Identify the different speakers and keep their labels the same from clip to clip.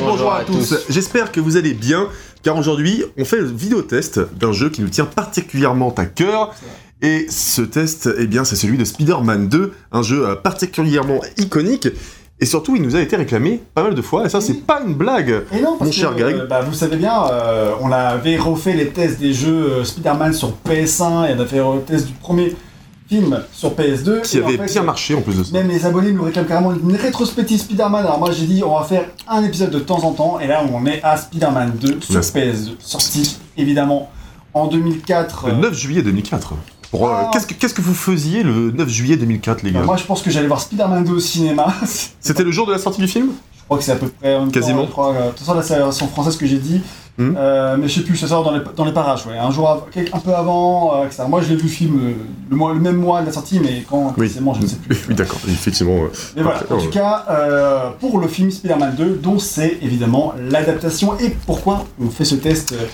Speaker 1: Bonjour à tous.
Speaker 2: J'espère que vous allez bien, car aujourd'hui, on fait le vidéo test d'un jeu qui nous tient particulièrement à cœur. Et ce test, eh bien, c'est celui de Spider-Man 2, un jeu euh, particulièrement iconique. Et surtout, il nous a été réclamé pas mal de fois, et ça, c'est pas une blague.
Speaker 1: Et non, parce
Speaker 2: Mon cher
Speaker 1: que,
Speaker 2: Greg.
Speaker 1: euh, bah, vous savez bien, euh, on avait refait les tests des jeux euh, Spider-Man sur PS1 et on a fait le test du premier film sur PS2.
Speaker 2: Qui
Speaker 1: et en
Speaker 2: avait
Speaker 1: fait, euh,
Speaker 2: bien marché en plus de ça.
Speaker 1: Même les abonnés nous réclament carrément une rétrospective Spider-Man. Alors moi j'ai dit on va faire un épisode de temps en temps et là on est à Spider-Man 2 sur
Speaker 2: Ouais.
Speaker 1: PS2, sorti évidemment en 2004.
Speaker 2: Le
Speaker 1: euh,
Speaker 2: 9 juillet 2004. Pour, euh,
Speaker 1: Ah.
Speaker 2: qu'est-ce, que, qu'est-ce que vous faisiez le 9 juillet 2004, les
Speaker 1: bah,
Speaker 2: gars
Speaker 1: moi je pense que j'allais voir Spider-Man 2 au cinéma.
Speaker 2: C'était le jour de la sortie du film
Speaker 1: Je crois que c'est à peu près en même temps,
Speaker 2: Quasiment.
Speaker 1: je crois, euh, de toute façon, là, c'est la version française que j'ai dit.
Speaker 2: Mhm.
Speaker 1: Euh, mais je sais plus, ça sort dans les, dans les parages, ouais. Un jour, av- quel- un peu avant, euh, etc. Moi, je l'ai vu le film euh, le, mois- le même mois de la sortie, mais quand précisément, je ne sais plus.
Speaker 2: oui, d'accord, effectivement. euh,
Speaker 1: Mais voilà,
Speaker 2: Après,
Speaker 1: en
Speaker 2: ouais.
Speaker 1: tout cas, euh, pour le film Spider-Man 2, dont c'est évidemment l'adaptation et pourquoi on fait ce test euh,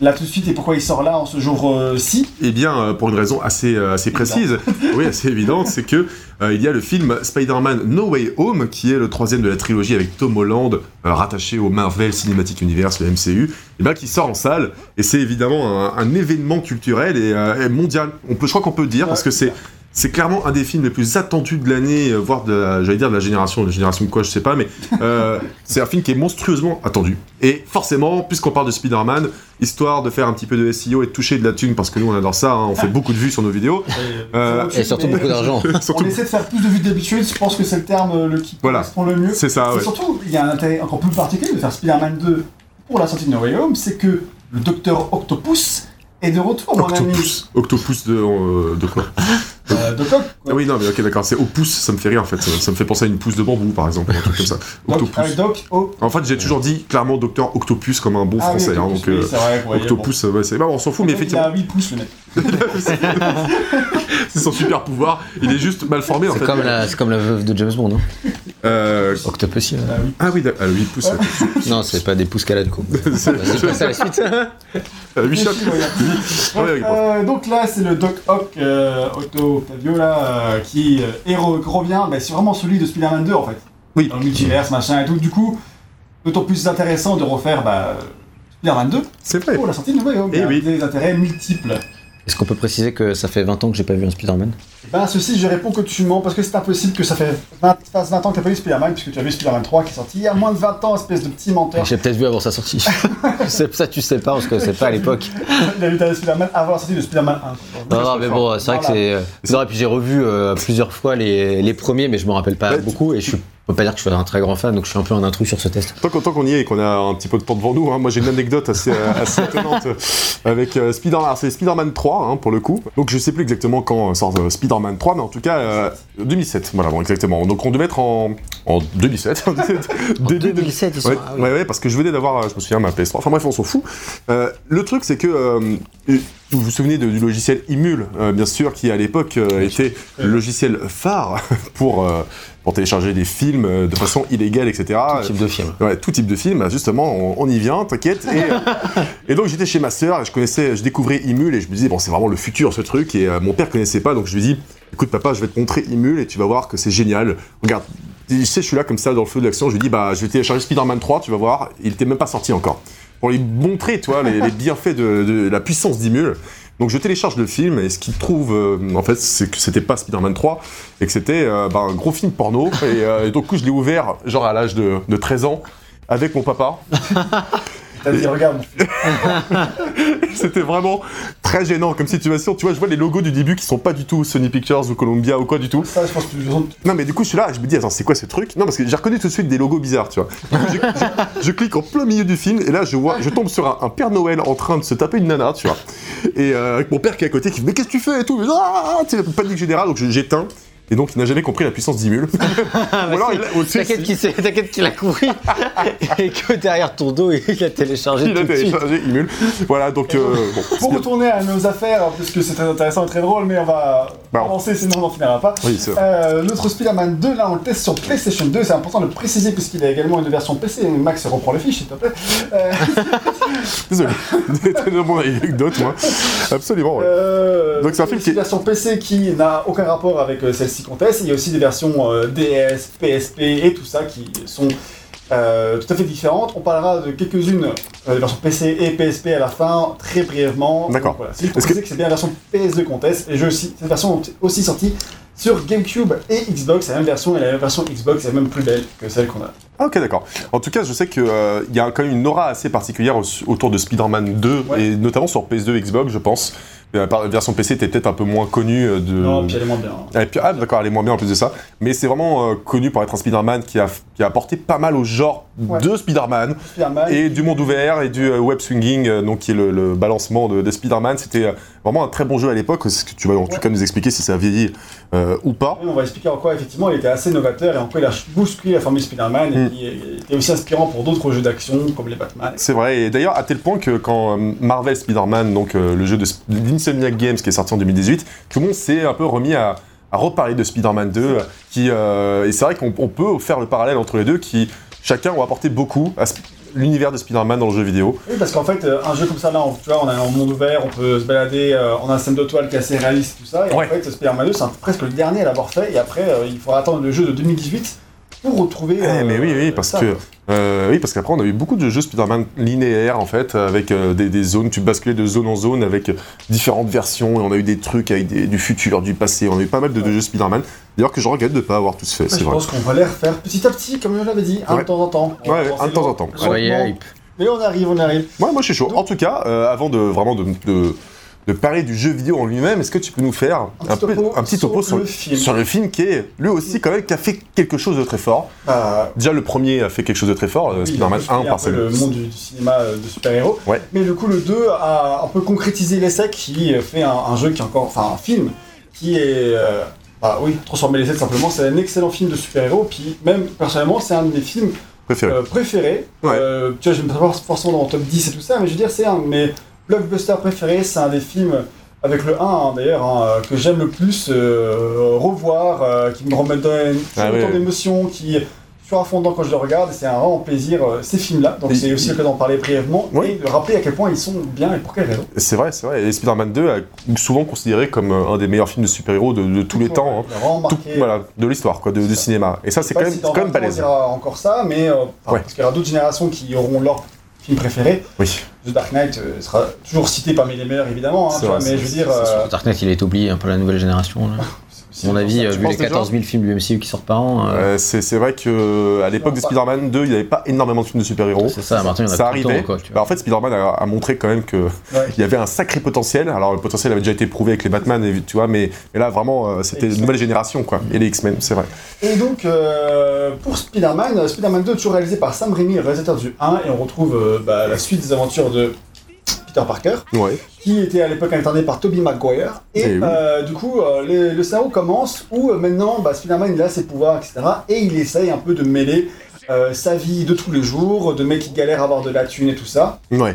Speaker 1: là tout de suite et pourquoi il sort là en ce jour-ci.
Speaker 2: Eh bien, euh, pour une raison assez, euh, assez précise, oui, assez évidente, c'est que euh, il y a le film Spider-Man No Way Home, qui est le troisième de la trilogie avec Tom Holland, euh, rattaché au Marvel Cinematic Universe, le MCU, et bien, eh ben, qui sort en salle. Et c'est évidemment un, un événement culturel et, euh, et mondial. On peut, je crois qu'on peut le dire, parce que c'est. C'est clairement un des films les plus attendus de l'année, euh, voire de la, j'allais dire de la génération, de la génération de quoi, je sais pas, mais euh, c'est un film qui est monstrueusement attendu. Et forcément, puisqu'on parle de Spider-Man, histoire de faire un petit peu de SEO et de toucher de la thune, parce que nous on adore ça, hein, on fait beaucoup de vues sur nos vidéos. Euh,
Speaker 1: c'est
Speaker 3: Et surtout
Speaker 1: mais-
Speaker 3: beaucoup d'argent.
Speaker 1: On
Speaker 2: Surtout,
Speaker 1: essaie de faire plus de vues que d'habitude, je pense que c'est le terme euh, le qui
Speaker 2: Voilà.
Speaker 1: correspond le mieux.
Speaker 2: c'est ça,
Speaker 1: C'est
Speaker 2: Ah ouais.
Speaker 1: surtout, il y a un intérêt encore plus particulier de faire Spider-Man 2 pour la sortie de No Way Home, c'est que le docteur Octopus est de retour, mon ami.
Speaker 2: Octopus, octopus de, euh, de quoi
Speaker 1: Euh, de Coq, quoi.
Speaker 2: Ah oui, non, mais ok, d'accord, c'est opus, ça me fait rire en fait, ça, ça me fait penser à une pousse de bambou par exemple, un truc comme ça.
Speaker 1: Doc,
Speaker 2: Octopus.
Speaker 1: ah, Doc, oh.
Speaker 2: En fait, j'ai toujours dit clairement Docteur Octopus comme un bon
Speaker 1: Ah oui,
Speaker 2: français, hein,
Speaker 1: Octopus,
Speaker 2: donc
Speaker 1: oui,
Speaker 2: euh,
Speaker 1: c'est vrai, vous voyez,
Speaker 2: Octopus, ouais, c'est... bah, on s'en
Speaker 1: bon.
Speaker 2: fout, mais
Speaker 1: Il
Speaker 2: effectivement.
Speaker 1: a 8 pouces, le mec.
Speaker 2: C'est son super pouvoir, il est juste mal formé en
Speaker 3: C'est
Speaker 2: fait.
Speaker 3: comme, la, c'est comme la veuve de James Bond, hein.
Speaker 2: Euh,
Speaker 3: Octopus.
Speaker 1: Il a huit-
Speaker 2: Ah oui, d'accord. Ah, lui, il pousse.
Speaker 3: Non, c'est pas des pouces qu'elle a du coup.
Speaker 2: C'est-
Speaker 3: Vas-y, passe à la suite.
Speaker 2: Ah, lui,
Speaker 1: Merci,
Speaker 2: chat.
Speaker 1: voyons.
Speaker 2: Ouais, ouais,
Speaker 1: Euh, donc là, c'est le Doc Ock, euh, Otto Octavio, là, euh, qui euh, est re- revient. Bah, c'est vraiment celui de Spider-Man 2, en fait.
Speaker 2: Oui.
Speaker 1: Dans le multiverse, machin et tout. Du coup, d'autant plus intéressant de refaire bah, Spider-Man 2
Speaker 2: C'est vrai.
Speaker 1: pour la sortie de No Way Home.
Speaker 2: Eh
Speaker 1: Il y a
Speaker 2: oui.
Speaker 1: Des intérêts multiples.
Speaker 3: Est-ce qu'on peut préciser que ça fait 20 ans que j'ai pas vu un Spider-Man
Speaker 1: Ben, ceci, je réponds que tu mens parce que c'est impossible que ça fait 20, fasse 20 ans que t'as pas vu Spider-Man, puisque tu as vu Spider-Man 3 qui est sorti il y a moins de 20 ans, espèce de petit menteur.
Speaker 3: J'ai peut-être vu avant sa sortie. C'est- ça, tu sais pas, parce que c'est pas à l'époque.
Speaker 1: Il a vu t'as vu Spider-Man avant la sortie de Spider-man 1.
Speaker 2: Ah.
Speaker 3: Non, non, mais bon, c'est vrai que c'est. euh, Non, et puis j'ai revu euh, plusieurs fois les, les premiers, mais je me rappelle pas
Speaker 2: Bah, tu-
Speaker 3: beaucoup. Et je suis- peux pas dire que je suis un très grand fan, donc je suis un peu un intrus sur ce test.
Speaker 2: Tant qu'on tant qu'on y est et qu'on a un petit peu de temps devant nous, hein, moi j'ai une anecdote assez, euh, assez étonnante avec euh, Spider-Man. Alors, C'est Spider-Man 3 hein, pour le coup. Donc je sais plus exactement quand sort euh, Spider-Man 3, mais en tout cas euh, 2007. Voilà, bon, exactement. Donc on devait être en, en 2007. début 2007.
Speaker 3: ils
Speaker 2: Ouais, ouais, ouais, parce que je venais d'avoir, euh, je me souviens, ma PS3. Enfin bref, on s'en fout. Euh, le truc, c'est que euh, vous vous souvenez de- du logiciel Imul, euh, bien sûr, qui à l'époque euh, était le logiciel phare pour, euh, pour télécharger des films euh, de façon illégale, etc.
Speaker 3: Type de film.
Speaker 2: Ouais, tout type de film, justement, on, on y vient, t'inquiète. Et, et donc j'étais chez ma sœur, et je connaissais, je découvrais Imul et je me disais bon c'est vraiment le futur ce truc. Et euh, mon père connaissait pas, donc je lui dis écoute papa, je vais te montrer Imul et tu vas voir que c'est génial. Regarde, je sais je suis là comme ça dans le feu de l'action, je lui dis bah je vais télécharger Spider-Man 3, tu vas voir, il était même pas sorti encore. Pour lui montrer, toi, les, les bienfaits de, de la puissance d'Imul. Donc je télécharge le film et ce qu'il trouve euh, en fait c'est que c'était pas Spider-Man 3 et que c'était euh, bah, un gros film porno et, euh, et donc du coup je l'ai ouvert genre à l'âge de, de 13 ans avec mon papa
Speaker 1: T'as dit, regarde,
Speaker 2: c'était vraiment très gênant comme situation tu vois je vois les logos du début qui sont pas du tout Sony Pictures ou Columbia ou quoi du tout
Speaker 1: ça, je pense que tu le sens.
Speaker 2: non mais du coup je suis là je me dis attends c'est quoi ce truc non parce que j'ai reconnu tout de suite des logos bizarres tu vois Du coup, je, je- je clique en plein milieu du film et là je vois je tombe sur un, un Père Noël en train de se taper une nana tu vois et euh, avec mon père qui est à côté qui fait mais qu'est-ce que tu fais et tout ah tu sais, panique générale donc je- j'éteins et donc il n'a jamais compris la puissance d'Imul
Speaker 3: Bah,
Speaker 2: ou alors il l'a- ou- si,
Speaker 3: T'inquiète
Speaker 2: si,
Speaker 3: qu'il s'est- t'inquiète qu'il a couru et que derrière ton dos, il a téléchargé
Speaker 2: il
Speaker 3: tout
Speaker 2: a
Speaker 3: de suite.
Speaker 2: téléchargé Imul voilà donc euh, bon,
Speaker 1: Pour retourner à nos affaires, parce que c'est très intéressant et très drôle, mais on va
Speaker 2: Bah, on-
Speaker 1: avancer, sinon on n'en finira pas.
Speaker 2: oui c'est
Speaker 1: Euh, L'autre Spider-Man 2, là, on le teste sur PlayStation 2. C'est important de le préciser, puisqu'il y a également une version PC. Max, reprend le fiche, s'il te plaît. Euh,
Speaker 2: Désolé, c'était dans mon anecdote, moi. Absolument, ouais.
Speaker 1: Euh,
Speaker 2: Donc c'est un film qui est-
Speaker 1: une version PC qui n'a aucun rapport avec euh, celle-ci qu'on teste. Il y a aussi des versions euh, DS, PSP et tout ça qui sont euh, tout à fait différentes. On parlera de quelques-unes euh, des versions PC et PSP à la fin, très brièvement.
Speaker 2: D'accord.
Speaker 1: Donc, Voilà. C'est juste pour
Speaker 2: Est-ce que-
Speaker 1: préciser que c'est bien la version PS2 qu'on teste. Et je aussi, cette version est aussi sortie sur GameCube et Xbox. La même version et la version Xbox est même plus belle que celle qu'on a.
Speaker 2: Ah, ok, d'accord. En tout cas, je sais qu'il y a quand même une aura assez particulière au- autour de Spider-Man 2,
Speaker 1: Ouais.
Speaker 2: et notamment sur PS2 Xbox, je pense. La par- euh, version PC était peut-être un peu moins connue euh, de.
Speaker 1: Non, puis elle est moins bien. hein.
Speaker 2: Et puis, ah, d'accord, elle est moins bien en plus de ça. Mais c'est vraiment euh, connu pour être un Spider-Man qui a, qui a apporté pas mal au genre
Speaker 1: Ouais.
Speaker 2: de Spider-Man
Speaker 1: Spider-Man,
Speaker 2: et du monde ouvert et du euh, web swinging, euh, donc qui est le, le balancement de, des Spider-Man. C'était euh, vraiment un très bon jeu à l'époque. Est-ce que tu vas en tout
Speaker 1: Ouais.
Speaker 2: cas nous expliquer si ça a vieilli euh, ou pas
Speaker 1: Oui, On va expliquer en quoi effectivement il était assez novateur et en quoi il a bousculé la formule Spider-Man
Speaker 2: Mm.
Speaker 1: et qui était aussi inspirant pour d'autres jeux d'action comme les Batman.
Speaker 2: C'est vrai, et d'ailleurs à tel point que quand euh, Marvel Spider-Man, donc euh, le jeu de Sp- d'Insomniac Games qui est sorti en 2018, tout le monde s'est un peu remis à, à reparler de Spider-Man 2, euh, qui, euh, et c'est vrai qu'on on peut faire le parallèle entre les deux, qui chacun ont apporté beaucoup à Sp- l'univers de Spider-Man dans le jeu vidéo.
Speaker 1: Oui, parce qu'en fait, euh, un jeu comme ça, là, on, tu vois, on a un monde ouvert, on peut se balader, euh, on a un système de toile qui est assez réaliste, tout ça. Et
Speaker 2: Ouais.
Speaker 1: en fait, Spider-Man 2, c'est un- presque le dernier à l'avoir fait. Et après, euh, il faudra attendre le jeu de 2018 pour retrouver.
Speaker 2: Eh, mais
Speaker 1: euh,
Speaker 2: oui, oui, parce
Speaker 1: ça.
Speaker 2: que euh, oui, parce qu'après on a eu beaucoup de jeux Spider-Man linéaires en fait, avec euh, des, des zones, tu basculais de zone en zone avec euh, différentes versions, et on a eu des trucs avec des- du futur, du passé, on a eu pas mal de, de
Speaker 1: Ouais. Bah,
Speaker 2: jeux Spider-Man. D'ailleurs que je regrette de pas avoir tous fait,
Speaker 1: Je
Speaker 2: c'est vrai.
Speaker 1: pense qu'on va les refaire petit à petit, comme je l'avais dit, un
Speaker 2: Ouais.
Speaker 1: de temps en temps. On va
Speaker 2: Ouais,
Speaker 1: avancer
Speaker 2: un de temps en
Speaker 1: lentement,
Speaker 2: temps.
Speaker 3: Soyez
Speaker 1: lentement.
Speaker 3: hype.
Speaker 1: Mais on arrive, on arrive.
Speaker 2: Ouais, moi je suis chaud. En tout cas, euh, avant de vraiment de, de- de parler du jeu vidéo en lui-même, est-ce que tu peux nous faire
Speaker 1: Un petit topo,
Speaker 2: un petit topo sur,
Speaker 1: le film.
Speaker 2: sur le film qui est lui aussi quand même qui a fait quelque chose de très fort.
Speaker 1: Euh,
Speaker 2: Déjà le premier a fait quelque chose de très fort, euh,
Speaker 1: Oui,
Speaker 2: Spider-Man
Speaker 1: il a
Speaker 2: 1
Speaker 1: bousculé un
Speaker 2: par
Speaker 1: peu le
Speaker 2: celle-
Speaker 1: monde du, du cinéma euh, de super-héros.
Speaker 2: Ouais.
Speaker 1: Mais du coup, le 2 a un peu concrétisé l'essai qui euh, fait un, un jeu qui est encore. Enfin, un film qui est. euh, bah oui, transformer l'essai tout simplement. C'est un excellent film de super-héros. Puis, même personnellement, c'est un de mes films
Speaker 2: préféré.
Speaker 1: euh, préférés.
Speaker 2: Ouais.
Speaker 1: Euh, tu vois, je ne pas forcément dans le top 10 et tout ça, mais je veux dire, c'est un de mes blockbusters préférés. C'est un des films. Avec le 1 hein, d'ailleurs, hein, que j'aime le plus euh, revoir, euh, qui me remet dans
Speaker 2: Ah
Speaker 1: autant
Speaker 2: oui.
Speaker 1: d'émotions, qui, je suis à fond dedans quand je le regarde et c'est un grand plaisir euh, ces films-là. Donc
Speaker 2: Et-
Speaker 1: c'est aussi le cas d'en parler brièvement
Speaker 2: Oui.
Speaker 1: et de rappeler à quel point ils sont bien et pour quelles raisons.
Speaker 2: C'est vrai, c'est vrai. Et Spider-Man 2 est souvent considéré comme euh, un des meilleurs films de super-héros de, de tous les temps. hein.
Speaker 1: Il a vraiment
Speaker 2: Tout-
Speaker 1: marqué.
Speaker 2: voilà, de l'histoire, quoi, de- du
Speaker 1: C'est ça.
Speaker 2: cinéma. Et ça,
Speaker 1: Je sais
Speaker 2: c'est
Speaker 1: pas
Speaker 2: quand même,
Speaker 1: si
Speaker 2: c'est
Speaker 1: dans
Speaker 2: quand même
Speaker 1: 20 ans, on
Speaker 2: balèze.
Speaker 1: dira encore ça, mais euh, enfin,
Speaker 2: Ouais.
Speaker 1: parce qu'il y aura d'autres générations qui auront leur film préféré.
Speaker 2: Oui.
Speaker 1: The Dark Knight euh, sera toujours cité parmi les meilleurs évidemment, hein,
Speaker 2: C'est
Speaker 1: tu
Speaker 2: vrai,
Speaker 1: vois,
Speaker 2: c'est-
Speaker 1: mais je veux dire.
Speaker 3: C'est
Speaker 1: euh,
Speaker 3: surtout Dark Knight, il est oublié un peu la nouvelle génération. Là. À mon avis, euh, vu
Speaker 2: penses
Speaker 3: les
Speaker 2: déjà
Speaker 3: 14 000 films du MCU qui sortent par an, euh,
Speaker 2: Euh, c'est c'est vrai que à l'époque de
Speaker 1: pas-
Speaker 2: Spider-Man 2, il n'y avait pas énormément de films de super-héros.
Speaker 3: c'est ça, Martin, il y en a
Speaker 2: ça
Speaker 3: plus autant,
Speaker 2: arrivait.
Speaker 3: quoi. tu vois.
Speaker 2: Bah, en fait, Spider-Man a, a montré quand même qu'il
Speaker 1: Ouais.
Speaker 2: y avait un sacré potentiel. Alors, le potentiel avait déjà été prouvé avec les Batman, et- tu vois, mais, mais là, vraiment, euh, c'était une
Speaker 1: X-Men.
Speaker 2: nouvelle génération, quoi. Et les X-Men, c'est vrai.
Speaker 1: Et donc, euh, pour Spider-Man, euh, Spider-Man 2 toujours réalisé par Sam Raimi, le réalisateur du 1, et on retrouve euh, bah, la suite des aventures de Peter Parker.
Speaker 2: Ouais.
Speaker 1: qui était à l'époque incarné par Tobey Maguire. Et,
Speaker 2: Eh oui.
Speaker 1: euh, du coup, euh, le, le scénario commence où euh, maintenant, bah, Spider-Man, il a ses pouvoirs, etc. Et il essaye un peu de mêler euh, sa vie de tous les jours, de mec qui galère à avoir de la thune et tout ça,
Speaker 2: Ouais.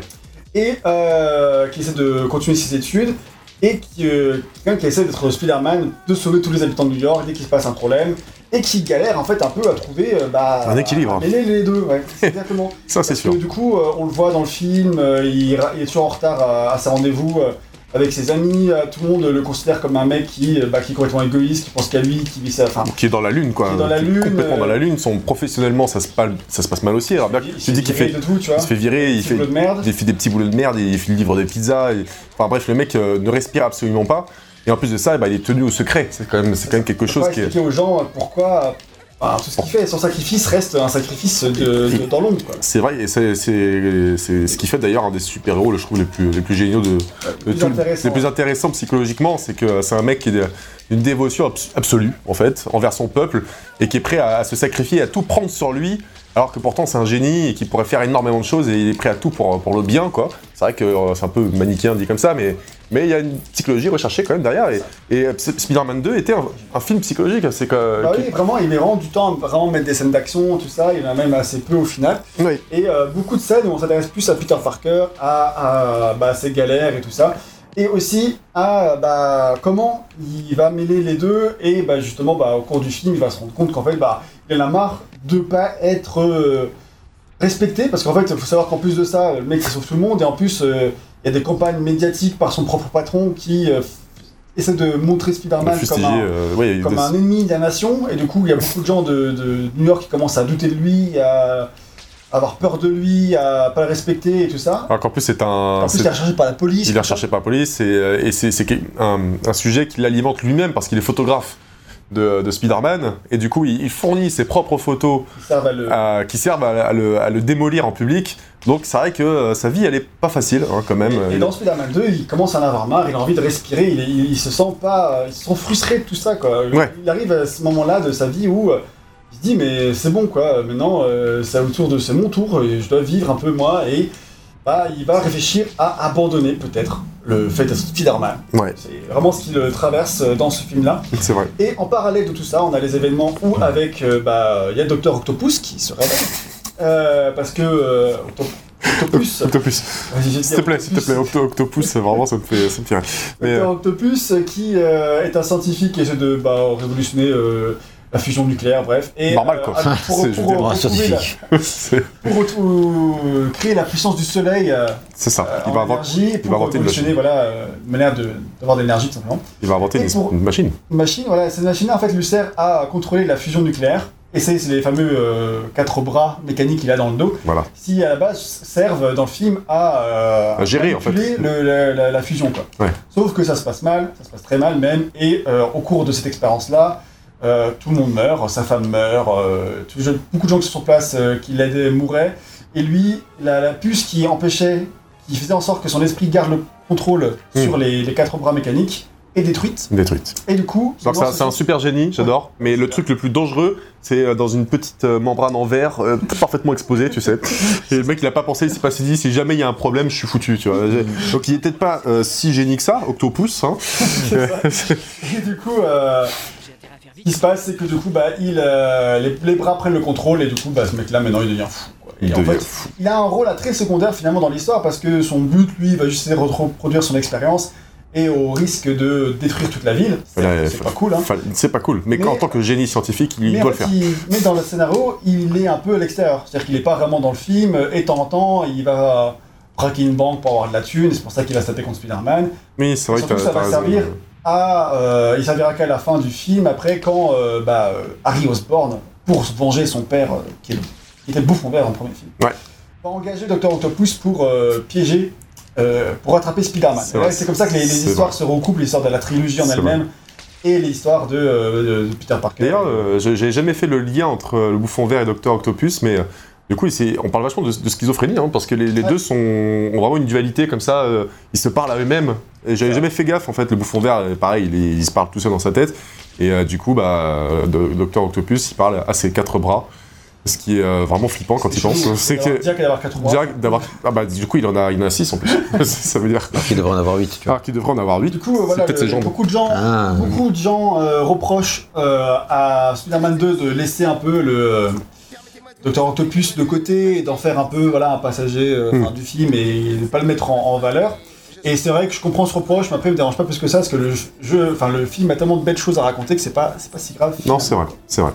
Speaker 1: et euh, qui essaie de continuer ses études, et qui, euh, quelqu'un qui essaie d'être Spider-Man, de sauver tous les habitants de New York dès qu'il se passe un problème, et qui galère en fait un peu à trouver euh, bah,
Speaker 2: Un équilibre.
Speaker 1: à mêler les deux, ouais, c'est exactement.
Speaker 2: Ça, c'est
Speaker 1: Parce
Speaker 2: sûr.
Speaker 1: que du coup, euh, on le voit dans le film, euh, il, ra- il est toujours en retard à, à ses rendez-vous euh, avec ses amis, euh, tout le monde le considère comme un mec qui, euh, bah, qui est complètement égoïste, qui pense qu'à lui, qui vit sa... Enfin,
Speaker 2: Qui est dans la lune, quoi.
Speaker 1: Qui est dans la lune,
Speaker 2: Complètement
Speaker 1: euh,
Speaker 2: dans la lune. Son, professionnellement, ça se, passe, ça se passe mal aussi. Alors, bien,
Speaker 1: il- il
Speaker 2: tu dis
Speaker 1: s'est
Speaker 2: qu'il fait,
Speaker 1: viré de tout, tu vois.
Speaker 2: il se fait virer, il
Speaker 1: petit
Speaker 2: fait,
Speaker 1: boulot de merde.
Speaker 2: il fait des petits boulots de merde, il fait le livre des pizzas. et- Enfin, bref, le mec euh, ne respire absolument pas. Et en plus de ça, eh ben, il est tenu au secret. C'est quand même, c'est quand même quelque
Speaker 1: Il faut
Speaker 2: chose
Speaker 1: pas
Speaker 2: qui est.
Speaker 1: expliquer aux gens euh, pourquoi euh, bah, tout ce qu'il fait, son sacrifice reste un sacrifice de, de- dans l'ombre. quoi.
Speaker 2: C'est vrai, et c'est c'est- c'est ce qui fait d'ailleurs un des super-héros, je trouve, les plus, les plus géniaux de.
Speaker 1: Le
Speaker 2: de
Speaker 1: plus
Speaker 2: tout-
Speaker 1: intéressant.
Speaker 2: les plus intéressants psychologiquement, c'est que c'est un mec qui est d'une dévotion abs- absolue, en fait, envers son peuple, et qui est prêt à, à se sacrifier, à tout prendre sur lui, alors que pourtant c'est un génie et qui pourrait faire énormément de choses, et il est prêt à tout pour, pour le bien, quoi. C'est vrai que euh, c'est un peu manichéen dit comme ça, mais mais il y a une psychologie recherchée quand même derrière, et, et, euh, Spider-Man 2 était un, un film psychologique, hein, c'est que.
Speaker 1: Bah
Speaker 2: euh, qui-
Speaker 1: oui, vraiment, il met vraiment du temps à vraiment mettre des scènes d'action, tout ça, il y en a même assez peu au final.
Speaker 2: Oui.
Speaker 1: Et euh, beaucoup de scènes où on s'intéresse plus à Peter Parker, à, à, bah, ses galères et tout ça. Et aussi à bah, comment il va mêler les deux. Et bah, justement, bah, au cours du film, il va se rendre compte qu'en fait, bah, il en a marre de pas être euh, respecté. Parce qu'en fait, il faut savoir qu'en plus de ça, le mec, il sauve tout le monde. Et en plus, euh, il y a des campagnes médiatiques par son propre patron qui euh, essaie de montrer
Speaker 2: on a
Speaker 1: Spider-Man comme
Speaker 2: fusillé,
Speaker 1: un,
Speaker 2: euh, oui,
Speaker 1: comme
Speaker 2: des-
Speaker 1: un ennemi de la nation, et du coup, il y a beaucoup de gens de, de New York qui commencent à douter de lui, à, avoir peur de lui, à pas le respecter et tout ça.
Speaker 2: Alors qu'en plus, c'est un.
Speaker 1: En plus,
Speaker 2: Ah, c'est-
Speaker 1: il est recherché par la police.
Speaker 2: il est recherché par la police et, euh, et c'est- c'est quel- un, un sujet qu'il alimente lui-même parce qu'il est photographe de, de Spider-Man et du coup il, il fournit ses propres photos
Speaker 1: Ça va le.
Speaker 2: à- qui servent à, à le, à le démolir en public. Donc c'est vrai que euh, sa vie elle est pas facile hein, quand même.
Speaker 1: Et, et dans Spider-Man 2, il commence à en avoir marre, il a envie de respirer, il, est- il- il se sent pas, euh, il se sent frustré de tout ça quoi.
Speaker 2: Ouais.
Speaker 1: Il arrive à ce moment-là de sa vie où euh, il se dit mais c'est bon quoi, maintenant euh, c'est autour de c'est mon tour, et je dois vivre un peu moi et bah, il va réfléchir à abandonner peut-être le fait de Spider-Man.
Speaker 2: Ouais.
Speaker 1: C'est vraiment ce qu'il euh, traverse euh, dans ce film-là.
Speaker 2: C'est vrai.
Speaker 1: Et en parallèle de tout ça, on a les événements où avec euh, bah il y a Docteur Octopus qui se réveille Euh, parce que euh, Octo- Octopus.
Speaker 2: Octopus.
Speaker 1: Vas-y, je vais
Speaker 2: S'il te
Speaker 1: dire
Speaker 2: plaît, s'il te
Speaker 1: Octopus.
Speaker 2: plaît, Octo- Octopus, c'est vraiment ça me fait, ça me fait rire. Mais,
Speaker 1: Docteur
Speaker 2: euh,
Speaker 1: Octopus euh, qui euh, est un scientifique qui essaie de bah, révolutionner euh, la fusion nucléaire, bref. Et,
Speaker 2: Normal, quoi.
Speaker 1: ah, Pour,
Speaker 2: C'est- je
Speaker 1: pour-
Speaker 2: veux dire,
Speaker 1: pour
Speaker 3: un
Speaker 1: retrouver la-
Speaker 3: scientifique.
Speaker 2: c'est
Speaker 1: pour retrouver- créer la puissance du soleil euh,
Speaker 2: c'est ça. Il
Speaker 1: en
Speaker 2: va, inventer,
Speaker 1: énergie, pour
Speaker 2: va inventer une
Speaker 1: révolutionner
Speaker 2: machine.
Speaker 1: voilà, euh, une manière de- d'avoir de l'énergie tout simplement.
Speaker 2: il va inventer
Speaker 1: Et
Speaker 2: une,
Speaker 1: pour-
Speaker 2: une machine.
Speaker 1: Une Machine, voilà, cette machine en fait lui sert à contrôler la fusion nucléaire. Et c'est c'est les fameux euh, quatre bras mécaniques qu'il a dans le dos,
Speaker 2: Voilà.
Speaker 1: qui à la base servent dans le film à, euh,
Speaker 2: À gérer, en fait.
Speaker 1: manipuler le- la, la- la fusion. Quoi.
Speaker 2: Ouais.
Speaker 1: Sauf que ça se passe mal, ça se passe très mal même, et euh, au cours de cette expérience-là, euh, tout le monde meurt, sa femme meurt, euh, tout- je- beaucoup de gens qui sont sur place euh, qui l'aidaient mouraient, et lui, la, la puce qui empêchait, qui faisait en sorte que son esprit garde le contrôle
Speaker 2: Hmm.
Speaker 1: sur les, les quatre bras mécaniques, est détruite,
Speaker 2: Détruite.
Speaker 1: et du coup...
Speaker 2: Donc
Speaker 1: dans
Speaker 2: ça-
Speaker 1: ce-
Speaker 2: c'est un super génie, j'adore. Mais le truc le plus dangereux, c'est euh, dans une petite euh, membrane en verre, euh, parfaitement exposée, tu sais. Et le mec, il a pas pensé, il s'est pas dit, si jamais il y a un problème, je suis foutu, tu vois.
Speaker 1: Mm.
Speaker 2: Donc il est peut-être pas euh, si génie que ça, Octopus. Hein.
Speaker 1: Et du coup, euh, ce qui se passe, c'est que du coup, bah, il, euh, les, les bras prennent le contrôle et du coup, bah, ce mec-là, maintenant, il devient fou. quoi. Et
Speaker 2: Il
Speaker 1: en
Speaker 2: devient
Speaker 1: fait,
Speaker 2: fou.
Speaker 1: il a un rôle à très secondaire finalement dans l'histoire parce que son but, lui, il va juste essayer de reproduire son expérience et au risque de détruire toute la ville. C'est
Speaker 2: Ouais,
Speaker 1: c'est
Speaker 2: faut-
Speaker 1: pas cool, hein.
Speaker 2: Enfin, c'est pas cool. Mais,
Speaker 1: Mais-
Speaker 2: quand, en tant que génie scientifique, il
Speaker 1: mais,
Speaker 2: doit
Speaker 1: en
Speaker 2: le
Speaker 1: fait,
Speaker 2: faire.
Speaker 1: il- mais dans le scénario, il est un peu à l'extérieur. C'est-à-dire qu'il n'est pas vraiment dans le film. euh, Et de temps en temps, il va braquer une banque pour avoir de la thune. et C'est pour ça qu'il va se taper contre Spider-Man.
Speaker 2: Mais c'est vrai que
Speaker 1: surtout,
Speaker 2: t'as
Speaker 1: ça
Speaker 2: t'as
Speaker 1: va
Speaker 2: raison.
Speaker 1: servir à, euh, il servira qu'à la fin du film, après quand euh, bah, euh, Harry Osborn, pour se venger son père, euh, qui, est- qui était le bouffon vert dans le premier film,
Speaker 2: Ouais.
Speaker 1: va engager Dr. Octopus pour euh, piéger, euh, pour attraper Spider-Man.
Speaker 2: C'est
Speaker 1: Et là,
Speaker 2: vrai.
Speaker 1: C'est comme ça que les, les
Speaker 2: C'est
Speaker 1: histoires se recoupent, l'histoire de la trilogie en
Speaker 2: C'est
Speaker 1: elle-même et l'histoire de, euh, de Peter Parker.
Speaker 2: D'ailleurs, euh, je- j'ai jamais fait le lien entre euh, le bouffon vert et Docteur Octopus, mais euh, du coup, c'est- on parle vachement de, de schizophrénie, hein, parce que les, les
Speaker 1: Ouais.
Speaker 2: deux sont, ont vraiment une dualité comme ça, euh, ils se parlent à eux-mêmes. Et j'avais jamais fait gaffe, en fait, le bouffon vert, euh, pareil, il, est- il se parle tout seul dans sa tête. Et euh, du coup, bah, Docteur Octopus, il parle à ses quatre bras, ce qui est euh, vraiment flippant quand il pense. C'est que.
Speaker 1: Jack d'avoir quatre bras.
Speaker 2: Direct d'avoir. Ah bah, du coup, il en a, il en a six en plus. ça veut dire.
Speaker 3: Il devrait en avoir 8, tu vois.
Speaker 2: Ah, qu'il devrait en avoir
Speaker 1: Du
Speaker 2: huit.
Speaker 1: coup, euh,
Speaker 2: C'est
Speaker 1: voilà,
Speaker 2: peut-être
Speaker 1: le-
Speaker 2: ses jambes.
Speaker 1: beaucoup de gens
Speaker 3: Ah,
Speaker 1: Beaucoup de gens euh, reprochent euh, à Spider-Man 2 de laisser un peu le euh, Docteur Octopus de côté et d'en faire un peu voilà, un passager euh,
Speaker 2: Hmm.
Speaker 1: enfin, du film et ne pas le mettre en, en valeur. Et c'est vrai que je comprends ce reproche, mais après, il me dérange pas plus que ça, parce que le, jeu, enfin, le film a tellement de belles choses à raconter que c'est pas, c'est pas si grave.
Speaker 2: Non, c'est vrai, c'est vrai.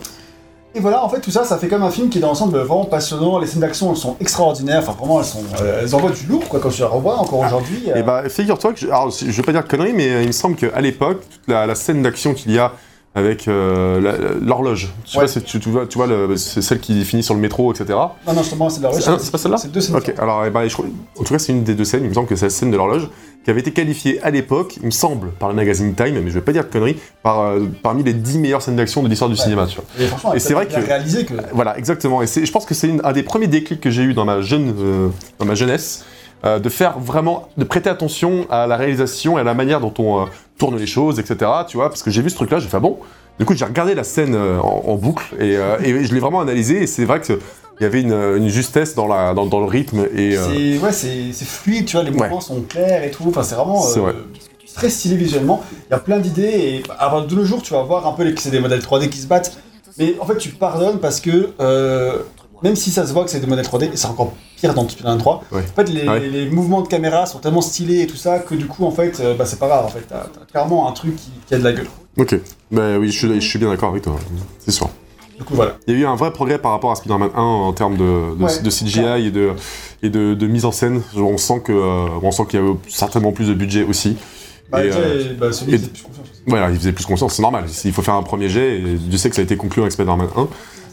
Speaker 1: Et voilà, en fait, tout ça, ça fait comme un film qui est dans l'ensemble vraiment passionnant. Les scènes d'action, elles sont extraordinaires. Enfin, vraiment, elles, sont, euh, elles envoient du lourd, quoi, quand je la revois encore aujourd'hui.
Speaker 2: Et
Speaker 1: euh,
Speaker 2: bah, figure-toi que. Je... Alors, je vais pas dire de conneries, mais euh, il me semble qu'à l'époque, toute la, la scène d'action qu'il y a avec euh, la- la- l'horloge, je sais
Speaker 1: Ouais.
Speaker 2: pas si tu, tu vois, tu vois le- c'est celle qui finit sur le métro, etc.
Speaker 1: Non, non, justement, c'est de la
Speaker 2: Ah non, c'est pas celle-là
Speaker 1: C'est deux scènes.
Speaker 2: Ok, alors, eh ben, je crois- en tout cas, c'est une des deux scènes, il me semble que c'est la scène de l'horloge, qui avait été qualifiée à l'époque, il me semble, par le magazine Time, mais je vais pas dire de conneries, par, euh, parmi les 10 meilleures scènes d'action de l'histoire du
Speaker 1: Ouais.
Speaker 2: cinéma, tu vois.
Speaker 1: Et franchement,
Speaker 2: Et
Speaker 1: elle
Speaker 2: c'est vrai
Speaker 1: a bien
Speaker 2: que-
Speaker 1: réalisé que
Speaker 2: Voilà, exactement. Et c'est- je pense que c'est une- un des premiers déclics que j'ai eu dans ma jeune, euh, dans ma jeunesse, euh, de faire vraiment, de prêter attention à la réalisation et à la manière dont on euh, tourne les choses, etc. Tu vois, parce que j'ai vu ce truc-là, j'ai fait ah bon. Du coup, j'ai regardé la scène euh, en, en boucle et, euh, et je l'ai vraiment analysée. Et c'est vrai que il y avait une, une justesse dans, la, dans, dans le rythme et euh,
Speaker 1: C'est ouais, c'est c'est fluide, tu vois, les mouvements sont clairs et tout. Enfin, c'est vraiment euh,
Speaker 2: C'est vrai.
Speaker 1: très stylé visuellement. Il y a plein d'idées et bah, avant de nos jours, tu vas voir un peu les- que c'est des modèles 3D qui se battent. Mais en fait, tu pardonnes parce que euh, même si ça se voit que c'est des modèles 3D, et c'est encore pire dans Spider-Man 3.
Speaker 2: Ouais.
Speaker 1: En fait, les,
Speaker 2: Ah ouais.
Speaker 1: les mouvements de caméra sont tellement stylés et tout ça que du coup, en fait, euh, bah, c'est pas grave. En fait, t'as t'as clairement un truc qui, qui a de la gueule.
Speaker 2: ok. Ben oui, je suis, je suis bien d'accord avec toi. C'est sûr.
Speaker 1: Du coup, voilà.
Speaker 2: Il y a eu un vrai progrès par rapport à Spider-Man 1 en termes de, de,
Speaker 1: Ouais.
Speaker 2: de CGI et de, et de, de mise en scène. On sent que euh, on sent qu'il y avait certainement plus de budget aussi.
Speaker 1: Bah,
Speaker 2: Et,
Speaker 1: déjà,
Speaker 2: euh,
Speaker 1: et, bah, celui
Speaker 2: et-
Speaker 1: qui fait plus confiance.
Speaker 2: Voilà, il faisait plus confiance, c'est normal. Il faut faire un premier jet. Et je sais que ça a été conclu avec Spider-Man 1.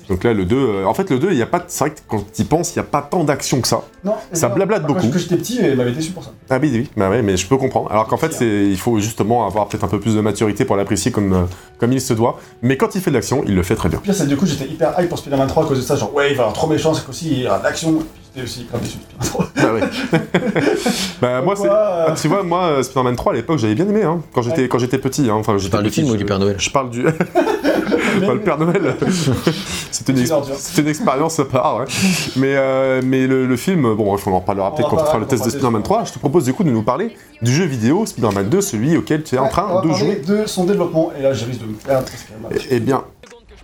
Speaker 2: Donc là, le 2, euh, en fait, le 2, il y a pas, de- c'est vrai que quand tu y penses, il n'y a pas tant d'action que ça.
Speaker 1: Non,
Speaker 2: Ça
Speaker 1: non,
Speaker 2: blablate
Speaker 1: par contre,
Speaker 2: beaucoup.
Speaker 1: Quand j'étais petit, elle m'avait déçu pour ça.
Speaker 2: Ah oui, oui, bah ouais, mais je peux comprendre. Alors qu'en fait, c'est, il faut justement avoir peut-être un peu plus de maturité pour l'apprécier comme, euh, comme il se doit. Mais quand il fait de l'action, il le fait très bien.
Speaker 1: Le pire, c'est que du coup, j'étais hyper hype pour Spider-Man 3 à cause de ça. Genre, ouais, il va y avoir trop méchant, c'est qu'aussi, il y aura de l'action. Et puis, J'étais aussi grave déçu de Spider-Man 3.
Speaker 2: Bah ouais. bah moi, c'est...
Speaker 1: Pourquoi,
Speaker 2: Ah,
Speaker 1: euh,
Speaker 2: tu vois, moi, euh, Spider-Man 3, à l'époque, j'avais bien aimé, hein, quand j'étais, quand j'étais petit. Hein, enfin, j'étais
Speaker 3: parles du
Speaker 2: petit,
Speaker 3: film ou
Speaker 2: je-
Speaker 3: du Père Noël
Speaker 2: Je parle du... Enfin, le Père Noël. C'était une,
Speaker 1: C'est
Speaker 2: ex-
Speaker 1: dur, dur.
Speaker 2: c'était une expérience à part. ouais. Mais, euh, mais le, le film, bon, bref, on en reparlera peut-être quand
Speaker 1: en
Speaker 2: on fera le
Speaker 1: reparlera,
Speaker 2: test
Speaker 1: on
Speaker 2: de
Speaker 1: fera
Speaker 2: Spider-Man
Speaker 1: des-
Speaker 2: 3. Je te propose du coup de nous parler du jeu vidéo Spider-Man 2, celui auquel tu es en
Speaker 1: Ouais, on
Speaker 2: train
Speaker 1: va
Speaker 2: de
Speaker 1: parler
Speaker 2: jouer.
Speaker 1: de son développement. Et là, je risque de me faire un truc Spider-Man.
Speaker 2: Eh bien,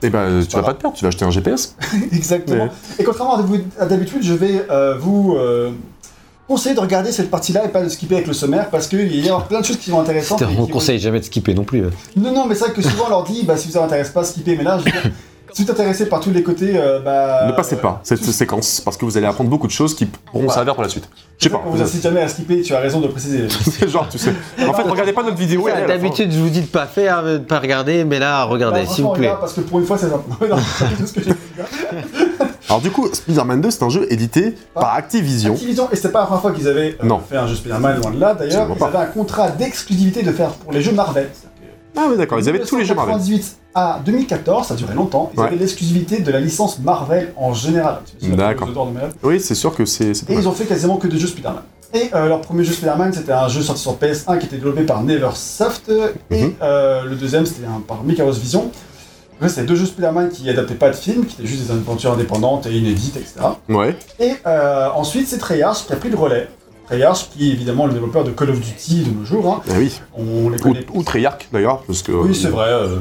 Speaker 2: eh ben, tu vas pas te perdre, tu vas acheter un GPS.
Speaker 1: Exactement.
Speaker 2: Ouais.
Speaker 1: Et contrairement à d'hab- à d'habitude, je vais euh, vous euh, conseiller de regarder cette partie-là et pas de skipper avec le sommaire parce qu'il va y a plein de choses qui sont intéressantes. et qui
Speaker 3: On
Speaker 1: vont-
Speaker 3: conseille jamais de skipper non plus.
Speaker 1: Non, non, mais c'est vrai que souvent on leur dit bah, si vous intéresse pas, skipper. Mais là, je veux dire, si vous êtes intéressé par tous les côtés, euh, bah.
Speaker 2: ne passez
Speaker 1: euh,
Speaker 2: pas cette séquence parce que vous allez apprendre beaucoup de choses qui pourront
Speaker 1: Ouais.
Speaker 2: servir pour la suite. Je sais pas.
Speaker 1: euh, On vous incite jamais à skipper, tu as raison de préciser.
Speaker 2: C'est genre, tu sais. En fait, regardez pas notre vidéo. elle est à la fin.
Speaker 3: D'habitude, je vous dis de pas faire, de pas regarder, mais là, regardez,
Speaker 1: Non,
Speaker 3: s'il vous
Speaker 1: Bah, franchement,
Speaker 3: plaît.
Speaker 1: regarde, parce que pour une fois, c'est ça. Non, non, c'est pas tout ce que j'ai dit, les gars.
Speaker 2: Alors, du coup, Spider-Man 2, c'est un jeu édité
Speaker 1: Ah.
Speaker 2: par Activision.
Speaker 1: Activision, et c'était pas la première fois qu'ils avaient euh,
Speaker 2: Non.
Speaker 1: fait un jeu Spider-Man, loin de là d'ailleurs.
Speaker 2: Absolument
Speaker 1: Ils
Speaker 2: pas.
Speaker 1: avaient un contrat d'exclusivité de faire pour les jeux Marvel.
Speaker 2: Ah, oui, d'accord, ils avaient tous les jeux Marvel.
Speaker 1: 1998 à 2014, ça a duré longtemps. Ils
Speaker 2: Ouais.
Speaker 1: avaient l'exclusivité de la licence Marvel en général.
Speaker 2: D'accord.
Speaker 1: Ils adorent le Marvel.
Speaker 2: Oui, c'est sûr que c'est. c'est pas
Speaker 1: Et
Speaker 2: mal.
Speaker 1: ils ont fait quasiment que des jeux Spider-Man. Et euh, leur premier jeu Spider-Man, c'était un jeu sorti sur PS1 qui était développé par Neversoft. Et
Speaker 2: Mhm.
Speaker 1: euh, le deuxième, c'était un- par Mikaros Vision. Après, c'était deux jeux Spider-Man qui adaptaient pas de films, qui étaient juste des aventures indépendantes et inédites, etc.
Speaker 2: Ouais.
Speaker 1: Et euh, ensuite, c'est Treyarch qui a pris le relais. Treyarch, qui est évidemment le développeur de Call of Duty de nos jours. hein.
Speaker 2: Ah oui.
Speaker 1: On les
Speaker 2: Ou,
Speaker 1: connaît.
Speaker 2: ou Treyarch d'ailleurs, parce que.
Speaker 1: Oui, c'est vrai. euh,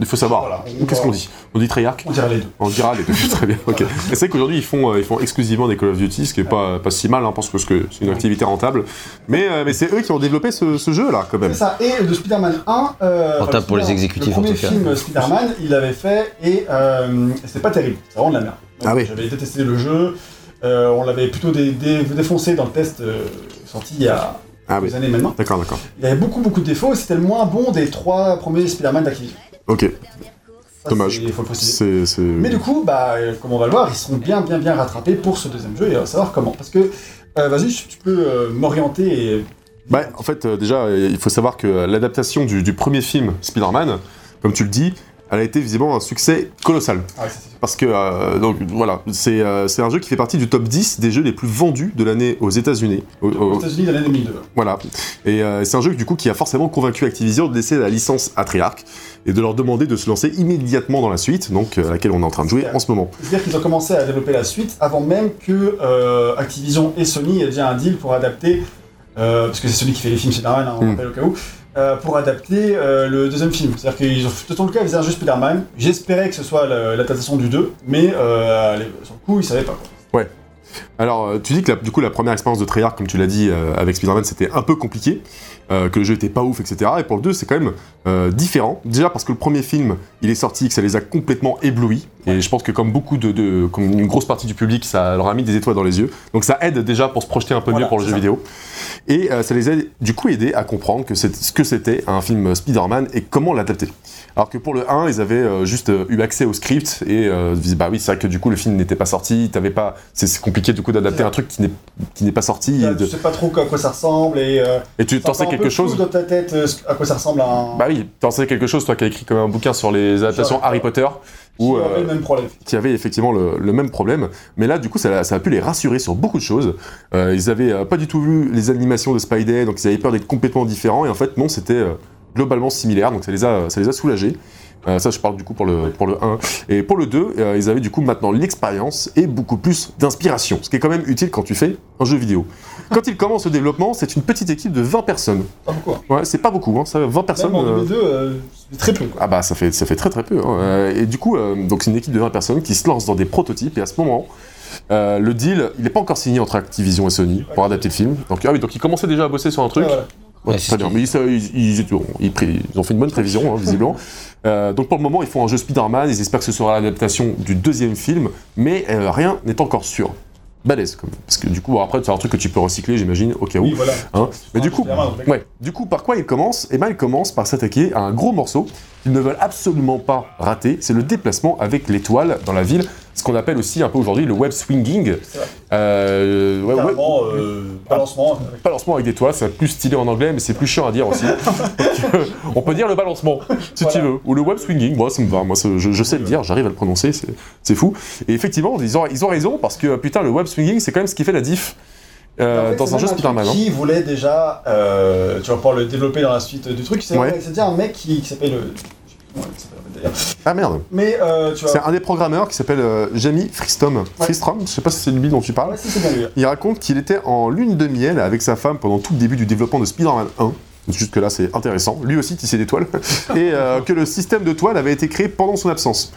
Speaker 2: Il faut savoir.
Speaker 1: Voilà.
Speaker 2: Qu'est-ce qu'on dit On dit Treyarch
Speaker 1: on dirait les deux.
Speaker 2: on dira les deux, très bien, ok. Et c'est vrai qu'aujourd'hui, ils font, euh, ils font exclusivement des Call of Duty, ce qui est pas, pas si mal, hein, parce que c'est une activité rentable. Mais, euh, mais c'est eux qui ont développé ce, ce jeu-là, quand même.
Speaker 1: C'est ça. Et de Spider-Man 1. Euh,
Speaker 3: Rentable
Speaker 1: enfin,
Speaker 3: pour les
Speaker 1: Spider-
Speaker 3: exécutifs,
Speaker 1: Le
Speaker 3: en
Speaker 1: premier
Speaker 3: tout cas.
Speaker 1: film euh, Spider-Man, il l'avait fait et euh, c'était pas terrible. C'est vraiment de la merde. Donc,
Speaker 2: Ah oui.
Speaker 1: J'avais détesté le jeu. euh, on l'avait plutôt dé- dé- défoncé dans le test euh, sorti il y a
Speaker 2: Ah oui.
Speaker 1: des années maintenant.
Speaker 2: D'accord, d'accord.
Speaker 1: Il avait beaucoup, beaucoup de défauts et c'était le moins bon des trois premiers Spider-Man d'Activision.
Speaker 2: Ok,
Speaker 1: Ça,
Speaker 2: Dommage.
Speaker 1: c'est- faut le préciser.
Speaker 2: c'est. c'est-
Speaker 1: Mais du coup, bah, euh, comme on va le voir, ils seront bien, bien, bien rattrapés pour ce deuxième jeu et on va savoir comment. Parce que, euh, vas-y, tu tu peux euh, m'orienter et.
Speaker 2: Bah, en fait, euh, déjà, euh, il faut savoir que euh, l'adaptation du, du premier film, Spider-Man, comme tu le dis, elle a été visiblement un succès colossal.
Speaker 1: Ah, ouais, ça, c'est sûr.
Speaker 2: Parce que, euh, donc voilà, c'est euh, c'est un jeu qui fait partie du top 10 des jeux les plus vendus de l'année aux États-Unis. Au- au-
Speaker 1: Aux États-Unis, dans l'année 2002.
Speaker 2: Voilà. Et euh, c'est un jeu du coup qui a forcément convaincu Activision de laisser la licence à Treyarch et de leur demander de se lancer immédiatement dans la suite, donc euh, à laquelle on est en train de jouer en ce moment.
Speaker 1: C'est-à-dire qu'ils ont commencé à développer la suite avant même que euh, Activision et Sony aient déjà un deal pour adapter, euh, parce que c'est Sony qui fait les films Spider-Man, hein, on
Speaker 2: Mm.
Speaker 1: rappelle au cas où, euh, pour adapter euh, le deuxième film. C'est-à-dire qu'ils ont, de tout le cas, ils faisaient un jeu Spider-Man. J'espérais que ce soit le- l'adaptation du 2, mais euh, les- sur le coup, ils savaient pas. quoi.
Speaker 2: Alors, euh, tu dis que la- du coup la première expérience de Treyarch, comme tu l'as dit euh, avec Spider-Man, c'était un peu compliqué, euh, que le jeu était pas ouf, etc. Et pour le 2, c'est quand même euh, différent. Déjà parce que le premier film, il est sorti, et que ça les a complètement éblouis. Et je pense que comme beaucoup de, de- comme une grosse partie du public, ça leur a mis des étoiles dans les yeux. Donc ça aide déjà pour se projeter un peu
Speaker 1: Voilà,
Speaker 2: mieux pour le
Speaker 1: c'est
Speaker 2: jeu
Speaker 1: ça.
Speaker 2: vidéo. Et euh, ça les a du coup aidés à comprendre que c'est- ce que c'était un film Spider-Man et comment l'adapter. Alors que pour le 1, ils avaient euh, juste euh, eu accès au script et euh, ils disaient, bah oui, c'est vrai que du coup le film n'était pas sorti, t'avais pas, c'est c'est compliqué du coup d'adapter un truc qui n'est qui n'est pas sorti et,
Speaker 1: Là,
Speaker 2: de-
Speaker 1: Tu sais pas trop à quoi Bah, ça ressemble et. euh,
Speaker 2: et tu t'en sais
Speaker 1: Ça fait un
Speaker 2: quelque
Speaker 1: peu
Speaker 2: chose.
Speaker 1: flou dans ta tête euh, ce- à quoi ça ressemble à un.
Speaker 2: Bah oui, t'en sais quelque chose toi qui as écrit comme un bouquin sur les adaptations
Speaker 1: Genre,
Speaker 2: Harry Potter
Speaker 1: qui
Speaker 2: où
Speaker 1: aurait
Speaker 2: euh,
Speaker 1: le même problème.
Speaker 2: qui avaient effectivement le, le même problème. Mais là, du coup, ça, ça a pu les rassurer sur beaucoup de choses. Euh, ils avaient euh, pas du tout vu les animations de Spidey, donc ils avaient peur d'être complètement différents. Et en fait, non, c'était euh, globalement similaire, donc ça les a, ça les a soulagés. Euh, ça, je parle du coup pour le, pour le 1. Et pour le 2, euh, ils avaient du coup maintenant l'expérience et beaucoup plus d'inspiration, ce qui est quand même utile quand tu fais un jeu vidéo. Quand ils commencent le développement, c'est une petite équipe de 20 personnes.
Speaker 1: Pas beaucoup. hein.
Speaker 2: Ouais, c'est pas beaucoup, hein, ça, 20 personnes.
Speaker 1: Même en
Speaker 2: euh,
Speaker 1: 2002, euh, c'est très peu quoi.
Speaker 2: ah bah ça fait, ça fait très très peu. hein. Euh, Et du coup, euh, donc c'est une équipe de 20 personnes qui se lance dans des prototypes et à ce moment, euh, le deal, il n'est pas encore signé entre Activision et Sony pour adapter le film. Donc, ah oui, donc ils commençaient déjà à bosser sur un truc.
Speaker 1: Ouais, voilà.
Speaker 2: Ouais,
Speaker 3: Ouais, c'est
Speaker 2: très
Speaker 3: ce
Speaker 2: bien, mais ils, ça, ils- ils étaient- ils pré- ils ont fait une bonne prévision, hein, visiblement. Euh, donc pour le moment, ils font un jeu Spider-Man, ils espèrent que ce sera l'adaptation du deuxième film, mais euh, rien n'est encore sûr. balèze. Comme, parce que du coup, bon, après, c'est un truc que tu peux recycler, j'imagine, au cas où.
Speaker 1: Oui, voilà.
Speaker 2: hein. Mais du
Speaker 1: Ah,
Speaker 2: coup,
Speaker 1: c'est la main, donc,
Speaker 2: ouais. du coup, par quoi ils commencent Eh ben, ils commencent par s'attaquer à un gros morceau qu'ils ne veulent absolument pas rater. C'est le déplacement avec l'étoile dans la ville, ce qu'on appelle aussi un peu aujourd'hui le web swinging.
Speaker 1: C'est vrai.
Speaker 2: Euh, ouais, ouais,
Speaker 1: Carrément, euh, balancement. avec-
Speaker 2: Balancement avec des toits, c'est plus stylé en anglais, mais c'est plus chiant à dire aussi. Donc, euh, on peut dire le balancement, si
Speaker 1: Voilà.
Speaker 2: tu veux, ou le web swinging, moi ça me va, moi ça- je, je sais le dire, j'arrive à le prononcer, c'est- c'est fou. Et effectivement, ils ont, ils ont raison, parce que euh, putain, le web swinging, c'est quand même ce qui fait la diff euh,
Speaker 1: Bah, En fait,
Speaker 2: dans
Speaker 1: c'est
Speaker 2: un jeu
Speaker 1: même
Speaker 2: Spider-Man.
Speaker 1: truc
Speaker 2: hein.
Speaker 1: Qui voulait déjà, euh, tu vas pouvoir le développer dans la suite du truc. C'est
Speaker 2: Ouais.
Speaker 1: vrai que c'était un mec qui, qui s'appelle. euh, je sais plus comment il s'appelle, d'ailleurs.
Speaker 2: Ah merde,
Speaker 1: Mais euh, tu
Speaker 2: c'est
Speaker 1: vois.
Speaker 2: un des programmeurs qui s'appelle euh, Jamie Fristrom. Fristrom, je sais pas si c'est lui dont tu parles.
Speaker 1: ah, Ouais, si, c'est bien lui.
Speaker 2: Il raconte qu'il était en lune de miel avec sa femme pendant tout le début du développement de Spider-Man 1. Jusque-là, c'est intéressant. Lui aussi tissait des toiles. Et euh, que le système de toile avait été créé pendant son absence.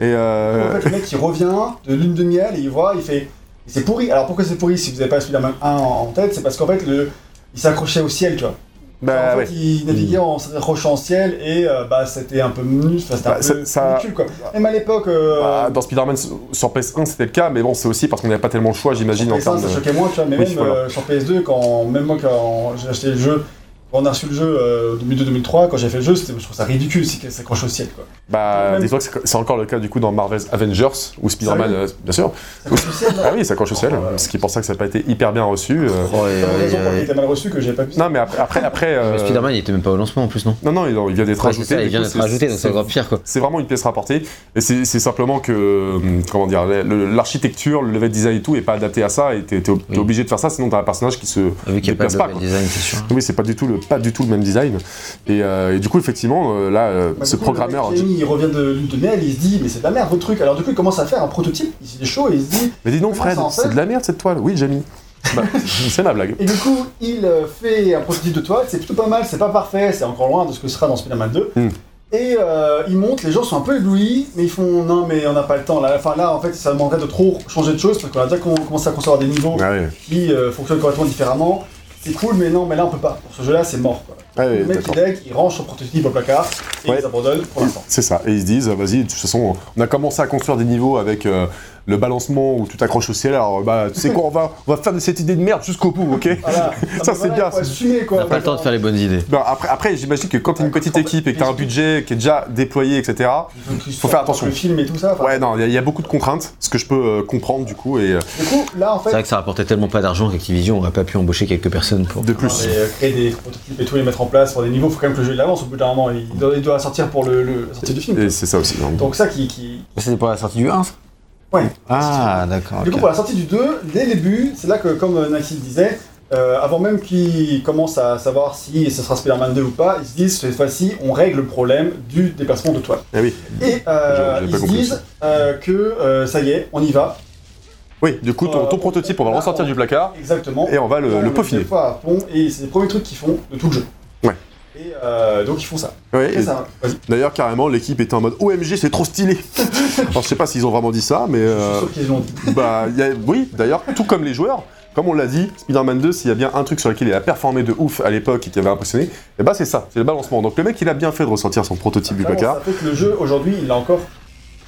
Speaker 2: Et euh,
Speaker 1: En fait, le mec, il revient de lune de miel et il voit, il fait. et C'est pourri. Alors pourquoi c'est pourri si vous n'avez pas Spider-Man 1 en en tête C'est parce qu'en fait, le, il s'accrochait au ciel, tu vois.
Speaker 2: bah,
Speaker 1: en fait,
Speaker 2: ouais.
Speaker 1: il naviguait en s'accrochant au ciel et euh, bah, c'était un peu nul, enfin, c'était un
Speaker 2: Bah, ça-
Speaker 1: peu
Speaker 2: ça-
Speaker 1: ridicule, quoi. Même à l'époque, euh,
Speaker 2: Bah, dans Spider-Man sur PS1, c'était le cas, mais bon, c'est aussi parce qu'on n'avait pas tellement le choix, j'imagine,
Speaker 1: sur
Speaker 2: en
Speaker 1: PS1,
Speaker 2: termes
Speaker 1: ça
Speaker 2: de.
Speaker 1: choquait moins, tu vois. Mais
Speaker 2: Oui,
Speaker 1: même
Speaker 2: voilà.
Speaker 1: euh, sur PS2, quand, même moi, quand j'ai acheté le jeu, quand on a reçu le jeu euh, 2002-2003, quand j'ai fait le jeu, c'était- je trouve ça ridicule, c'est qu'elle s'accroche au ciel, quoi.
Speaker 2: Bah,
Speaker 1: Même-
Speaker 2: dis-toi que c'est- c'est encore le cas du coup dans Marvel's Avengers ou Spider-Man,
Speaker 1: Ah
Speaker 2: euh, bien sûr.
Speaker 1: S'accroche au ciel, non
Speaker 2: Ah oui, ça accroche au ciel,
Speaker 1: Oh, voilà.
Speaker 2: ce qui est pour ça que ça n'a pas été hyper bien reçu. euh.
Speaker 3: Oh, et,
Speaker 1: C'est la
Speaker 3: euh,
Speaker 1: raison pour laquelle
Speaker 3: et,
Speaker 1: il était mal reçu que j'ai pas pu.
Speaker 2: Non, mais après, après, après, euh,
Speaker 3: euh, Spider-Man, il était même pas au lancement en plus, non
Speaker 2: non, non, il- il vient d'être
Speaker 3: Ouais, c'est
Speaker 2: ajouté.
Speaker 3: ça,
Speaker 2: du
Speaker 3: Il vient
Speaker 2: coup,
Speaker 3: d'être
Speaker 2: c'est-
Speaker 3: rajouté, donc c'est
Speaker 2: c'est-
Speaker 3: encore pire, quoi.
Speaker 2: C'est vraiment une pièce rapportée. Et c'est c'est simplement que, hum, comment dire, le- le- l'architecture, le level design et tout est pas adapté à ça. Et t'es t'es ob-
Speaker 3: Oui.
Speaker 2: t'es obligé de faire ça, sinon t'as un personnage qui se.
Speaker 3: Ah, Vu qu'il n'y a pas
Speaker 2: déplace
Speaker 3: de
Speaker 2: pas,
Speaker 3: level
Speaker 2: quoi.
Speaker 3: design, c'est sûr.
Speaker 2: Oui, c'est pas du tout le pas du tout le même design. Et, euh, et du coup, effectivement, euh, là, euh,
Speaker 1: Bah,
Speaker 2: ce
Speaker 1: du coup, le mec
Speaker 2: programmeur.
Speaker 1: Jamie, il revient de lune de miel, il se dit, mais c'est de la merde votre truc. Alors du coup, il commence à faire un prototype, il est chaud et il se dit,
Speaker 2: Mais dis donc,
Speaker 1: Comment
Speaker 2: Fred,
Speaker 1: ça en fait
Speaker 2: c'est de la merde cette toile. Oui, Jamie. Bah, c'est ma blague.
Speaker 1: Et du coup, il euh, fait un prototype de toile, c'est plutôt pas mal, c'est pas parfait, c'est encore loin de ce que sera dans Spider-Man 2.
Speaker 2: Mm.
Speaker 1: Et euh, il monte, les gens sont un peu éblouis, mais ils font non, mais on n'a pas le temps. Là, enfin, là, en fait, ça demanderait de trop changer de choses parce qu'on a déjà con- commencé à concevoir des niveaux
Speaker 2: Ah ouais,
Speaker 1: qui euh, fonctionnent correctement différemment. C'est cool, mais non, mais là, on peut pas. Pour ce jeu-là, c'est mort. Quoi.
Speaker 2: Ah ouais,
Speaker 1: le mec, il
Speaker 2: d'accord.
Speaker 1: deck, il range son prototype au placard et
Speaker 2: Ouais.
Speaker 1: ils abandonnent pour l'instant.
Speaker 2: C'est ça. Et ils se disent, ah, vas-y, de toute façon, on a commencé à construire des niveaux avec euh, le balancement où tu t'accroches au ciel. Alors, bah, tu sais quoi, on va, on va faire de cette idée de merde jusqu'au bout, ok
Speaker 1: Voilà.
Speaker 2: Ça,
Speaker 1: mais
Speaker 2: c'est
Speaker 1: voilà,
Speaker 2: bien,
Speaker 1: faut
Speaker 2: c'est-
Speaker 1: assumer, quoi.
Speaker 3: On n'a pas le temps de faire les bonnes idées.
Speaker 2: Ben, après, après j'imagine que quand t'es une
Speaker 1: Ouais,
Speaker 2: petite
Speaker 1: quand-
Speaker 2: équipe et que t'as un budget qui est déjà déployé, etc.
Speaker 1: Faut
Speaker 2: faire attention.
Speaker 1: Le film et tout ça. enfin,
Speaker 2: Ouais, non, il y a- il y, a beaucoup de contraintes, ce que je peux euh, comprendre du coup, et euh,
Speaker 1: Du coup, là, en fait,
Speaker 3: C'est vrai que ça rapportait tellement pas d'argent qu'Activision n'aurait pas pu embaucher quelques personnes pour.
Speaker 2: de
Speaker 1: Non,
Speaker 2: plus.
Speaker 1: mais, euh, créer des prototypes et tout, les mettre en place pour des niveaux, faut quand même que le jeu il avance au bout d'un moment. Il doit, il doit sortir pour le, le- la sortie du film.
Speaker 2: Et c'est ça aussi. hein.
Speaker 1: Donc ça qui... qui...
Speaker 3: C'était pour la sortie du 1
Speaker 1: Ouais.
Speaker 3: Ah, d'accord.
Speaker 1: Du coup,
Speaker 3: ok.
Speaker 1: pour la sortie du 2, dès le début, c'est là que, comme euh, Nike le disait, euh, avant même qu'ils commencent à savoir si ce sera Spider-Man 2 ou pas, ils se disent, cette fois-ci, on règle le problème du déplacement de toile.
Speaker 2: Eh oui.
Speaker 1: Et euh,
Speaker 2: J'avais pas
Speaker 1: ils se
Speaker 2: compris
Speaker 1: disent
Speaker 2: ça.
Speaker 1: euh, que, euh, ça y est, on y va,
Speaker 2: oui, du coup, ton, ton prototype, on va le ressortir du placard
Speaker 1: exactement.
Speaker 2: et on va le,
Speaker 1: On
Speaker 2: le
Speaker 1: fait
Speaker 2: peaufiner.
Speaker 1: des fois à fond, et c'est les premiers trucs qu'ils font de tout le jeu.
Speaker 2: Ouais.
Speaker 1: Et euh, donc ils font ça.
Speaker 2: Ouais,
Speaker 1: Et
Speaker 2: et
Speaker 1: ça, hein. vas-y.
Speaker 2: D'ailleurs, carrément, l'équipe était en mode OMG, c'est trop stylé. Alors, je sais pas s'ils ont vraiment dit ça, mais.
Speaker 1: Je suis
Speaker 2: euh,
Speaker 1: sûr qu'ils l'ont dit.
Speaker 2: Bah, il y a- oui, d'ailleurs, tout comme les joueurs, comme on l'a dit, Spider-Man 2, s'il y a bien un truc sur lequel il a performé de ouf à l'époque et qui avait impressionné, et bah c'est ça, c'est le balancement. Donc le mec, il a bien fait de ressortir son prototype du
Speaker 1: Ah, Vraiment,
Speaker 2: placard.
Speaker 1: Ça fait que le jeu aujourd'hui il est encore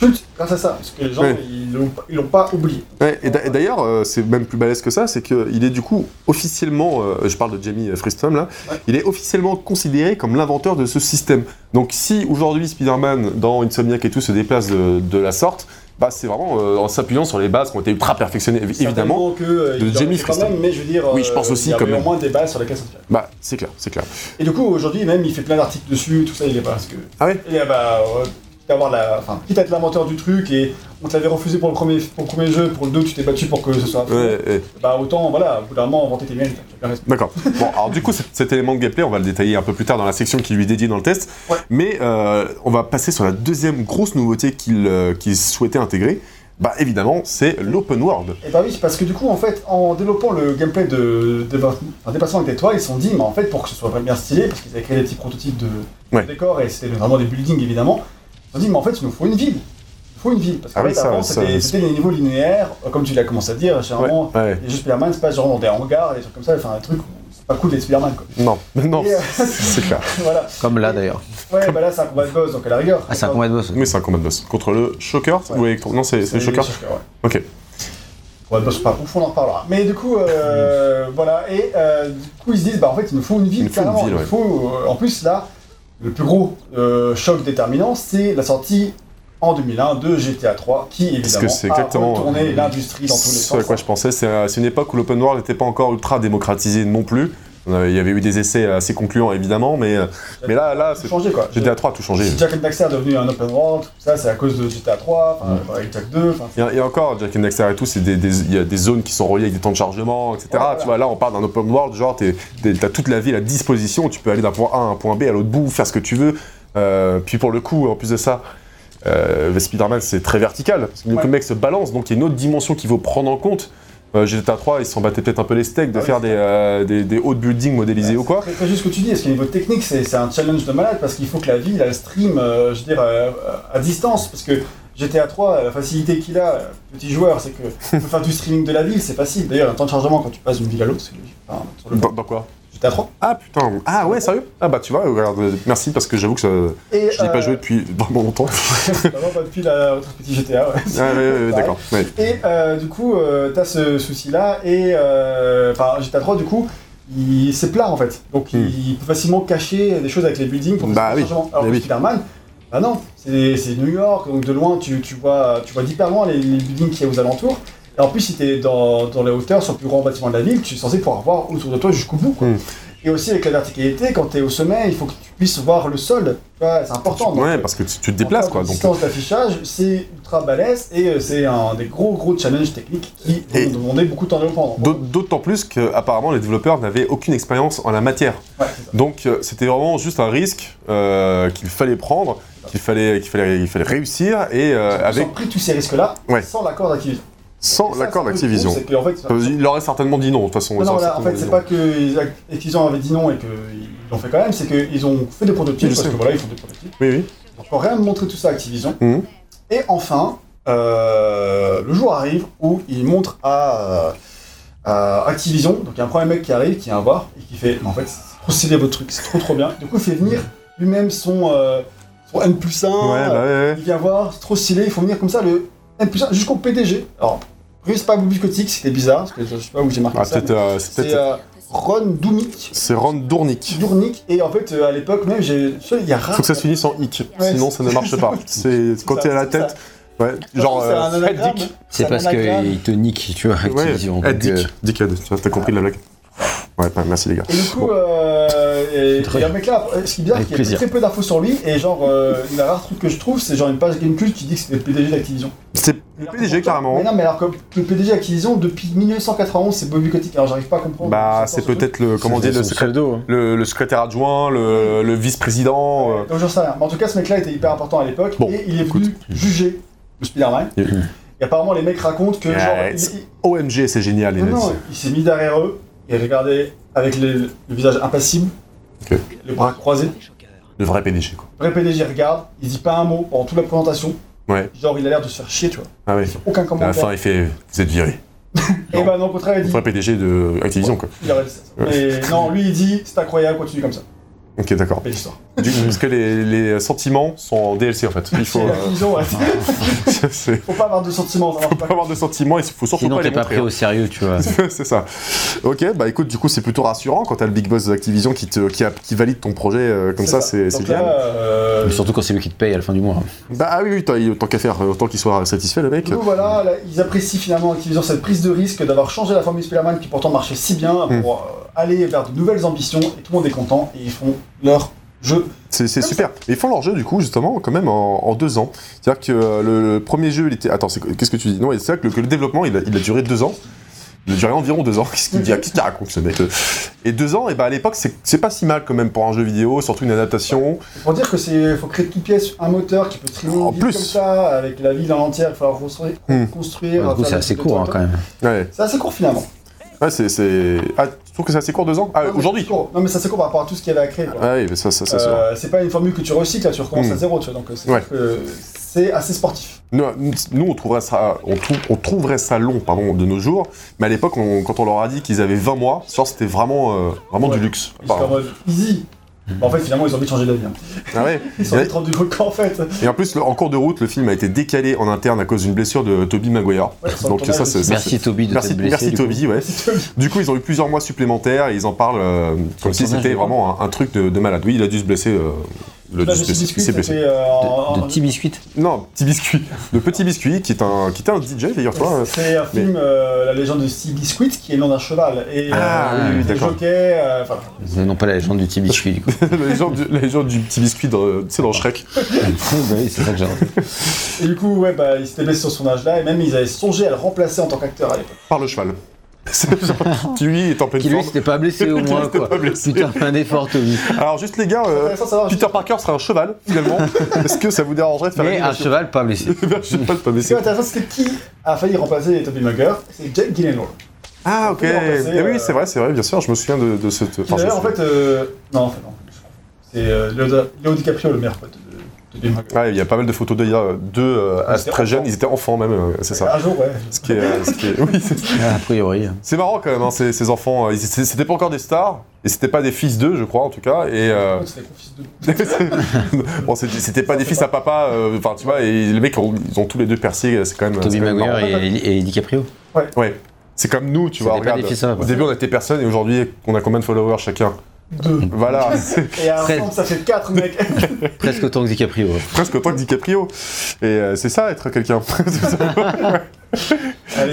Speaker 1: culte grâce à ça, parce que les gens
Speaker 2: Ouais.
Speaker 1: ils l'ont pas- ils l'ont pas oublié.
Speaker 2: Ouais, et d'a- et d'ailleurs, euh, c'est même plus balèze que ça, c'est qu'il est du coup officiellement, euh, je parle de Jamie Freestone là,
Speaker 1: Ouais.
Speaker 2: il est officiellement considéré comme l'inventeur de ce système. Donc si aujourd'hui Spider-Man dans Insomniac et tout se déplace de, de la sorte, bah c'est vraiment euh, en s'appuyant sur les bases qui ont été ultra perfectionnées, évi- évidemment.
Speaker 1: Certainement que euh,
Speaker 2: de
Speaker 1: il leur
Speaker 2: Jamie
Speaker 1: fait quand
Speaker 2: Freestone.
Speaker 1: même, mais je veux dire,
Speaker 2: Oui, je pense
Speaker 1: euh,
Speaker 2: aussi,
Speaker 1: il y
Speaker 2: quand
Speaker 1: avait au
Speaker 2: même.
Speaker 1: moins des bases sur lesquelles sortir.
Speaker 2: Bah c'est clair, c'est clair.
Speaker 1: Et du coup aujourd'hui même il fait plein d'articles dessus, tout ça il est pas parce que.
Speaker 2: Ah ouais
Speaker 1: Et euh, bah euh, quitte à avoir la, enfin quitte à être l'inventeur du truc et on te l'avait refusé pour le premier, pour le premier jeu, pour le 2 tu t'es battu pour que ce soit.
Speaker 2: Ouais, ouais.
Speaker 1: Bah autant voilà, au bout d'un moment inventer tes miennes. t'as bien raison.
Speaker 2: D'accord. Bon, alors du coup, cet, cet élément de gameplay, on va le détailler un peu plus tard dans la section qui lui est dédiée dans le test.
Speaker 1: Ouais.
Speaker 2: Mais euh, on va passer sur la deuxième grosse nouveauté qu'il euh, qu'il souhaitait intégrer. Bah évidemment, c'est l'open world.
Speaker 1: Et bah oui, parce que du coup, en fait, en développant le gameplay de, de, enfin, dépassement avec des toits, ils se sont dit, mais en fait, pour que ce soit vraiment bien stylé, parce qu'ils avaient créé des petits prototypes de, de
Speaker 2: Ouais.
Speaker 1: décors, et c'était vraiment des buildings, évidemment, ils se sont dit, mais en fait, il nous faut une ville. Il nous faut une ville. Parce qu'en
Speaker 2: Ah oui,
Speaker 1: fait,
Speaker 2: ça,
Speaker 1: avant,
Speaker 2: ça,
Speaker 1: c'était
Speaker 2: ça-
Speaker 1: c'était les niveaux linéaires, euh, comme tu l'as commencé à dire, généralement,
Speaker 2: Ouais.
Speaker 1: les jeux Spider-Man se passent genre dans des hangars, des trucs comme ça, enfin, un truc, où c'est pas cool d'être Spider-Man, quoi.
Speaker 2: Non, non,
Speaker 1: Et, euh,
Speaker 2: c'est clair.
Speaker 1: voilà.
Speaker 3: Comme là d'ailleurs.
Speaker 1: Ouais, bah là, c'est un combat de boss, donc à la rigueur.
Speaker 3: Ah, c'est un combat de boss.
Speaker 2: Mais c'est un combat de boss. Contre le Shocker
Speaker 1: Ouais.
Speaker 2: ou l'électro... Non, c'est c'est le Shocker.
Speaker 1: ouais.
Speaker 2: Ok.
Speaker 1: Ouais, bah, c'est pas ouf, on en reparlera. Mais du coup, euh, voilà. Et euh, du coup, ils se disent, bah en fait, il nous faut une
Speaker 2: Il
Speaker 1: ville.
Speaker 2: nous faut une
Speaker 1: carrément.
Speaker 2: ville,
Speaker 1: Il
Speaker 2: ouais.
Speaker 1: faut, euh, en plus, là, le plus gros euh, choc déterminant, c'est la sortie en 2001 de GTA 3, qui
Speaker 2: Parce
Speaker 1: évidemment
Speaker 2: que c'est
Speaker 1: a
Speaker 2: exactement,
Speaker 1: retourné
Speaker 2: euh,
Speaker 1: l'industrie dans tous les
Speaker 2: Ce à
Speaker 1: sens.
Speaker 2: quoi je pensais, c'est euh, c'est une époque où l'open world n'était pas encore ultra démocratisé non plus. On avait- Il y avait eu des essais assez concluants évidemment, mais, euh, mais là, là
Speaker 1: Tout
Speaker 2: c'est-
Speaker 1: changé quoi.
Speaker 2: GTA 3 a tout changé.
Speaker 1: Si Jack and Daxter est devenu un open world, tout ça c'est à cause de GTA 3, enfin,
Speaker 2: Mm.
Speaker 1: avec Jack 2, enfin,
Speaker 2: Et, et encore, Jack and Daxter et tout, c'est des- des- il y a des zones qui sont reliées avec des temps de chargement, etc.
Speaker 1: Ouais, voilà.
Speaker 2: Tu vois, là, on parle d'un open world, genre, t'es- t'es- t'as toute la ville à disposition, tu peux aller d'un point A à un point B, à l'autre bout, faire ce que tu veux. Euh, puis pour le coup, en plus de ça, euh, Spider-Man, c'est très vertical. Parce que
Speaker 1: Ouais.
Speaker 2: le mec se balance, donc il y a une autre dimension qu'il faut prendre en compte. Euh, GTA 3, ils s'en battaient peut-être un peu les steaks de
Speaker 1: Ah oui,
Speaker 2: faire
Speaker 1: c'est
Speaker 2: des, euh, des, des hauts de buildings modélisés ou quoi.
Speaker 1: C'est très juste ce que tu dis, parce qu'au niveau technique, c'est c'est un challenge de malade, parce qu'il faut que la ville, elle stream, euh, je veux dire, euh, à distance, parce que GTA 3, la facilité qu'il a, euh, petit joueur, c'est que tu peux faire du streaming de la ville, c'est facile. D'ailleurs, un temps de chargement quand tu passes d'une ville à l'autre, c'est logique. Enfin, sur le
Speaker 2: Dans, dans quoi
Speaker 1: GTA 3.
Speaker 2: Ah putain, ah ouais, sérieux Ah bah tu vois, regarde, euh, merci parce que j'avoue que ça,
Speaker 1: Et,
Speaker 2: je n'ai
Speaker 1: euh,
Speaker 2: pas joué depuis vraiment longtemps.
Speaker 1: vraiment Euh, pas depuis la petite GTA, ouais.
Speaker 2: Ah ouais, ouais, ouais, d'accord. ouais.
Speaker 1: Et euh, du coup, euh, t'as ce souci-là, et euh, enfin, GTA 3, du coup, il- c'est plat en fait. Donc
Speaker 2: Hmm.
Speaker 1: il peut facilement cacher des choses avec les buildings pour
Speaker 2: Bah
Speaker 1: faire
Speaker 2: oui,
Speaker 1: des changements. Alors
Speaker 2: mais
Speaker 1: que
Speaker 2: oui.
Speaker 1: Spider-Man, bah non, c'est c'est New York, donc de loin, tu, tu vois, tu vois d'hyper loin les, les buildings qu'il y a aux alentours. Et en plus, si t'es dans, dans les hauteurs, sur le plus grand bâtiment de la ville, tu es censé pouvoir voir autour de toi jusqu'au bout. quoi.
Speaker 2: Hmm.
Speaker 1: Et aussi avec la verticalité, quand t'es au sommet, il faut que tu puisses voir le sol. Tu vois, c'est important. donc,
Speaker 2: Ouais, parce que tu, tu te déplaces quoi. Donc, euh.
Speaker 1: Distance d'affichage, c'est ultra balèze et euh, c'est un des gros gros challenges techniques qui vont
Speaker 2: Et-
Speaker 1: demander beaucoup de temps de reprendre.
Speaker 2: d'aut- d'autant plus qu'apparemment les développeurs n'avaient aucune expérience en la matière.
Speaker 1: Ouais, c'est ça.
Speaker 2: Donc euh, c'était vraiment juste un risque euh, qu'il fallait prendre, qu'il fallait, qu'il fallait, il fallait réussir et euh,
Speaker 1: Ils
Speaker 2: avec
Speaker 1: ont pris tous ces risques-là
Speaker 2: Ouais.
Speaker 1: sans l'accord d'Activision.
Speaker 2: sans
Speaker 1: Ça,
Speaker 2: l'accord
Speaker 1: c'est un peu
Speaker 2: d'Activision.
Speaker 1: le truc, C'est qu'en fait, ça-
Speaker 2: Euh, Il leur aurait certainement dit non de toute façon.
Speaker 1: non,
Speaker 2: ils
Speaker 1: non,
Speaker 2: auraient
Speaker 1: là, en fait, c'est
Speaker 2: certainement
Speaker 1: pas
Speaker 2: dit
Speaker 1: que Activision avait dit non et qu'ils l'ont fait quand même, c'est qu'ils ont fait des prototypes
Speaker 2: Oui, je
Speaker 1: parce
Speaker 2: sais.
Speaker 1: que voilà, ils font des prototypes.
Speaker 2: non. Oui, oui.
Speaker 1: Donc, on peut rien montrer tout ça à Activision.
Speaker 2: Mhm.
Speaker 1: Et enfin, euh, le jour arrive où ils montrent à, euh, à Activision, donc il y a un premier mec qui arrive, qui vient voir, et qui fait, Mais en fait, c'est trop stylé votre truc, c'est trop trop bien. Du coup, il fait venir lui-même son, euh, son N plus 1,
Speaker 2: Ouais, bah ouais, ouais.
Speaker 1: il vient voir, c'est trop stylé, il faut venir comme ça, le N plus 1 jusqu'au PDG. Alors, juste pas Bobby Kotick, c'était bizarre, parce que je sais pas où j'ai marqué
Speaker 2: Ah,
Speaker 1: ça.
Speaker 2: peut-être,
Speaker 1: mais
Speaker 2: euh, c'est
Speaker 1: C'est
Speaker 2: peut-être-
Speaker 1: euh, Ron Doumik,
Speaker 2: c'est Ron Dournik.
Speaker 1: Dournik, et en fait, euh, à l'époque, même, j'ai- il y a rare.
Speaker 2: Faut que ça se finisse en hic,
Speaker 1: Ouais,
Speaker 2: sinon ça ne marche pas. C'est quand
Speaker 1: ça,
Speaker 2: t'es à la
Speaker 1: c'est ça.
Speaker 2: tête, ouais, genre
Speaker 1: C'est un
Speaker 2: euh, Fred
Speaker 1: anagramme.
Speaker 2: Dick.
Speaker 3: C'est
Speaker 1: un
Speaker 3: parce
Speaker 1: anagramme.
Speaker 3: qu'il te nique, tu vois,
Speaker 2: Ouais,
Speaker 3: Activision.
Speaker 2: Ed
Speaker 3: donc, euh,
Speaker 2: Dick. Dickhead, tu vois, t'as compris la blague. Ouais, bah, merci les gars.
Speaker 1: Et du coup,
Speaker 2: Bon.
Speaker 1: euh, et,
Speaker 3: Très
Speaker 1: et un mec là, euh, ce qui est bizarre, c'est
Speaker 3: Avec
Speaker 1: qu'il y a
Speaker 3: plaisir.
Speaker 1: très peu d'infos sur lui, et genre, euh, le rare truc que je trouve, c'est genre une page Gamecult qui dit que c'était le PDG d'Activision.
Speaker 2: C'est le PDG carrément.
Speaker 1: Mais non, mais alors que le PDG d'Activision, depuis 1991, c'est Bobby Kotick, alors j'arrive pas à comprendre.
Speaker 2: Bah,
Speaker 1: d'où ça
Speaker 2: c'est
Speaker 1: sort ce
Speaker 2: peut-être le comment
Speaker 3: c'est
Speaker 2: dire le,
Speaker 3: son
Speaker 2: secré-
Speaker 3: pseudo, hein.
Speaker 2: le, le secrétaire adjoint, le, le vice-président.
Speaker 1: truc.
Speaker 2: euh,
Speaker 1: Donc j'en sais rien. Mais en tout cas, ce mec-là était hyper important à l'époque,
Speaker 2: Bon,
Speaker 1: et il est
Speaker 2: écoute.
Speaker 1: venu juger le Spider-Man.
Speaker 3: Mm-hmm.
Speaker 2: Mhm.
Speaker 1: Et apparemment, les mecs racontent que genre.
Speaker 2: Ouais,
Speaker 1: il-
Speaker 2: c'est-
Speaker 1: il-
Speaker 2: OMG, c'est génial, les
Speaker 1: Non, non,
Speaker 2: nazis.
Speaker 1: il s'est mis derrière eux, et regardait avec les- le visage impassible,
Speaker 2: Ok.
Speaker 1: les bras croisés.
Speaker 2: Le vrai PDG, quoi.
Speaker 1: Le vrai PDG regarde, il dit pas un mot pendant toute la présentation.
Speaker 2: Ouais.
Speaker 1: Genre, il a l'air de se faire chier, tu vois.
Speaker 2: Ah ouais.
Speaker 1: Aucun
Speaker 2: À la
Speaker 1: commentaire.
Speaker 2: fin, il fait Vous êtes viré.
Speaker 1: Et bah non, au contraire, il
Speaker 2: Le
Speaker 1: dit.
Speaker 2: vrai PDG de Activision, quoi.
Speaker 1: Il aurait dit ça. Mais non, lui, il dit, c'est incroyable, continue comme ça.
Speaker 2: Ok, d'accord.
Speaker 1: Belle histoire.
Speaker 2: Du coup, parce que les, les sentiments sont en DLC, en fait. Il faut.
Speaker 1: C'est la
Speaker 2: euh,
Speaker 1: conclusion, ouais.
Speaker 2: c'est-
Speaker 1: Faut pas avoir de sentiments, ça marche
Speaker 2: faut
Speaker 1: pas.
Speaker 2: pas avoir de sentiments, il faut surtout
Speaker 3: Sinon,
Speaker 2: pas les
Speaker 3: t'es pas
Speaker 2: montrer.
Speaker 3: pris au sérieux, tu vois.
Speaker 2: hein. c'est ça. Ok, bah écoute, du coup, c'est plutôt rassurant quand t'as le big boss d'Activision qui, te- qui, a- qui valide ton projet euh, comme ça, c'est c'est
Speaker 1: Donc
Speaker 2: génial.
Speaker 1: là, euh,
Speaker 3: Mais Surtout quand c'est lui qui te paye à la fin du mois. hein.
Speaker 2: Bah ah oui, oui, t'as- autant qu'à faire, autant qu'il soit satisfait, le mec.
Speaker 1: nous, voilà, là, ils apprécient finalement Activision cette prise de risque d'avoir changé la formule Spider-Man qui pourtant marchait si bien
Speaker 2: Hmm.
Speaker 1: pour euh, aller vers de nouvelles ambitions et tout le monde est content et ils font leur jeu.
Speaker 2: C'est c'est
Speaker 1: Comme
Speaker 2: super. Et ils font leur jeu, du coup, justement, quand même, en, en deux ans. C'est-à-dire que euh, le, le premier jeu, il était. Attends, c'est- qu'est-ce que tu dis Non, c'est vrai que le, que le développement, il a, il a duré deux ans. Il a duré environ deux ans. Qu'est-ce qu'il dit Qu'est-ce qu'il raconte, ce mec euh? Et deux ans, et ben à l'époque, c'est c'est pas si mal, quand même, pour un jeu vidéo, surtout une adaptation.
Speaker 1: C'est Pour dire que c'est, faut créer de toutes pièces un moteur qui peut streamer une
Speaker 2: En
Speaker 1: ville
Speaker 2: plus.
Speaker 1: comme ça avec la ville en entière, il faut la reconstruire.
Speaker 2: Hmm.
Speaker 1: construire,
Speaker 3: Du coup,
Speaker 1: faire
Speaker 3: c'est
Speaker 1: des
Speaker 3: assez
Speaker 1: trucs
Speaker 3: court hein,
Speaker 1: autour.
Speaker 3: quand même.
Speaker 2: Ouais,
Speaker 1: C'est assez court finalement.
Speaker 2: ouais c'est- c'est. Ah, tu trouves que c'est assez court, deux ans Ah,
Speaker 1: Non, mais
Speaker 2: aujourd'hui
Speaker 1: c'est court. Non mais ça c'est court par rapport à tout ce qu'il y avait à créer. quoi.
Speaker 2: Ah oui, mais ça, ça, ça, ça.
Speaker 1: Euh, c'est pas une formule que tu recycles, là, tu recommences
Speaker 2: Hmm.
Speaker 1: à zéro, tu vois, donc euh, c'est
Speaker 2: Ouais.
Speaker 1: sûr que c'est assez sportif.
Speaker 2: Nous, nous, on trouverait ça, on, trou- on trouverait ça long, pardon, de nos jours. Mais à l'époque, on- quand on leur a dit qu'ils avaient 20 mois, genre c'était vraiment, euh, vraiment
Speaker 1: Ouais.
Speaker 2: du luxe.
Speaker 1: Ils sont en
Speaker 2: Enfin,
Speaker 1: mode easy,
Speaker 2: Hmm.
Speaker 1: Bah, en fait, finalement, ils ont envie de changer d'avenir.
Speaker 2: Ah ouais.
Speaker 1: Ils sont vite rendus compte qu'en fait.
Speaker 2: Et en plus, le- en cours de route, le film a été décalé en interne à cause d'une blessure de Toby Maguire.
Speaker 1: Ouais, sur le
Speaker 2: Donc
Speaker 1: tournage
Speaker 2: ça, c'est
Speaker 1: aussi.
Speaker 2: ça,
Speaker 3: Merci Toby de
Speaker 2: Merci,
Speaker 3: t'être blessé.
Speaker 2: merci
Speaker 3: du coup.
Speaker 2: Toby, ouais. Du coup, ils ont eu plusieurs mois supplémentaires et ils en parlent euh, comme
Speaker 3: le
Speaker 2: si
Speaker 3: tournage,
Speaker 2: c'était
Speaker 3: je crois.
Speaker 2: vraiment un, un truc de, de malade. Oui, il a dû se blesser. euh, il a
Speaker 1: Là,
Speaker 2: dû
Speaker 1: Bah,
Speaker 2: se
Speaker 1: je suis
Speaker 2: blesser. Il
Speaker 1: discuté,
Speaker 2: s'est blessé.
Speaker 1: c'était, euh, en-
Speaker 2: Oh.
Speaker 3: De, de petits biscuits.
Speaker 2: Non, petit biscuit. Le petit biscuit, qui est un, qui était un DJ d'ailleurs, toi. euh,
Speaker 1: C'est un film, euh, La légende de Sea Biscuit, qui est le nom d'un cheval. Et
Speaker 2: Ah,
Speaker 1: euh,
Speaker 2: oui, oui,
Speaker 1: des
Speaker 2: d'accord.
Speaker 1: jockeys, euh, enfin,
Speaker 3: Non pas la légende du petit biscuit du coup.
Speaker 2: les, gens du, les gens du petit biscuit, dans- tu sais, dans Shrek.
Speaker 3: Bah oui, c'est ça que j'ai entendu.
Speaker 1: Et du coup, ouais, bah, il s'était blessé sur son âge-là, et même ils avaient songé à le remplacer en tant qu'acteur à l'époque.
Speaker 2: Par le cheval. C'est genre, qui lui est en pleine
Speaker 3: Qui lui
Speaker 2: forme.
Speaker 3: s'était pas blessé au
Speaker 2: Qui, lui,
Speaker 3: moins
Speaker 2: s'était
Speaker 3: quoi.
Speaker 2: pas blessé.
Speaker 3: Putain, un effort Toby.
Speaker 2: Alors, juste les gars, euh,
Speaker 1: Intéressant de savoir.
Speaker 2: Peter Parker sera un cheval, finalement. Est-ce que ça vous dérangerait de faire
Speaker 3: Mais un
Speaker 2: l'animation
Speaker 3: cheval pas blessé.
Speaker 2: Je sais pas, le pas
Speaker 1: Ce qui
Speaker 2: blessé.
Speaker 1: est intéressant, c'est que qui a failli remplacer Tobey Maguire C'est Jake Gyllenhaal.
Speaker 2: Ah,
Speaker 1: On
Speaker 2: ok.
Speaker 1: peut le remplacer,
Speaker 2: Eh oui,
Speaker 1: euh,
Speaker 2: c'est vrai, c'est vrai, bien sûr, je me souviens de, de cette.
Speaker 1: Qui d'ailleurs, en fait, euh, non, en fait, non. C'est euh, Leo Leo DiCaprio, le meilleur pote de Tobey Maguire.
Speaker 2: Ouais, il y a pas mal de photos d'eux euh, d'eux, euh,
Speaker 1: Ils étaient
Speaker 2: très jeunes,
Speaker 1: enfants.
Speaker 2: ils étaient enfants même, euh, c'est ça.
Speaker 1: Un jour, ouais.
Speaker 2: Ce qui est, euh, ce qui est- oui, c'est-
Speaker 3: A priori.
Speaker 2: c'est marrant quand même, hein, ces, ces enfants. euh, ils- c'est- C'était pas encore des stars, et c'était pas des fils d'eux, je crois, en tout cas. Et euh,
Speaker 1: C'était le fils de.
Speaker 2: bon, c'était c'était pas des fils à papa, euh, enfin, tu vois, et les mecs, ont- ils ont tous les deux percé, euh, c'est quand même. c'est
Speaker 3: Toby
Speaker 2: quand même
Speaker 3: Maguire
Speaker 2: marrant.
Speaker 3: et, et DiCaprio.
Speaker 2: Ouais. C'est comme nous, tu
Speaker 3: C'était
Speaker 2: vois,
Speaker 3: pas des
Speaker 2: regarde.
Speaker 3: fils à papa.
Speaker 2: Au début, on était personne, et aujourd'hui, on a combien de followers chacun
Speaker 1: Deux.
Speaker 2: Voilà, c'est
Speaker 1: Et à
Speaker 3: Très-
Speaker 1: ensemble, ça fait quatre, mec.
Speaker 3: Presque autant que DiCaprio.
Speaker 2: presque autant que DiCaprio. Et euh, c'est ça, être quelqu'un. C'est ça.
Speaker 1: Allez.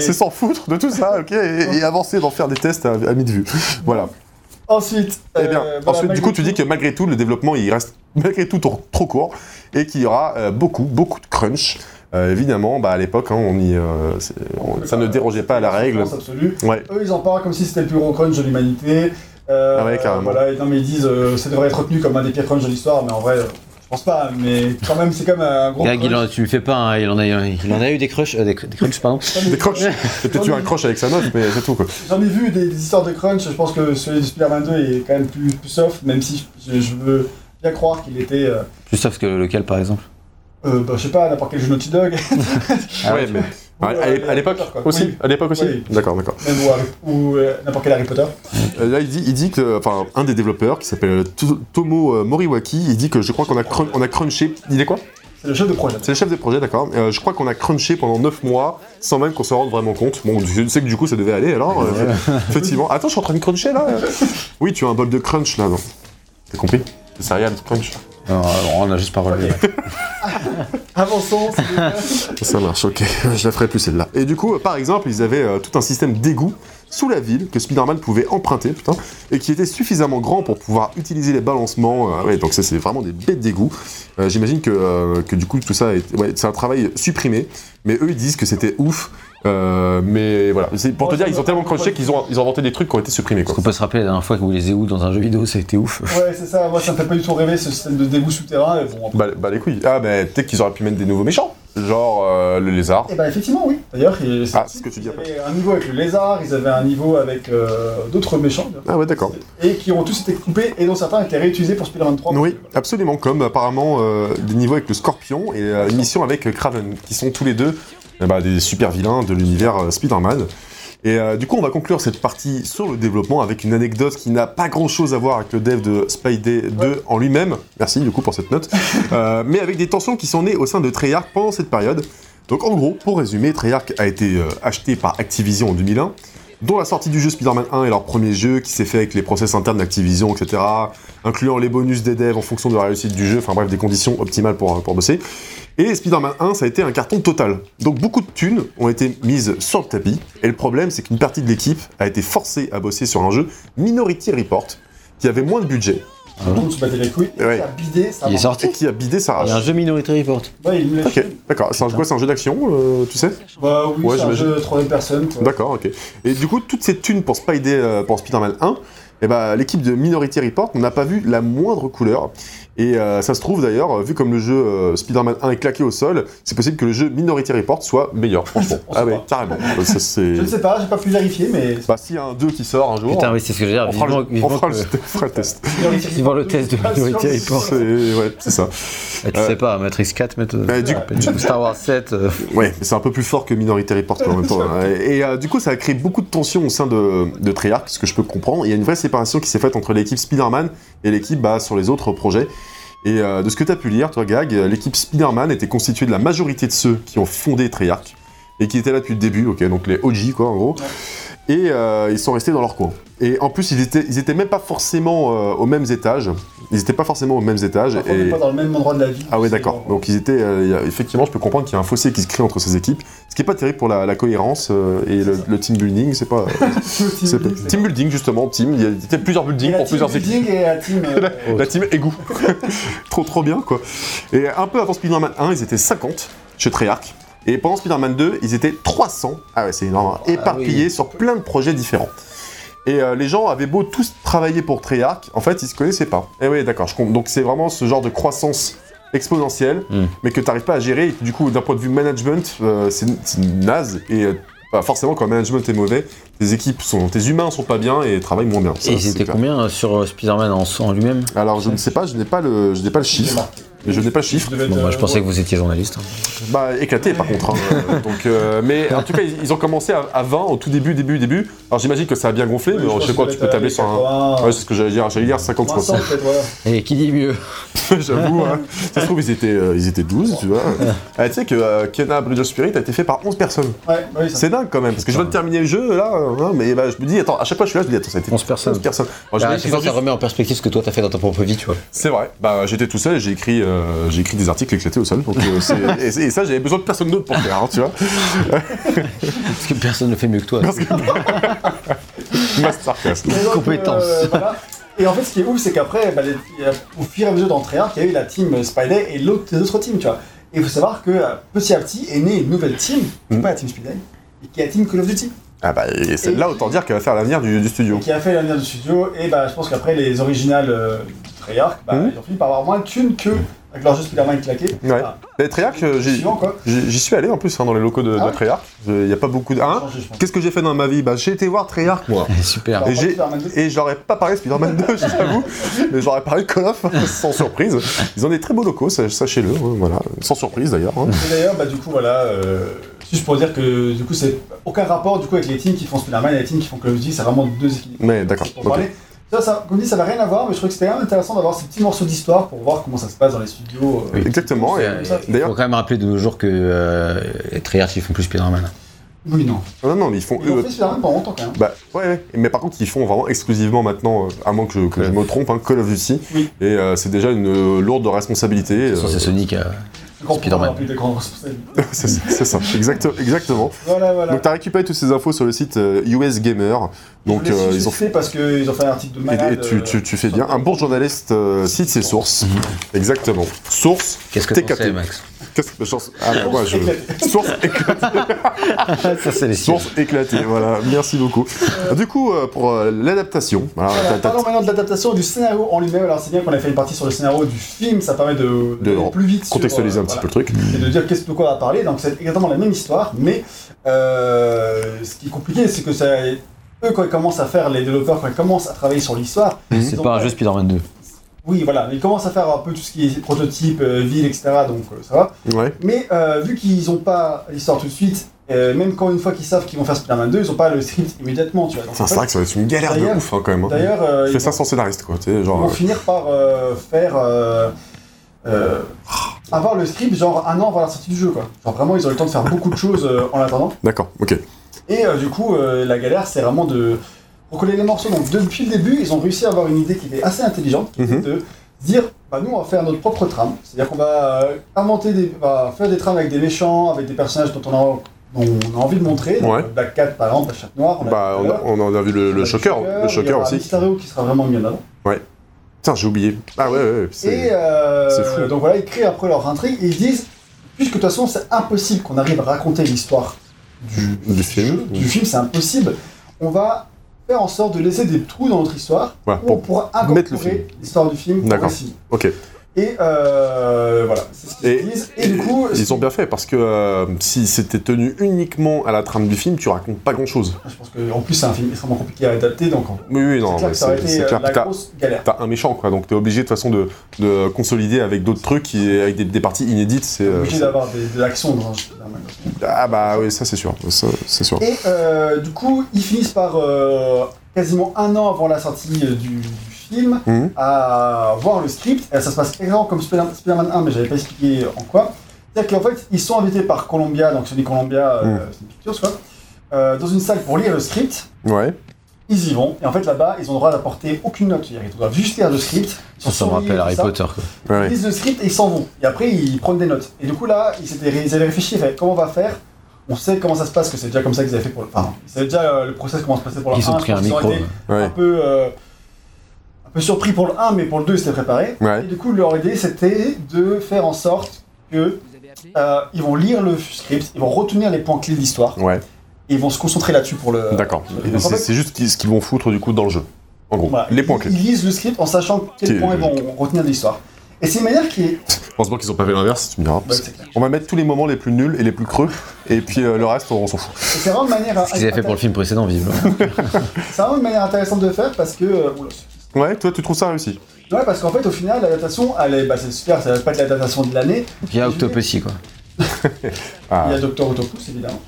Speaker 2: C'est s'en foutre de tout ça, ok, et, et avancer d'en faire des tests à, à mille vues. Voilà.
Speaker 1: Ensuite.
Speaker 2: Eh bien,
Speaker 1: euh, voilà,
Speaker 2: ensuite, du coup, tu dis
Speaker 1: Maguire.
Speaker 2: que malgré tout, le développement, il reste malgré tout trop, trop court et qu'il y aura euh, beaucoup, beaucoup de crunch. Euh, évidemment, bah, à l'époque, hein, on y, euh, c'est- on- ça ne dérogeait pas à la règle.
Speaker 1: Silence absolu.
Speaker 2: Ouais.
Speaker 1: Eux, ils en parlent comme si c'était le plus gros crunch de l'humanité. Euh,
Speaker 2: Ah ouais, carrément.
Speaker 1: Voilà, et non, mais ils disent euh, ça devrait être retenu comme un des pires crunchs de l'histoire, mais en vrai, euh, je pense pas. Mais quand même, c'est comme un gros.
Speaker 3: Gag,
Speaker 1: crunch.
Speaker 3: il en, tu le fais pas, hein, il, en a, il en a eu des crushs, euh, des, des crushs, pardon.
Speaker 2: Des crunchs. J'ai peut-être eu un crunch avec sa meuf, mais c'est tout, quoi.
Speaker 1: J'en ai vu des, des histoires de crunch, je pense que celui de Spider-Man 2 est quand même plus, plus soft, même si je, je veux bien croire qu'il était. euh,
Speaker 3: Plus sauf que lequel par exemple
Speaker 1: euh, bah, je sais pas, n'importe quel jeu Naughty Dog.
Speaker 3: Ah
Speaker 2: ouais, mais.
Speaker 1: Ou,
Speaker 2: À, à-
Speaker 1: euh,
Speaker 2: à l'époque
Speaker 1: Potter, quoi.
Speaker 2: aussi
Speaker 1: Oui.
Speaker 2: À l'époque aussi
Speaker 1: Oui.
Speaker 2: D'accord, d'accord.
Speaker 1: Même ou, Harry- ou, euh, n'importe quel Harry Potter.
Speaker 2: Euh, Là, il dit, il dit que, enfin, un des développeurs qui s'appelle To- Tomo euh, Moriwaki, il dit que je crois qu'on a, crun- on a crunché. Il est quoi
Speaker 1: C'est le jeu de projet.
Speaker 2: C'est le chef des projets, d'accord. Euh, je crois qu'on a crunché pendant 9 mois sans même qu'on se rende vraiment compte. Bon, je sais que du coup ça devait aller alors. euh, effectivement. Attends, je suis en train de cruncher là. Oui, tu as un bol de crunch là, non T'as compris C'est céréales, crunch.
Speaker 3: Non, on a juste pas relevé.
Speaker 1: Avançons, c'est
Speaker 2: Ça marche, ok. Je la ferai plus celle-là. Et du coup, euh, par exemple, ils avaient euh, tout un système d'égout sous la ville que Spider-Man pouvait emprunter, putain, et qui était suffisamment grand pour pouvoir utiliser les balancements. euh, ouais, donc ça, c'est vraiment des bêtes d'égout. Euh, J'imagine que, euh, que du coup, tout ça, est- ouais, c'est un travail supprimé, mais eux, ils disent que c'était ouf. euh, mais voilà, C'est- pour
Speaker 1: Ouais,
Speaker 2: te dire,
Speaker 1: ça
Speaker 2: ils
Speaker 1: va.
Speaker 2: ont tellement crunché qu'ils ont, ils ont inventé des trucs qui ont été supprimés. Quoi.
Speaker 3: On peut se rappeler la dernière fois que vous les éouts dans un jeu vidéo, ça a été ouf.
Speaker 1: ouais, c'est ça, moi ça me fait pas du tout rêver ce système de dégoût souterrain. Et bon, après-
Speaker 2: Bah, bah les couilles. Ah, mais peut-être qu'ils auraient pu mettre des nouveaux méchants, genre euh, le lézard.
Speaker 1: Et bah effectivement, oui. D'ailleurs, il-
Speaker 2: Ah, c'est ce que tu dis
Speaker 1: ils
Speaker 2: après.
Speaker 1: avaient un niveau avec le lézard, ils avaient un niveau avec euh, d'autres méchants.
Speaker 2: Ah ouais, d'accord.
Speaker 1: Et qui ont tous été coupés et dont certains étaient réutilisés pour Spider-Man 3.
Speaker 2: Oui, absolument, comme apparemment euh, des niveaux avec le Scorpion et euh, une mission avec euh, Craven, qui sont tous les deux euh, bah, des super vilains de l'univers euh, Spider-Man. Et euh, du coup, on va conclure cette partie sur le développement avec une anecdote qui n'a pas grand-chose à voir avec le dev de Spidey 2 en lui-même. Merci du coup pour cette note. Euh, mais avec des tensions qui sont nées au sein de Treyarch pendant cette période. Donc en gros, pour résumer, Treyarch a été euh, acheté par Activision en 2001, dont la sortie du jeu Spider-Man 1 est leur premier jeu qui s'est fait avec les process internes d'Activision, etc., incluant les bonus des devs en fonction de la réussite du jeu, enfin bref, des conditions optimales pour, euh, pour bosser. Et Spider-Man 1, ça a été un carton total. Donc beaucoup de thunes ont été mises sur le tapis, et le problème, c'est qu'une partie de l'équipe a été forcée à bosser sur un jeu Minority Report, qui avait moins de budget,
Speaker 1: Tout le monde se battait les couilles. Et
Speaker 2: Ouais.
Speaker 1: ça a bidé, ça
Speaker 3: Il est
Speaker 1: marche.
Speaker 2: et
Speaker 3: sorti
Speaker 2: qui a bidé sa
Speaker 3: Il
Speaker 2: race.
Speaker 3: y a un jeu Minority Report.
Speaker 1: Ouais, il me l'a
Speaker 2: Ok, d'accord. C'est un- quoi, c'est un jeu d'action, euh, tu sais
Speaker 1: Bah oui,
Speaker 2: Ouais,
Speaker 1: c'est un
Speaker 2: j'imagine. Bah,
Speaker 1: jeu de troisième personne. quoi.
Speaker 2: D'accord, ok. Et du coup, toutes ces thunes pour, Spidey, euh, pour Spider-Man 1, eh ben, l'équipe de Minority Report n'a pas vu la moindre couleur. Et euh, ça se trouve d'ailleurs, euh, vu comme le jeu euh, Spider-Man 1 est claqué au sol, c'est possible que le jeu Minority Report soit meilleur, franchement.
Speaker 1: On sait
Speaker 2: ah ouais,
Speaker 1: pas.
Speaker 2: carrément. Ça, c'est...
Speaker 1: Je ne sais pas, j'ai pas pu vérifier, mais.
Speaker 2: Bah, s'il y a un 2 qui sort un jour,
Speaker 3: Putain, oui, c'est ce que je veux dire.
Speaker 2: on, fera
Speaker 3: Vivement,
Speaker 2: le, on
Speaker 3: vivement
Speaker 2: fera
Speaker 3: que-
Speaker 2: le- on fera le test.
Speaker 3: Ils vont le test de
Speaker 1: Pas sûr
Speaker 3: Minority
Speaker 1: que
Speaker 3: Report.
Speaker 1: ce
Speaker 2: C'est,
Speaker 1: soit-
Speaker 2: ouais, c'est ça.
Speaker 3: Ah, tu
Speaker 2: Euh,
Speaker 3: sais pas, Matrix 4, mais
Speaker 2: Mais Bah, du-
Speaker 3: Star Wars 7. euh,
Speaker 2: Ouais, c'est un peu plus fort que Minority Report quoi, en même temps. hein. Et, et, euh, du coup, ça a créé beaucoup de tensions au sein de, de Treyarch, ce que je peux comprendre. Il y a une vraie séparation qui s'est faite entre l'équipe Spider-Man et l'équipe bah, sur les autres projets. Et euh, de ce que tu as pu lire, toi, Gag, euh, l'équipe Spider-Man était constituée de la majorité de ceux qui ont fondé Treyarch et qui étaient là depuis le début, ok, donc les OG, quoi, en gros. Et euh, ils sont restés dans leur coin. Et en plus, ils étaient, ils étaient même pas forcément euh, aux mêmes étages. Ils étaient pas forcément aux mêmes étages.
Speaker 1: Parfois, on
Speaker 2: et-
Speaker 1: n'est pas dans le même endroit de la vie.
Speaker 2: ah ouais d'accord. Donc ils étaient euh, il y a- effectivement, je peux comprendre qu'il y a un fossé qui se crée entre ces équipes, ce qui est pas terrible pour la, la cohérence euh, et le, le team building, c'est pas, c'est pas- team building justement, team, il y a- il y a plusieurs buildings pour plusieurs équipes.
Speaker 1: équipes. Et la team. euh,
Speaker 2: La team égout. trop trop bien quoi. Et un peu avant Spider-Man 1, ils étaient 50 chez Treyarch. Et pendant Spider-Man 2, ils étaient 300, ah ouais c'est énorme, hein, éparpillés sur plein de projets différents. Et euh, les gens avaient beau tous travailler pour Treyarch, en fait ils se connaissaient pas. Et oui d'accord, je comprends. Donc c'est vraiment ce genre de croissance exponentielle,
Speaker 3: Mm.
Speaker 2: mais que tu n'arrives pas à gérer. Et que, du coup d'un point de vue management, euh, c'est c'est naze. Et euh, bah, forcément quand le management est mauvais, tes équipes sont, tes humains sont pas bien et travaillent moins bien. Ça,
Speaker 3: Et
Speaker 2: c'est
Speaker 3: c'était
Speaker 2: clair.
Speaker 3: combien euh, sur euh, Spider-Man en, en lui-même
Speaker 2: Alors je ne sais pas, je n'ai pas le, je n'ai pas le
Speaker 1: j'ai
Speaker 2: chiffre.
Speaker 1: marqué.
Speaker 2: Mais je n'ai pas le chiffre.
Speaker 1: devais
Speaker 3: Bon,
Speaker 1: être,
Speaker 3: bah, je
Speaker 1: euh,
Speaker 3: pensais que vous étiez journaliste. hein.
Speaker 2: Bah éclaté par contre. hein. Euh, Donc, euh, mais en tout cas, ils, ils ont commencé à, à 20 au tout début, début, début. Alors j'imagine que ça a bien gonflé, mais je sais pas, tu peux tabler sur un. Ouais, c'est ce que j'allais dire. J'allais dire 50
Speaker 1: 300
Speaker 2: 60.
Speaker 1: peut-être, voilà.
Speaker 3: Et qui dit mieux
Speaker 2: J'avoue. hein. Ça se trouve, ils étaient, euh, ils étaient 12, tu vois. Ah, tu sais que euh, Kenna Bridge of Spirit a été fait par 11 personnes.
Speaker 1: Ouais, oui, ça-
Speaker 2: C'est dingue quand même, parce que je viens de terminer le jeu là, hein, mais bah, je me dis, attends, à chaque fois je suis là, je me dis, attends, ça a été
Speaker 3: 11 personnes.
Speaker 2: 11 personnes. Alors,
Speaker 3: Ah,
Speaker 2: j'imagine
Speaker 3: je sais
Speaker 2: qu'ils ont
Speaker 3: pas, ça
Speaker 2: dû-
Speaker 3: remet en perspective ce que toi t'as fait dans ta propre vie, tu vois.
Speaker 2: C'est vrai. Bah, j'étais tout seul et j'ai écrit, euh, j'ai écrit des articles éclatés au sol. Donc, euh, c'est- et, c'est- et ça, j'avais besoin de personne d'autre pour faire, hein, tu vois.
Speaker 3: Parce que personne ne fait mieux que toi.
Speaker 2: Masterclass.
Speaker 1: Et donc,
Speaker 3: compétences.
Speaker 1: euh, voilà. Et en fait, ce qui est ouf, c'est qu'après, bah, les- il y a- au fur et à mesure dans Treyarch, il y a eu la team Spider et l'autre, les autres teams, tu vois. Et il faut savoir que euh, petit à petit est née une nouvelle team, qui
Speaker 2: Mm.
Speaker 1: est pas la team Spider, et qui est la team Call of Duty,
Speaker 2: Ah bah, et celle-là, autant dire qu'elle va faire l'avenir du, du studio.
Speaker 1: qui a fait l'avenir du studio. Et bah, je pense qu'après, les originales euh, Treyarch, bah,
Speaker 2: Mm.
Speaker 1: ils ont fini par avoir moins de thunes que avec leur jeu Spider-Man claqué.
Speaker 2: Ouais.
Speaker 1: Ah,
Speaker 2: Et Treyarch, euh, j'y
Speaker 1: suivant, quoi.
Speaker 2: j'y- j'y suis allé en plus hein, dans les locaux de,
Speaker 1: Ah
Speaker 2: de
Speaker 1: ouais
Speaker 2: Treyarch. Il n'y a pas beaucoup de. Hein
Speaker 1: Changer, je pense.
Speaker 2: Qu'est-ce que j'ai fait dans ma vie Bah, j'ai été voir Treyarch, moi.
Speaker 3: Super.
Speaker 1: Alors,
Speaker 2: Et
Speaker 1: pas
Speaker 2: j'ai-
Speaker 1: Spider-Man deux.
Speaker 2: Et je leur ai pas parlé de Spider-Man 2, je t'avoue, mais j'aurais parlé de Call of, sans surprise. Ils ont des très beaux locaux, sa- sachez-le, hein, voilà. Sans surprise d'ailleurs. hein.
Speaker 1: Et d'ailleurs, bah, du coup, voilà, euh, juste pour dire que du coup, c'est aucun rapport du coup avec les teams qui font Spider-Man et les teams qui font Call of Duty, c'est vraiment deux équipes.
Speaker 2: Mais d'accord.
Speaker 1: pour
Speaker 2: ok.
Speaker 1: parler. Ça, ça, comme dit, ça n'a rien à voir, mais je trouvais que c'était quand même intéressant d'avoir ces petits morceaux d'histoire pour voir comment ça se passe dans les studios. euh,
Speaker 2: Exactement. et-
Speaker 1: comme ça.
Speaker 3: Il faut
Speaker 2: D'ailleurs,
Speaker 3: quand même rappeler de nos jours que euh, les Treyarch ils font plus Spider-Man.
Speaker 1: Oui, non.
Speaker 2: non, non, mais ils font
Speaker 1: euh, Ils ont
Speaker 2: eux
Speaker 1: fait Spider-Man pendant longtemps quand même.
Speaker 2: Bah ouais, ouais, mais par contre ils font vraiment exclusivement maintenant, euh, à moins que, je- que je me trompe, hein, Call of Duty,
Speaker 1: Oui.
Speaker 2: et euh, c'est déjà une euh, lourde responsabilité.
Speaker 3: De toute
Speaker 2: euh,
Speaker 3: façon, c'est Sony qui a.
Speaker 1: Je comprends
Speaker 3: Spider-Man.
Speaker 1: pas non plus des grandes responsabilités.
Speaker 2: c'est ça, c'est ça, exact, exactement.
Speaker 1: Voilà, voilà.
Speaker 2: Donc t'as récupéré toutes ces infos sur le site euh, US Gamer, donc
Speaker 1: Je les
Speaker 2: euh,
Speaker 1: suis
Speaker 2: ils ont
Speaker 1: fait parce qu'ils ont fait un article de malade.
Speaker 2: et, et tu,
Speaker 1: euh,
Speaker 2: tu- tu fais bien. Un bon journaliste euh, cite ses sources. Exactement. Source.
Speaker 3: Qu'est-ce que
Speaker 2: T'es
Speaker 3: t'en
Speaker 2: capté.
Speaker 3: sais, Max
Speaker 2: Qu'est-ce que- source- ah, bah,
Speaker 1: Source
Speaker 2: ouais, je-
Speaker 1: éclatée.
Speaker 2: Source éclatée.
Speaker 3: Ah, Ça, c'est les
Speaker 2: Source éclatée. Voilà. Merci beaucoup. Du coup, euh, pour euh, l'adaptation. voilà,
Speaker 1: Voilà,
Speaker 2: t'as- t'as-
Speaker 1: parlons maintenant de l'adaptation du scénario en lui-même. Alors, c'est bien qu'on ait fait une partie sur le scénario du film, ça permet de,
Speaker 2: De
Speaker 1: d'aller plus vite. sur,
Speaker 2: contextualiser
Speaker 1: euh,
Speaker 2: un petit peu le truc.
Speaker 1: et de dire qu'est-ce de quoi on va parler. Donc c'est exactement la même histoire, mais euh, ce qui est compliqué, c'est que ça, eux quand ils commencent à faire les développeurs, quand ils commencent à travailler sur l'histoire,
Speaker 3: C'est pas un jeu Spider-Man 2.
Speaker 1: oui voilà, ils commencent à faire un peu tout ce qui est prototype, euh, ville, etc. Donc euh, ça va.
Speaker 2: Ouais.
Speaker 1: Mais euh, vu qu'ils n'ont pas l'histoire tout de suite, euh, même quand une fois qu'ils savent qu'ils vont faire Spider-Man 2, ils n'ont pas le script immédiatement, tu vois. Donc,
Speaker 2: Ça,
Speaker 1: en
Speaker 2: C'est
Speaker 1: fait,
Speaker 2: vrai que ça va être une galère de
Speaker 1: D'ailleurs-
Speaker 2: ouf hein, quand même. hein.
Speaker 1: D'ailleurs, euh,
Speaker 2: Fais
Speaker 1: ils,
Speaker 2: ça sans scénariste quoi. Tu sais,
Speaker 1: vont, ils
Speaker 2: genre.
Speaker 1: vont finir par euh, faire euh, euh, avoir le script genre un an avant la sortie du jeu quoi. Genre vraiment ils ont eu le temps de faire beaucoup de choses euh, en attendant.
Speaker 2: euh, D'accord. Ok.
Speaker 1: Et euh, du coup, euh, la galère, c'est vraiment de recoller les morceaux. Donc, depuis le début, ils ont réussi à avoir une idée qui était assez intelligente, qui était
Speaker 2: Mhm.
Speaker 1: de dire bah, nous, on va faire notre propre trame. C'est-à-dire qu'on va euh, inventer des, va faire des trames avec des méchants, avec des personnages dont on a, dont on a envie de montrer. Donc,
Speaker 2: Ouais.
Speaker 1: Black Cat, par exemple, la chatte noire. on l'a
Speaker 2: Bah,
Speaker 1: dit
Speaker 2: on, a,
Speaker 1: tout à l'heure.
Speaker 2: on en a vu le,
Speaker 1: On a
Speaker 2: le shocker, le
Speaker 1: il y
Speaker 2: shocker
Speaker 1: aura
Speaker 2: aussi.
Speaker 1: Mysterio qui sera vraiment mis en avant.
Speaker 2: Putain, j'ai oublié. Ah ouais, ouais, ouais, c'est-
Speaker 1: Et euh,
Speaker 2: c'est fou.
Speaker 1: donc voilà, ils créent après leur intrigue et ils disent puisque de toute façon c'est impossible qu'on arrive à raconter l'histoire du,
Speaker 2: Du film.
Speaker 1: du film, c'est impossible, on va faire en sorte de laisser des trous dans notre histoire
Speaker 2: Voilà,
Speaker 1: où
Speaker 2: Ah, pour
Speaker 1: on pourra
Speaker 2: mettre le
Speaker 1: incorporer l'histoire du film. au
Speaker 2: D'accord.
Speaker 1: récit.
Speaker 2: Ok.
Speaker 1: Et euh, voilà, c'est ce qu'ils
Speaker 2: Et-
Speaker 1: se disent. Et du coup,
Speaker 2: Ils ont bien fait parce que euh, si c'était tenu uniquement à la trame du film, tu racontes pas grand chose.
Speaker 1: je pense qu'en plus, c'est un film extrêmement compliqué à adapter, donc en-
Speaker 2: Oui, oui, non,
Speaker 1: c'est clair
Speaker 2: mais
Speaker 1: que ça aurait
Speaker 2: c'est
Speaker 1: été
Speaker 2: c'est
Speaker 1: euh,
Speaker 2: clair.
Speaker 1: la
Speaker 2: Puis t'as-
Speaker 1: grosse galère.
Speaker 2: T'as un méchant quoi, donc t'es obligé de toute façon de, de consolider avec d'autres trucs et avec des, des parties inédites. C'est euh,
Speaker 1: obligé
Speaker 2: c'est-
Speaker 1: d'avoir des- de l'action dans un jeu.
Speaker 2: ah bah oui, ça c'est sûr, ça c'est sûr.
Speaker 1: Et euh, du coup, ils finissent par, euh, quasiment un an avant la sortie euh, du, du film,
Speaker 2: Mhm.
Speaker 1: à voir le script. Et ça se passe exactement comme Spider- Spider-Man 1, mais j'avais pas expliqué en quoi. C'est-à-dire qu'en fait, ils sont invités par Columbia, donc Sony Columbia, euh, Sony Pictures, quoi, euh, dans une salle pour lire le script.
Speaker 2: Ouais.
Speaker 1: Ils y vont, et en fait là-bas, ils ont le droit d'apporter aucune note. C'est-à-dire qu'ils doivent juste lire le script. ils sont
Speaker 3: Ça Ah, me
Speaker 1: souriés,
Speaker 3: rappelle
Speaker 1: tout
Speaker 3: Harry
Speaker 1: ça.
Speaker 3: Potter. quoi.
Speaker 2: ouais,
Speaker 1: Ils
Speaker 2: ouais.
Speaker 1: lisent le script et ils s'en vont. Et après, ils prennent des notes. Et du coup, là, ils, s'étaient ré- ils avaient réfléchi, ils avaient, comment on va faire On sait comment ça se passe, que c'est déjà comme ça qu'ils avaient fait pour le. Enfin, ils savaient déjà euh, le process, comment ça se passait pour le 1.
Speaker 3: Ils ont pris un
Speaker 1: ils ont
Speaker 3: micro.
Speaker 1: été
Speaker 2: Ouais.
Speaker 1: un peu, euh, un peu surpris pour le 1, mais pour le 2, ils s'étaient préparés.
Speaker 2: Ouais.
Speaker 1: Et du coup, leur idée, c'était de faire en sorte que euh, ils vont lire le script, ils vont retenir les points clés de l'histoire,
Speaker 2: Ouais,
Speaker 1: et ils vont se concentrer là-dessus pour le.
Speaker 2: d'accord.
Speaker 1: Donc, Euh, en
Speaker 2: C'est
Speaker 1: fait- Bah,
Speaker 2: c'est juste qui- ce qu'ils vont foutre du coup dans le jeu. En gros,
Speaker 1: Voilà.
Speaker 2: les points clés.
Speaker 1: Ils lisent le script en sachant
Speaker 2: Qui-
Speaker 1: quels points ils vont retenir de l'histoire. Et c'est une manière qui est.
Speaker 4: Heureusement qu'ils ont pas fait l'inverse, tu me diras.
Speaker 1: Ouais, c'est clair.
Speaker 2: On va mettre tous les moments les plus nuls et les plus creux, et puis euh, le reste, on s'en fout.
Speaker 1: Et c'est vraiment une manière.
Speaker 3: Ce qu'ils avaient fait pour le film précédent, visiblement.
Speaker 1: C'est vraiment une manière intéressante de faire parce que. euh, oula, c'est-
Speaker 2: Ouais, toi, tu trouves ça réussi
Speaker 1: ouais, parce qu'en fait, au final, l'adaptation, elle est. Bah, c'est super, ça va pas être l'adaptation de l'année.
Speaker 3: Il y a Octopussy, quoi.
Speaker 2: Ah.
Speaker 1: Il y a Docteur Autopus, évidemment.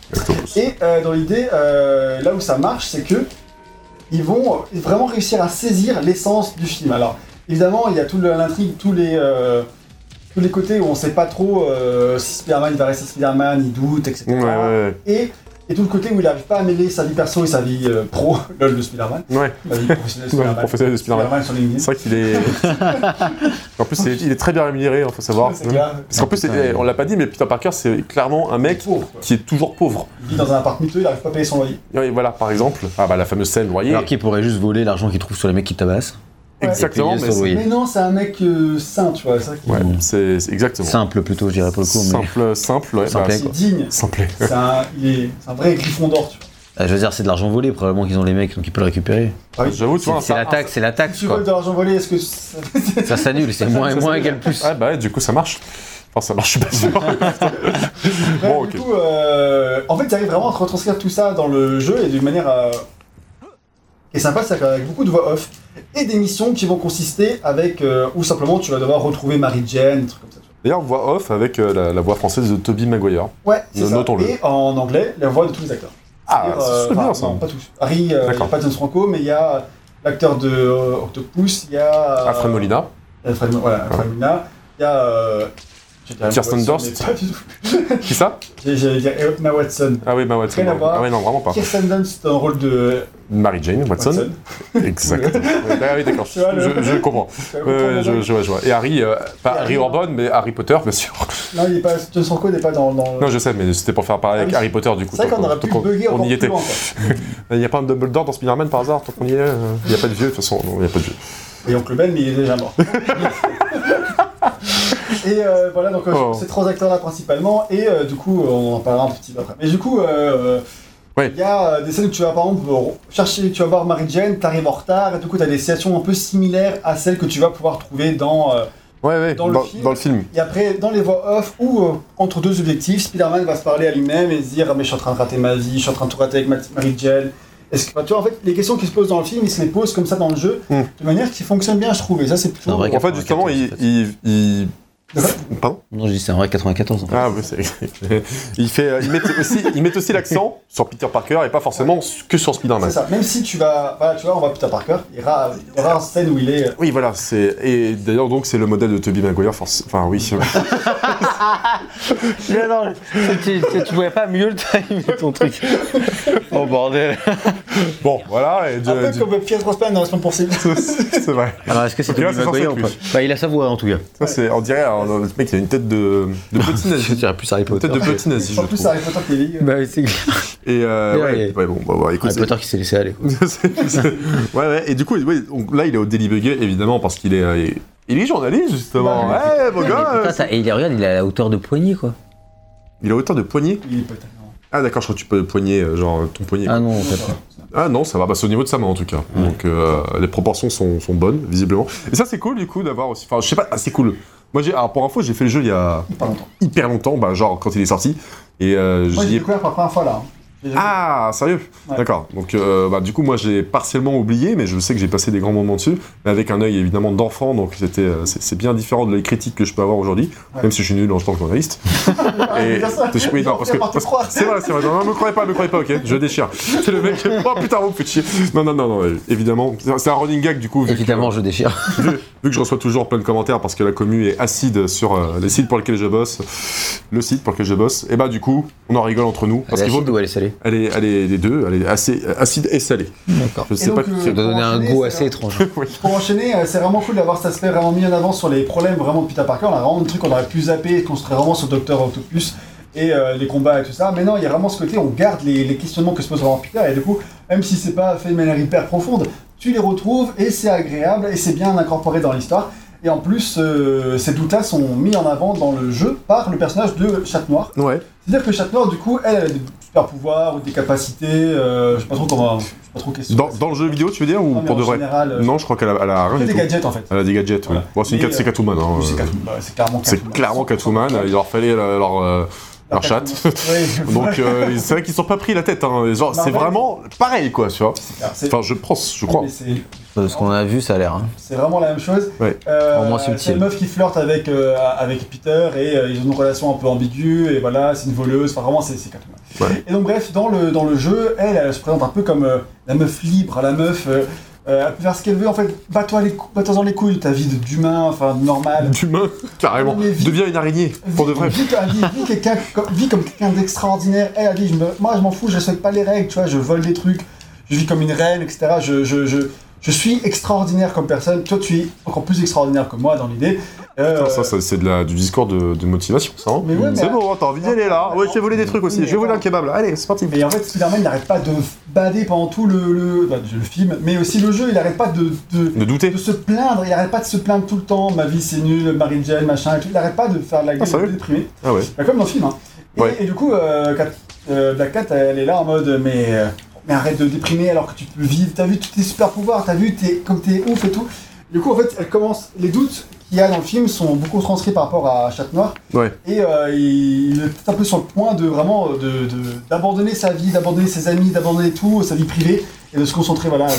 Speaker 1: Et euh, dans l'idée, euh, là où ça marche, c'est que. Ils vont euh, vraiment réussir à saisir l'essence du film. Alors, évidemment, il y a toute l'intrigue, tous les. euh, tous les côtés où on sait pas trop euh, si Spider-Man il va rester Spider-Man, il doute, etc.
Speaker 2: Ouais, ouais,
Speaker 1: Et, et tout le côté où il n'arrive pas à mêler sa vie perso et sa vie euh, pro, lol de Spider-Man,
Speaker 2: ouais. ouais.
Speaker 1: la vie professionnelle de
Speaker 2: Ouais,
Speaker 1: Spider-Man.
Speaker 2: professionnel de Spider-Man.
Speaker 1: Spider-Man sur LinkedIn.
Speaker 2: C'est vrai qu'il est. en plus, il est, il est très bien rémunéré, il faut savoir.
Speaker 1: C'est clair.
Speaker 2: Parce qu'en plus, c'est- on l'a pas dit, mais Peter Parker, c'est clairement un mec
Speaker 1: Pauvre, quoi.
Speaker 2: qui est toujours pauvre.
Speaker 1: Il vit dans un appart miteux, il n'arrive pas à payer son loyer.
Speaker 2: Et voilà, par exemple, ah bah la fameuse scène, vous voyez.
Speaker 3: Alors qu'ils pourraient juste voler l'argent qu'ils trouvent sur les mecs qui tabassent.
Speaker 2: exactement,
Speaker 3: Et payer
Speaker 2: mais
Speaker 3: sur
Speaker 2: c'est-
Speaker 3: Oui.
Speaker 1: Mais non, c'est un mec euh, sain, tu vois. C'est ça qui
Speaker 2: ouais, c'est c'est exactement.
Speaker 3: Simple plutôt, je dirais pour le coup. Mais...
Speaker 2: Simple, simple, ouais,
Speaker 3: Simple.
Speaker 2: bah,
Speaker 1: C'est digne.
Speaker 2: simple.
Speaker 1: C'est un, il est- c'est un vrai griffon d'or, tu vois.
Speaker 3: Ah, Je veux dire, c'est de l'argent volé, probablement qu'ils ont les mecs, donc ils peuvent le récupérer.
Speaker 1: Ah
Speaker 2: Bah, J'avoue, tu
Speaker 3: C'est
Speaker 2: vois,
Speaker 3: c'est
Speaker 2: un-
Speaker 3: la taxe, c'est la
Speaker 1: Si
Speaker 3: taxe,
Speaker 1: Ah tu
Speaker 3: quoi.
Speaker 1: veux de l'argent volé, est-ce que. ça-
Speaker 3: Ça s'annule, c'est moins et moins égale plus.
Speaker 2: Ah bah ouais, du coup, ça marche. Enfin, ça marche, je suis pas sûr.
Speaker 1: Bref,
Speaker 2: Bon,
Speaker 1: du
Speaker 2: ok.
Speaker 1: coup, euh, en fait, ils arrivent vraiment à te retranscrire tout ça dans le jeu et d'une manière. euh, qui est sympa, c'est avec beaucoup de voix off et des missions qui vont consister avec. euh, ou simplement, tu vas devoir retrouver Mary Jane, des trucs comme ça. tu vois.
Speaker 2: D'ailleurs, voix off avec euh, la, la voix française de Toby Maguire.
Speaker 1: Ouais, c'est
Speaker 2: No-
Speaker 1: ça.
Speaker 2: notons-le.
Speaker 1: Et en anglais, la voix de tous les acteurs.
Speaker 2: Ah,
Speaker 1: Euh,
Speaker 2: c'est bien
Speaker 1: enfin,
Speaker 2: ça.
Speaker 1: Non, pas tous. Harry, euh, il n'y a
Speaker 2: D'accord.
Speaker 1: pas James Franco, mais il y a l'acteur de euh, Octopus, il y a. euh,
Speaker 2: Alfred Molina.
Speaker 1: Alfred, Mo- voilà, Alfred Molina. Il y a. euh, je dirais
Speaker 2: Kirsten
Speaker 1: Watson,
Speaker 2: Dunst.
Speaker 1: mais pas du tout.
Speaker 2: Qui ça
Speaker 1: J'ai- J'allais dire Emma Watson.
Speaker 2: Ah oui, bah Watson.
Speaker 1: Rien à
Speaker 2: ouais.
Speaker 1: voir.
Speaker 2: Ah oui, non, vraiment pas.
Speaker 1: Kirsten Dunst dans le rôle de
Speaker 2: Mary Jane Watson.
Speaker 1: Watson.
Speaker 2: Exactement. ah oui, d'accord.
Speaker 1: Tu vois,
Speaker 2: Je,
Speaker 1: le-
Speaker 2: je comprends.
Speaker 1: Euh,
Speaker 2: Ouais, ouais, je, je vois, je vois. Et Harry, euh, pas
Speaker 1: Et
Speaker 2: Harry
Speaker 1: Harry
Speaker 2: Orban, mais Harry Potter, bien sûr.
Speaker 1: Non, il est pas. James Franco n'est pas dans. dans...
Speaker 2: Non, je sais, mais c'était pour faire pareil
Speaker 1: Ah
Speaker 2: avec
Speaker 1: oui.
Speaker 2: Harry Potter, du coup.
Speaker 1: c'est vrai
Speaker 2: donc,
Speaker 1: qu'on aurait
Speaker 2: donc,
Speaker 1: pu bugger
Speaker 2: on
Speaker 1: encore
Speaker 2: y
Speaker 1: plus
Speaker 2: était.
Speaker 1: loin. quoi.
Speaker 2: Il n'y a pas un Dumbledore dans Spider-Man par hasard, tant qu'on y est. euh, Il n'y a pas de vieux, de toute façon. Non, il n'y a pas de vieux.
Speaker 1: Et Oncle Ben, mais il est déjà mort. et euh, voilà, donc euh,
Speaker 2: Oh.
Speaker 1: ces trois acteurs-là principalement, et euh, du coup, on en parlera un petit peu après. Mais du coup, euh, il
Speaker 2: Ouais.
Speaker 1: y a euh, des scènes où tu vas par exemple chercher, tu vas voir Mary Jane, t'arrives en retard, et du coup, t'as des situations un peu similaires à celles que tu vas pouvoir trouver dans. euh,
Speaker 2: Ouais, ouais,
Speaker 1: Dans
Speaker 2: dans,
Speaker 1: le
Speaker 2: dans le,
Speaker 1: film.
Speaker 2: film.
Speaker 1: et après, dans les voix off ou euh, entre deux objectifs, Spider-Man va se parler à lui-même et se dire Ah, Mais je suis en train de rater ma vie, je suis en train de tout rater avec ma- Mary Jane. Est-ce que, bah, tu vois, en fait, les questions qui se posent dans le film, ils se les posent comme ça dans le jeu,
Speaker 2: Hmm.
Speaker 1: de manière qui fonctionne bien, je trouve. Et ça, c'est plutôt.
Speaker 3: C'est un vrai
Speaker 2: En fait, justement, il. il, il- Pardon
Speaker 3: Non, je dis c'est un vrai hein. 94. en fait.
Speaker 2: Ah oui, c'est. il fait, euh, ils mettent aussi, ils mettent aussi l'accent sur Peter Parker et pas forcément que sur Spider-Man.
Speaker 1: C'est ça. Même si tu vas, voilà, tu vois, on va Peter Parker. Il y aura il y aura une scène où il est. euh,
Speaker 2: Oui, voilà, c'est. Et d'ailleurs, donc, c'est le modèle de Toby Maguire, forcément. Enfin, oui.
Speaker 3: Mais non, tu, tu, tu pouvais pas mieux le timer ton truc. Oh bordel.
Speaker 2: bon, voilà. Et
Speaker 1: Un peu
Speaker 2: de-
Speaker 1: comme Pierre Brosnan dans la semaine pour Sylvie.
Speaker 2: de- c'est vrai.
Speaker 3: Alors est-ce que c'est
Speaker 2: Là,
Speaker 3: Tony
Speaker 2: c'est censé
Speaker 3: Maguire ou
Speaker 2: être
Speaker 3: pas
Speaker 2: lui.
Speaker 3: Bah il a sa voix en tout cas.
Speaker 2: Ça, c'est, on dirait, alors, le mec, il a une tête de, de petit
Speaker 3: Je
Speaker 2: nazi.
Speaker 3: dirais plus Harry
Speaker 2: Une
Speaker 3: Potter.
Speaker 2: tête de petit nazi, je
Speaker 1: En plus,
Speaker 2: trouve.
Speaker 1: Harry Potter qui est euh, lié.
Speaker 3: Bah oui, c'est
Speaker 2: Et euh,
Speaker 3: Ouais,
Speaker 2: ouais,
Speaker 3: ouais.
Speaker 2: ouais, bon, bah, bah, écoute.
Speaker 3: Harry Potter qui s'est laissé aller. quoi.
Speaker 2: c'est- c'est- c'est- ouais, ouais, et du coup, ouais, donc, là, il est au Daily Bugle, évidemment, parce qu'il est. euh, il est journaliste, justement.
Speaker 1: Bah,
Speaker 2: ouais, mon
Speaker 3: Mais
Speaker 2: gars.
Speaker 3: putain,
Speaker 2: euh,
Speaker 3: ça- et il regarde, il est à la hauteur de poignet quoi.
Speaker 2: Il a hauteur de poignet.
Speaker 1: Il est peut-être. euh, non.
Speaker 2: Ah d'accord, je crois que tu peux le poignet, euh, genre ton poignet. quoi.
Speaker 3: Ah non, en fait.
Speaker 2: Ah non, ça va, bah, c'est au niveau de sa main en tout cas. Donc euh, les proportions sont, sont bonnes, visiblement. Et ça, c'est cool du coup d'avoir aussi. Enfin, je sais pas, ah, c'est cool. Moi, j'ai, alors pour info, j'ai fait le jeu il y a
Speaker 1: Pas longtemps.
Speaker 2: hyper longtemps, bah, genre quand il est sorti. Et euh,
Speaker 1: Moi,
Speaker 2: j'y
Speaker 1: j'ai
Speaker 2: ai.
Speaker 1: découvert pour la première fois là. hein. J'ai-
Speaker 2: Ah, sérieux
Speaker 1: Ouais.
Speaker 2: D'accord. Donc, euh, bah, du coup, moi, j'ai partiellement oublié, mais je sais que j'ai passé des grands moments dessus, mais avec un œil évidemment d'enfant, donc c'était, euh, c'est c'est bien différent de les critiques que je peux avoir aujourd'hui,
Speaker 1: Ouais.
Speaker 2: même si je suis nul en tant que journaliste.
Speaker 1: Ah,
Speaker 2: Et
Speaker 1: bien ça.
Speaker 2: je oui, non, parce que
Speaker 1: On va te
Speaker 2: parce-
Speaker 1: croire.
Speaker 2: c'est vrai, c'est vrai. Non, non, me croyez pas, me croyez pas, ok. Je déchire. C'est le mec. Oh putain, vous me faites chier. Non, non, non, non. euh, Évidemment, c'est un- c'est un running gag du coup. Vu que,
Speaker 3: Évidemment, je déchire.
Speaker 2: vu, vu que je reçois toujours plein de commentaires parce que la commu est acide sur euh, les sites pour lesquels je bosse, le site pour lequel je bosse. Et bah du coup, on en rigole entre nous parce
Speaker 3: Elle est
Speaker 2: qu'il vaut.
Speaker 3: acide ou elle est salée
Speaker 2: Elle est, elle est les deux, elle est assez euh, acide et salée.
Speaker 3: D'accord.
Speaker 2: Je
Speaker 1: Et
Speaker 2: sais
Speaker 1: donc,
Speaker 2: pas.
Speaker 1: euh,
Speaker 2: qui-
Speaker 3: Ça doit donner un
Speaker 1: enchaîner,
Speaker 3: goût
Speaker 1: c'est
Speaker 3: assez
Speaker 1: un-
Speaker 3: étrange.
Speaker 1: Pour enchaîner, euh, c'est vraiment cool d'avoir cet aspect vraiment mis en avant sur les problèmes vraiment de Peter Parker. On a vraiment des trucs qu'on aurait pu zapper et qu'on serait vraiment sur Docteur Octopus et euh, les combats et tout ça. Mais non, il y a vraiment ce côté, on garde les, les questionnements que se pose vraiment Peter et du coup, même si c'est pas fait de manière hyper profonde, tu les retrouves et c'est agréable et c'est bien incorporé dans l'histoire. Et en plus, euh, ces doutes-là sont mis en avant dans le jeu par le personnage de Chat Noir.
Speaker 2: Ouais.
Speaker 1: C'est-à-dire que Chat Noir, du coup, elle, elle a des super pouvoirs ou des capacités, euh, je sais pas trop comment, je sais pas trop question.
Speaker 2: Dans, dans le jeu vidéo, tu veux
Speaker 1: Ah,
Speaker 2: dire, ou pour de vrai Non, je crois qu'elle a, elle a rien
Speaker 1: c'est
Speaker 2: du
Speaker 1: euh, des
Speaker 2: tout.
Speaker 1: gadgets en fait.
Speaker 2: Elle a des gadgets. oui.
Speaker 1: Voilà.
Speaker 2: Bon, c'est une
Speaker 1: Mais,
Speaker 2: cat- c'est
Speaker 1: euh,
Speaker 2: Catwoman. hein,
Speaker 1: Oui, c'est
Speaker 2: euh.
Speaker 1: Catwoman. Bah, c'est clairement
Speaker 2: C'est
Speaker 1: Catwoman.
Speaker 2: clairement Catwoman, il leur fallait leur, leur, euh,
Speaker 1: La
Speaker 2: leur chat.
Speaker 1: Catwoman. Oui,
Speaker 2: Donc euh, c'est vrai qu'ils sont pas pris la tête, hein. genre c'est
Speaker 1: Marvel.
Speaker 2: vraiment pareil quoi, tu vois.
Speaker 1: voilà. C'est-
Speaker 2: Enfin je pense, je crois.
Speaker 1: mais c'est-
Speaker 3: De Euh, ce qu'on a vu, ça a l'air. hein.
Speaker 1: C'est vraiment la même chose.
Speaker 2: Ouais.
Speaker 1: Euh,
Speaker 3: En moins
Speaker 1: c'est
Speaker 3: subtil.
Speaker 1: une meuf qui flirte avec, euh, avec Peter et euh, ils ont une relation un peu ambiguë et voilà, c'est une voleuse. Enfin, vraiment, c'est c'est Catwoman.
Speaker 2: Ouais.
Speaker 1: Et donc, bref, dans le, dans le jeu, elle, elle se présente un peu comme euh, la meuf libre, la meuf. euh, euh, elle peut faire ce qu'elle veut en fait. Bats-toi les cou- bats-toi dans les couilles de ta vie de- d'humain, enfin, de normal.
Speaker 2: D'humain, carrément.
Speaker 1: Mais vite.
Speaker 2: Devient une araignée, pour de vrai.
Speaker 1: Vis, vis- vis quelqu'un comme- vis comme quelqu'un d'extraordinaire. Elle a dit, je me- moi je m'en fous, je respecte pas les règles, tu vois, je vole des trucs, je vis comme une reine, etc. Je, je, je, je suis extraordinaire comme personne. Toi, tu es encore plus extraordinaire que moi dans l'idée. Euh,
Speaker 2: Putain, Ah, ça, ça, c'est de la- du discours de, de motivation, ça. hein.
Speaker 1: Mais ouais, mais-
Speaker 2: c'est bon, hein, t'as envie d'y aller là. Ouais, j'ai volé des trucs aussi.
Speaker 1: Mais
Speaker 2: Je vais voler un
Speaker 1: attends.
Speaker 2: kebab là. Allez, c'est parti.
Speaker 1: mais en fait, Spider-Man n'arrête pas de bader pendant tout le, le, bah, le film, mais aussi le jeu, il n'arrête pas de, de,
Speaker 2: Ne doutez.
Speaker 1: de se plaindre, il arrête pas de se plaindre tout le temps. Ma vie c'est nul, Marine Jane, machin, et tout. il n'arrête pas de faire de la gueule,
Speaker 2: sérieux
Speaker 1: de déprimer.
Speaker 2: Ah ouais.
Speaker 1: Bah, comme dans le film. Hein. Et,
Speaker 2: Ouais.
Speaker 1: et du coup, euh, Cat- euh, Black Cat, elle est là en mode mais, euh, mais arrête de déprimer alors que tu peux vivre. T'as vu tous tes super pouvoirs, t'as vu t'es, comme t'es ouf et tout. Du coup, en fait, elle commence. Les doutes qu'il y a dans le film sont beaucoup transcrits par rapport à Chat Noir.
Speaker 2: Ouais.
Speaker 1: Et euh, il il est peut-être un peu sur le point de vraiment euh, de, de- d'abandonner sa vie, d'abandonner ses amis, d'abandonner tout, sa vie privée, et de se concentrer, voilà. euh,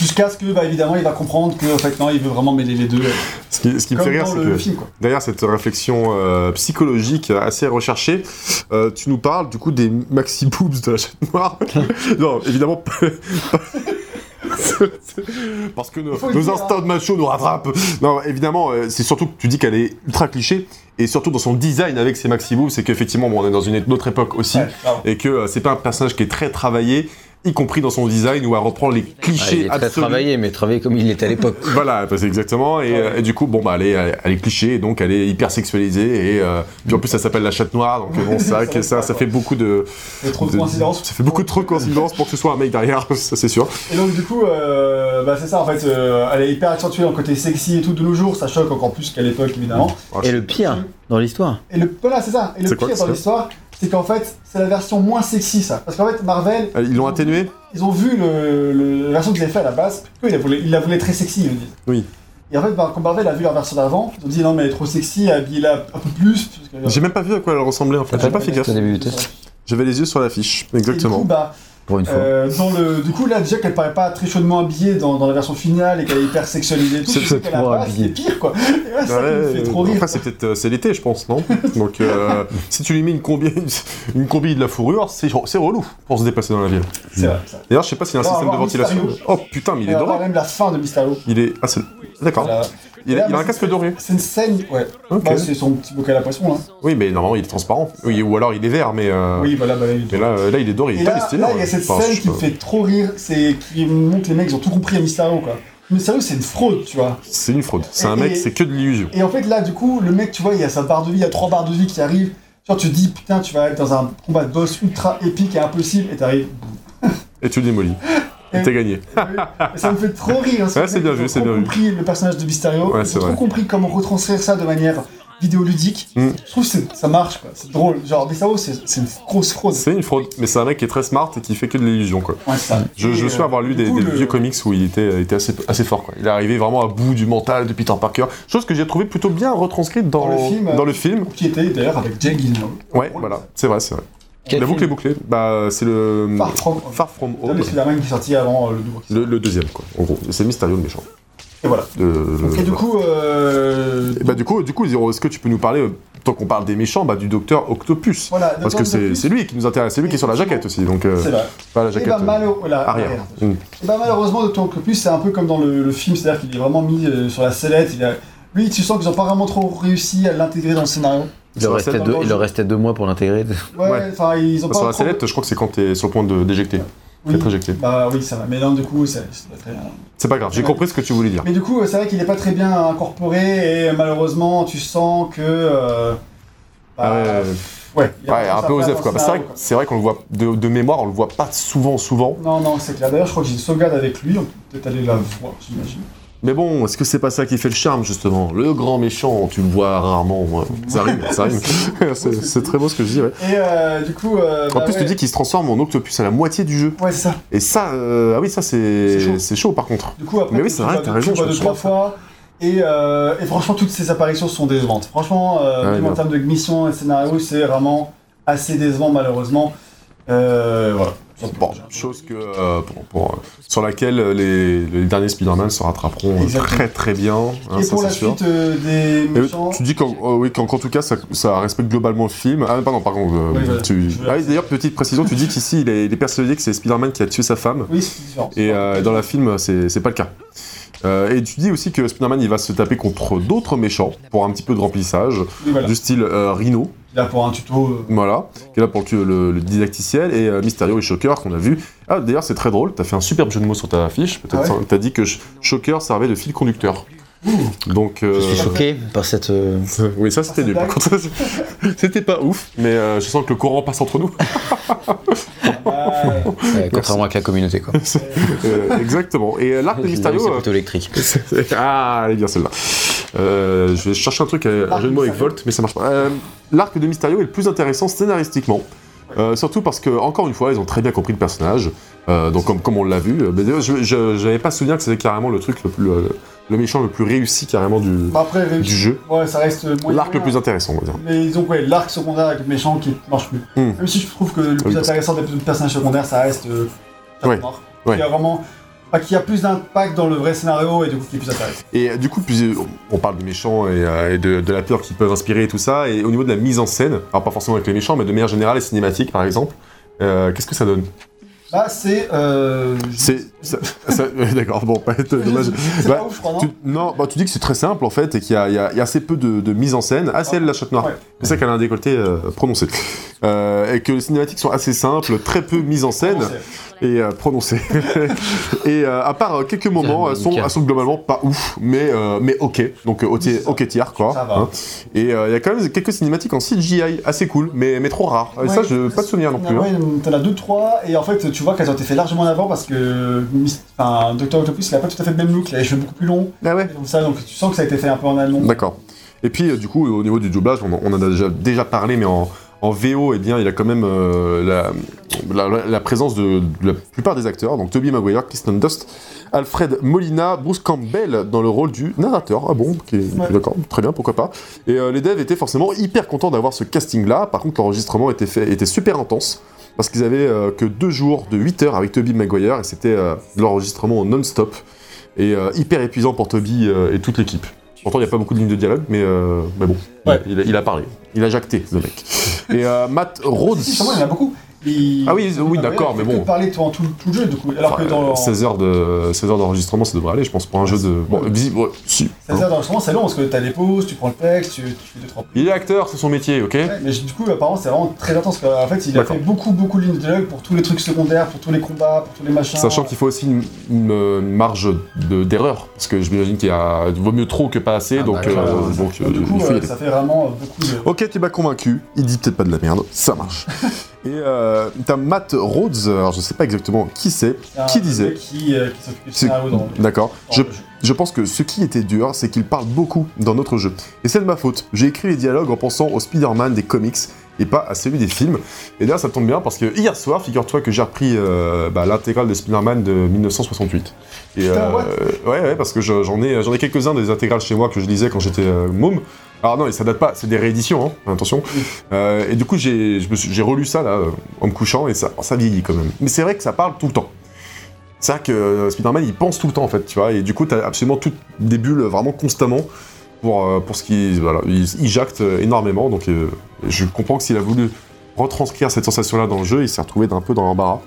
Speaker 1: Jusqu'à ce que, bah, évidemment, il va comprendre que, en fait, non, il veut vraiment mêler les deux. euh,
Speaker 2: Ce qui, ce qui me fait
Speaker 1: Comme
Speaker 2: rire,
Speaker 1: dans
Speaker 2: c'est
Speaker 1: le
Speaker 2: que
Speaker 1: film, quoi.
Speaker 2: derrière cette réflexion euh, psychologique assez recherchée, euh, tu nous parles du coup des maxi boobs de la chatte noire. non, évidemment pas. pas- Parce que nos,
Speaker 1: Faut le
Speaker 2: nos
Speaker 1: dire,
Speaker 2: instincts de macho nous rattrapent. Non, évidemment, euh, c'est surtout que tu dis qu'elle est ultra cliché, et surtout dans son design avec ses maxi boobs, c'est qu'effectivement, bon, on est dans une autre époque aussi,
Speaker 1: Ouais, pardon.
Speaker 2: et que euh, c'est pas un personnage qui est très travaillé, y compris dans son design où elle reprend les
Speaker 3: Ah,
Speaker 2: clichés
Speaker 3: il est très
Speaker 2: absolus.
Speaker 3: travaillé, mais travaillé comme il était à l'époque.
Speaker 2: Voilà, bah, c'est exactement. Et, euh, et du coup, bon, bah, elle est, elle est- elle est cliché, et donc elle est hyper sexualisée. Et euh, puis en plus, ça s'appelle la chatte noire, donc bon, c'est vrai que ça, ça fait beaucoup de.
Speaker 1: Il y a trop de
Speaker 2: de-
Speaker 1: coïncidences.
Speaker 2: Ça fait beaucoup de trop de coïncidences pour que ce soit un mec derrière, ça c'est sûr.
Speaker 1: Et donc du coup, euh, bah, c'est ça en fait, euh, elle est hyper accentuée dans le côté sexy et tout de nos jours, ça choque encore plus qu'à l'époque évidemment.
Speaker 3: Et le pire dans l'histoire,
Speaker 1: Et le, voilà c'est ça, et le
Speaker 2: C'est
Speaker 1: pire
Speaker 2: quoi,
Speaker 1: dans
Speaker 2: ça
Speaker 1: l'histoire, c'est qu'en fait c'est la version moins sexy ça. Parce qu'en fait Marvel,
Speaker 2: Euh, Ils l'ont atténué
Speaker 1: ils ont vu le, le- la version qu'ils avaient fait à la base, eux ils la voulaient, ils la voulaient très sexy ils me disent.
Speaker 2: Oui.
Speaker 1: Et en fait bah, quand Marvel a vu leur version d'avant, ils ont dit non mais elle est trop sexy, habillez-la un peu plus. parce que-
Speaker 2: J'ai même pas vu à quoi elle ressemblait en fait, j'ai pas fait gaffe.
Speaker 3: au début du test.
Speaker 2: J'avais les yeux sur l'affiche,
Speaker 1: Et du coup
Speaker 2: exactement.
Speaker 1: bah,
Speaker 3: pour une fois.
Speaker 1: Euh, dans le, du coup, là, déjà qu'elle paraît pas très chaudement habillée dans, dans la version finale et qu'elle est hyper sexualisée et tout,
Speaker 2: C'est-
Speaker 1: je sais
Speaker 2: c'est
Speaker 1: qu'elle a
Speaker 3: trop
Speaker 1: pas,
Speaker 3: habillé.
Speaker 1: c'est pire quoi. Et là, ça
Speaker 2: Ouais,
Speaker 1: me fait trop
Speaker 2: euh,
Speaker 1: rire.
Speaker 2: Après, c'est peut-être euh, c'est l'été, je pense, non Donc, euh, si tu lui mets une combi, une combi de la fourrure, c'est c'est relou pour se déplacer dans la ville.
Speaker 1: C'est vrai. ça.
Speaker 2: D'ailleurs, je sais pas s'il y a un
Speaker 1: On va
Speaker 2: système de
Speaker 1: avoir
Speaker 2: ventilation.
Speaker 1: Mysterio.
Speaker 2: Oh putain, mais il
Speaker 1: Et
Speaker 2: est
Speaker 1: on va
Speaker 2: doré.
Speaker 1: voir même la fin de Mysterio.
Speaker 2: Il est. Ah, c'est. D'accord.
Speaker 1: Voilà.
Speaker 2: Il,
Speaker 1: Là,
Speaker 2: a, il a un
Speaker 1: mais
Speaker 2: casque
Speaker 1: c'est-
Speaker 2: doré.
Speaker 1: C'est une scène, ouais.
Speaker 2: Ok.
Speaker 1: Bah, c'est son petit bocal à poisson là.
Speaker 2: Oui, mais normalement il est transparent. Oui, ou alors il est vert, mais. euh,
Speaker 1: Oui, voilà, bah, il
Speaker 2: Mais là, euh, là, il est doré.
Speaker 1: Et
Speaker 2: est pas
Speaker 1: là,
Speaker 2: stylé,
Speaker 1: là, il y
Speaker 2: ouais.
Speaker 1: a cette
Speaker 2: Enfin,
Speaker 1: scène
Speaker 2: je
Speaker 1: qui me
Speaker 2: sais
Speaker 1: fait trop rire, c'est qui montre que les mecs ils ont tout compris à Mysterio quoi. Mysterio c'est une fraude, tu vois.
Speaker 2: pas. C'est une fraude. C'est un
Speaker 1: Et-
Speaker 2: mec, c'est que de l'illusion.
Speaker 1: Et en fait, là, du coup, le mec, tu vois, il y a sa barre de vie, il y a trois barres de vie qui arrivent. Genre, tu te dis, putain, tu vas être dans un combat de boss ultra épique et impossible, et t'arrives,
Speaker 2: Et tu le démolis. Et
Speaker 1: Et-
Speaker 2: t'es gagné.
Speaker 1: Et ça me fait trop rire. hein,
Speaker 2: Ouais, c'est bien vu, c'est bien vu.
Speaker 1: compris le personnage de Mysterio.
Speaker 2: Ouais,
Speaker 1: Ils
Speaker 2: c'est
Speaker 1: ont trop
Speaker 2: vrai.
Speaker 1: compris comment retranscrire ça de manière vidéoludique.
Speaker 2: Mm.
Speaker 1: Je trouve que c'est- ça marche, quoi. C'est drôle. Genre, Bissao, c'est c'est une grosse fraude.
Speaker 2: C'est une fraude, mais c'est un mec qui est très smart et qui fait que de l'illusion, quoi.
Speaker 1: Ouais, c'est ça.
Speaker 2: Je,
Speaker 1: Et,
Speaker 2: je me
Speaker 1: euh,
Speaker 2: souviens avoir lu
Speaker 1: du
Speaker 2: des,
Speaker 1: coup,
Speaker 2: des
Speaker 1: le-
Speaker 2: vieux comics où il était, euh, était assez, assez fort. Quoi. Il est arrivé vraiment à bout du mental de Peter Parker. Chose que j'ai trouvé plutôt bien retranscrite dans,
Speaker 1: Dans le film. euh,
Speaker 2: Dans le film.
Speaker 1: Qui était d'ailleurs avec Jake Gyllenhaal.
Speaker 2: Ouais, voilà, c'est vrai, c'est vrai.
Speaker 3: Quel
Speaker 2: la boucle est
Speaker 3: film
Speaker 2: bouclée. Bah, c'est le
Speaker 1: Far From Home.
Speaker 2: Far From
Speaker 1: C'est
Speaker 2: Home.
Speaker 1: le Spider-Man qui est sorti avant euh, le nouveau.
Speaker 2: Le, le deuxième, quoi. En gros, c'est Mysterio le méchant.
Speaker 1: Et voilà.
Speaker 2: Euh,
Speaker 1: Donc, et du coup, euh,
Speaker 2: Et bah, du coup, du coup, Zero, est-ce que tu peux nous parler, euh, tant qu'on parle des méchants, bah, du docteur Octopus
Speaker 1: voilà.
Speaker 2: Parce que c'est c'est lui qui nous intéresse, c'est lui qui est sur la jaquette aussi, donc euh,
Speaker 1: C'est vrai.
Speaker 2: pas la
Speaker 1: Et
Speaker 2: jaquette
Speaker 1: bah, mal...
Speaker 2: euh,
Speaker 1: voilà,
Speaker 2: arrière.
Speaker 1: arrière.
Speaker 2: Mm.
Speaker 1: Et bah, malheureusement, Dr. Octopus, c'est un peu comme dans le, le film, c'est-à-dire qu'il est vraiment mis euh, sur la sellette. Il a... Lui, tu sens qu'ils n'ont pas vraiment trop réussi à l'intégrer dans le scénario.
Speaker 3: Il leur
Speaker 2: Sur la
Speaker 3: restait
Speaker 2: sellette,
Speaker 3: deux-
Speaker 1: dans
Speaker 3: il
Speaker 1: le
Speaker 3: leur restait deux mois pour l'intégrer.
Speaker 1: Ouais,
Speaker 2: Ouais.
Speaker 1: enfin, ils ont
Speaker 2: Bah,
Speaker 1: pas
Speaker 2: sur la
Speaker 1: trop-
Speaker 2: sellette, je crois que c'est quand t'es sur le point de d'éjecter,
Speaker 1: Oui.
Speaker 2: d'être éjecté.
Speaker 1: Bah oui, ça va. Mais non, du coup, ça, ça doit être très bien.
Speaker 2: C'est pas grave, j'ai
Speaker 1: Ouais.
Speaker 2: compris ce que tu voulais dire.
Speaker 1: Mais du coup, c'est vrai qu'il n'est pas très bien incorporé et euh, malheureusement, tu sens que. euh, bah,
Speaker 2: Ah ouais, ouais, ouais.
Speaker 1: ouais, il a
Speaker 2: Ouais,
Speaker 1: pas
Speaker 2: un
Speaker 1: ça
Speaker 2: peu
Speaker 1: à
Speaker 2: aux
Speaker 1: faire
Speaker 2: œufs quoi. Bah,
Speaker 1: dans le
Speaker 2: C'est vrai,
Speaker 1: scénario,
Speaker 2: que- c'est vrai qu'on le voit de, de mémoire, on le voit pas souvent, souvent.
Speaker 1: Non, non, c'est clair. D'ailleurs, je crois que j'ai une sauvegarde avec lui. On peut peut-être aller la voir, j'imagine.
Speaker 2: Mais bon, est-ce que c'est pas ça qui fait le charme justement Le grand méchant, tu le vois rarement. moi. Ça rime, ça rime. c'est c'est très beau ce que je dis. Ouais.
Speaker 1: Et euh, du coup. euh,
Speaker 2: En
Speaker 1: bah
Speaker 2: plus,
Speaker 1: ouais.
Speaker 2: tu dis qu'il se transforme en octopus à la moitié du jeu.
Speaker 1: Ouais, c'est ça.
Speaker 2: Et ça, euh, ah oui, ça
Speaker 1: C'est chaud.
Speaker 2: c'est c'est chaud par contre.
Speaker 1: Du coup, après,
Speaker 2: Mais oui,
Speaker 1: tu
Speaker 2: c'est vrai,
Speaker 1: vois-
Speaker 2: t'as raison,
Speaker 1: Tu vois
Speaker 2: je
Speaker 1: deux,
Speaker 2: me
Speaker 1: trois fois. Et, euh, et franchement, toutes ces apparitions sont décevantes. Franchement, euh,
Speaker 2: Ouais,
Speaker 1: même en
Speaker 2: Ah bien.
Speaker 1: termes de mission et scénario, c'est vraiment assez décevant, malheureusement. Euh, voilà.
Speaker 2: Bon, chose que, euh, pour- pour, euh, sur laquelle euh, les, les derniers Spider-Man se rattraperont euh,
Speaker 1: Exactement.
Speaker 2: très très bien, hein,
Speaker 1: et
Speaker 2: ça
Speaker 1: pour
Speaker 2: c'est
Speaker 1: la
Speaker 2: sûr.
Speaker 1: suite euh, des
Speaker 2: Et
Speaker 1: méchants.
Speaker 2: tu dis qu'en euh, oui, qu'en qu'en tout cas ça, ça respecte globalement le film. Ah pardon, par contre. euh,
Speaker 1: Oui, voilà.
Speaker 2: tu-
Speaker 1: Je veux
Speaker 2: Ah oui, D'ailleurs, petite précision, tu dis qu'ici il est, il est persuadé que c'est Spider-Man qui a tué sa femme.
Speaker 1: Oui, c'est différent.
Speaker 2: Et euh, dans la film, c'est c'est pas le cas. Euh, et tu dis aussi que Spider-Man il va se taper contre d'autres méchants pour un petit peu de remplissage,
Speaker 1: Oui, voilà.
Speaker 2: du style euh, Rhino,
Speaker 1: Là, pour un tuto. euh,
Speaker 2: voilà, qui est là pour le, le- le didacticiel, et euh, Mysterio et Shocker qu'on a vu. Ah, d'ailleurs, c'est très drôle, t'as fait un superbe jeu de mots sur ta fiche, peut-être
Speaker 1: Ah ouais
Speaker 2: ça- t'as dit que Sh- Shocker servait de fil conducteur. Donc, euh,
Speaker 3: Je suis choqué par cette. euh,
Speaker 2: oui, ça c'était
Speaker 1: Ah,
Speaker 2: nul,
Speaker 1: c'est
Speaker 2: par contre, c'était pas ouf, mais euh, je sens que le courant passe entre nous.
Speaker 1: ah,
Speaker 3: euh, contrairement avec la communauté, quoi.
Speaker 2: Euh, exactement. Et euh, l'arc de
Speaker 3: C'est
Speaker 2: Mysterio. euh,
Speaker 3: plutôt électrique.
Speaker 2: ah, elle est bien celle-là. Euh, je vais chercher un truc, euh, un
Speaker 1: L'arc
Speaker 2: jeu de
Speaker 1: de
Speaker 2: mots avec
Speaker 1: Mysterio.
Speaker 2: Volt, mais ça marche pas. Euh, L'arc de Mysterio est le plus intéressant scénaristiquement. Euh, surtout parce que, encore une fois, ils ont très bien compris le personnage. Euh, donc, comme, comme on l'a vu, euh, mais d'ailleurs, je je- j'avais pas souvenir que c'était carrément le truc, le, plus- le- le méchant le plus réussi carrément du,
Speaker 1: bah après,
Speaker 2: du
Speaker 1: réussi.
Speaker 2: jeu.
Speaker 1: Ouais, ça reste moyen.
Speaker 2: L'arc le plus intéressant, on va dire.
Speaker 1: Mais ils ont ouais, l'arc secondaire avec le méchant qui marche plus.
Speaker 2: Hmm.
Speaker 1: Même si je trouve que le plus
Speaker 2: Oui, parce-
Speaker 1: intéressant des personnages secondaires, ça reste. Euh,
Speaker 2: Ouais.
Speaker 1: Noir.
Speaker 2: Ouais.
Speaker 1: Qui a vraiment. bah, qui a plus d'impact dans le vrai scénario et du coup qui est plus intéressant.
Speaker 2: Et euh, du coup, plus, euh, on parle des méchants et, euh, et de, de la peur qu'ils peuvent inspirer et tout ça. Et au niveau de la mise en scène, alors pas forcément avec les méchants, mais de manière générale, les cinématiques par exemple, euh, qu'est-ce que ça donne
Speaker 1: Là, c'est. Euh,
Speaker 2: C'est. ça- ça- ouais, D'accord, bon, pas être dommage.
Speaker 1: c'est
Speaker 2: Bah,
Speaker 1: pas ouf, je crois, non
Speaker 2: Tu, non, bah, tu dis que c'est très simple en fait et qu'il y, a- il y a il y a assez peu de, de mise en scène. Ah, c'est elle la chatte noire.
Speaker 1: Ouais.
Speaker 2: C'est ça qu'elle a un décolleté euh, prononcé. Euh, et que les cinématiques sont assez simples, très peu mises en scène
Speaker 1: Non, Ah, c'est-
Speaker 2: et euh, prononcées. et euh, à part euh, quelques moments, elles sont,
Speaker 3: Nickel.
Speaker 2: elles sont globalement pas ouf, mais, euh, mais ok. Donc euh, ok,
Speaker 1: Oui, c'est ça.
Speaker 2: ok tiers quoi.
Speaker 1: Ça va.
Speaker 2: Et euh, il y a quand même quelques cinématiques en CGI assez cool, mais, Ah, mais trop rares. Et ça,
Speaker 1: Ouais,
Speaker 2: je pas de souvenir non plus. hein.
Speaker 1: Ouais, t'en as deux, trois, et en fait, tu vois qu'elles ont été faites largement en avant parce que. Mis- Enfin, Dr. Octopus, il a pas tout à fait le même look, il a les cheveux beaucoup plus longs,
Speaker 2: Ah ouais
Speaker 1: et comme ça, donc tu sens que ça a été fait un peu en allemand.
Speaker 2: D'accord. Et puis, euh, du coup, au niveau du doublage, on, en- on en a déjà, déjà parlé, mais en, en VO, eh bien, il a quand même euh, la, la- la présence de, de la plupart des acteurs, donc Toby Maguire, Kristen Dust, Alfred Molina, Bruce Campbell dans le rôle du narrateur. Ah bon ok, D'accord, très bien, pourquoi pas. Et euh, les devs étaient forcément hyper contents d'avoir ce casting-là. Par contre, l'enregistrement était, fait, était super intense. Parce qu'ils avaient euh, que deux jours de 8 heures avec Toby Maguire et c'était euh, de l'enregistrement en non-stop et euh, hyper épuisant pour Toby euh, et toute l'équipe. Pourtant, il n'y a pas beaucoup de lignes de dialogue, mais, euh, mais bon,
Speaker 1: Ouais.
Speaker 2: il, il a parlé, il a jacté, le mec. et euh, Matt Rhodes.
Speaker 1: Si, sûrement, il y en a beaucoup. Il-
Speaker 2: Ah oui, oui, d'accord, mais
Speaker 1: Il fait
Speaker 2: bon.
Speaker 1: que parler pendant tout, tout le jeu, du coup. Alors
Speaker 2: Enfin,
Speaker 1: que dans.
Speaker 2: euh, 16 heures de 16 heures d'enregistrement, ça devrait aller, je pense, pour un jeu de. Bon, visible, ouais, si.
Speaker 1: 16 heures d'enregistrement, c'est long parce que t'as les pauses, tu prends le texte, tu, tu fais deux, trois.
Speaker 2: Il est acteur, c'est son métier, ok
Speaker 1: Ouais, mais du coup, apparemment, c'est vraiment très intense. parce qu'en fait, il a
Speaker 2: D'accord.
Speaker 1: fait beaucoup, beaucoup de lignes de dialogue pour tous les trucs secondaires, pour tous les combats, pour tous les machins.
Speaker 2: Sachant qu'il faut aussi une, une marge de- d'erreur, parce que je m'imagine qu'il y a- il vaut mieux trop que pas assez,
Speaker 3: Ah,
Speaker 2: donc,
Speaker 3: bah,
Speaker 2: euh,
Speaker 1: clairement.
Speaker 2: donc, euh,
Speaker 1: Donc, du coup,
Speaker 2: il faut y
Speaker 1: euh,
Speaker 2: aller.
Speaker 1: ça fait vraiment euh, beaucoup de.
Speaker 2: Ok, tu m'as convaincu, il dit peut-être pas de la merde, ça marche. Et euh, t'as Matt Rhodes, alors je sais pas exactement qui c'est,
Speaker 1: Ah,
Speaker 2: Oh, qui
Speaker 1: le
Speaker 2: disait.
Speaker 1: mec Qui, euh, qui s'occupait du
Speaker 2: Ce-
Speaker 1: scénario dans le-
Speaker 2: D'accord.
Speaker 1: dans
Speaker 2: Je,
Speaker 1: le jeu.
Speaker 2: je pense que ce qui était dur, c'est qu'il parle beaucoup dans notre jeu. Et c'est de ma faute. J'ai écrit les dialogues en pensant au Spider-Man des comics et pas à celui des films. Et d'ailleurs, ça tombe bien parce que hier soir, figure-toi que j'ai repris euh, bah, l'intégrale des Spider-Man de 1968. Et,
Speaker 1: Putain,
Speaker 2: euh, ouais, ouais, parce que je- j'en ai, j'en ai quelques-uns des intégrales chez moi que je lisais quand j'étais euh, môme. Alors non, et ça date pas, c'est des rééditions, hein, attention. Euh, et du coup, j'ai je me suis- j'ai relu ça là, euh, en me couchant, et ça, ça vieillit quand même. Mais c'est vrai que ça parle tout le temps. C'est vrai que euh, Spider-Man, il pense tout le temps, en fait, tu vois, et du coup, t'as absolument toutes des bulles euh, vraiment constamment pour, euh, pour ce qui. Voilà, il, il jacte euh, énormément, donc euh, je comprends que s'il a voulu retranscrire cette sensation-là dans le jeu, il s'est retrouvé d'un peu dans l'embarras.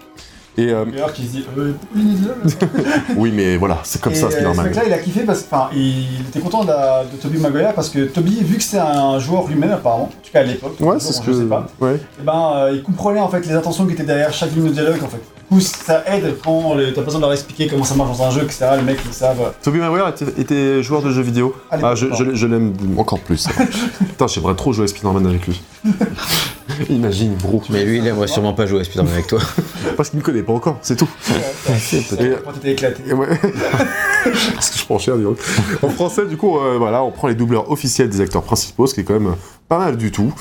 Speaker 2: Et euh,
Speaker 1: D'ailleurs, qui se dit. Euh, beaucoup de lignes de dialogue, là.
Speaker 2: oui, mais voilà, c'est comme
Speaker 1: Et,
Speaker 2: ça,
Speaker 1: euh, Ce
Speaker 2: Spider-Man.
Speaker 1: mec-là, il a kiffé parce enfin, il était content de, la- de Toby Maguire parce que Toby, vu que c'est un joueur lui-même apparemment, en tout cas à l'époque,
Speaker 2: Ouais,
Speaker 1: toujours,
Speaker 2: c'est ce
Speaker 1: je
Speaker 2: que.
Speaker 1: sais pas,
Speaker 2: Ouais.
Speaker 1: et ben euh, il comprenait en fait les intentions qui étaient derrière chaque ligne de dialogue en fait. Du coup, ça aide quand les- t'as besoin de leur expliquer comment ça marche dans un jeu, etc. Les mecs ils savent. euh,
Speaker 2: Toby Maguire était, était joueur de jeux vidéo.
Speaker 1: Allez,
Speaker 2: ah, je,
Speaker 1: pardon.
Speaker 2: je l'ai- je l'aime encore plus. Putain, j'aimerais trop jouer à Spider-Man avec lui. Imagine, bro.
Speaker 3: Mais lui, il aimerait sûrement pas jouer à Spider-Man avec toi.
Speaker 2: Parce qu'il me connaît pas encore, c'est tout. Et-
Speaker 1: Quand t'étais éclaté.
Speaker 2: Et ouais. Parce que je prends cher, dis donc. En français, du coup, euh, voilà, on prend les doubleurs officiels des acteurs principaux, ce qui est quand même pas mal du tout.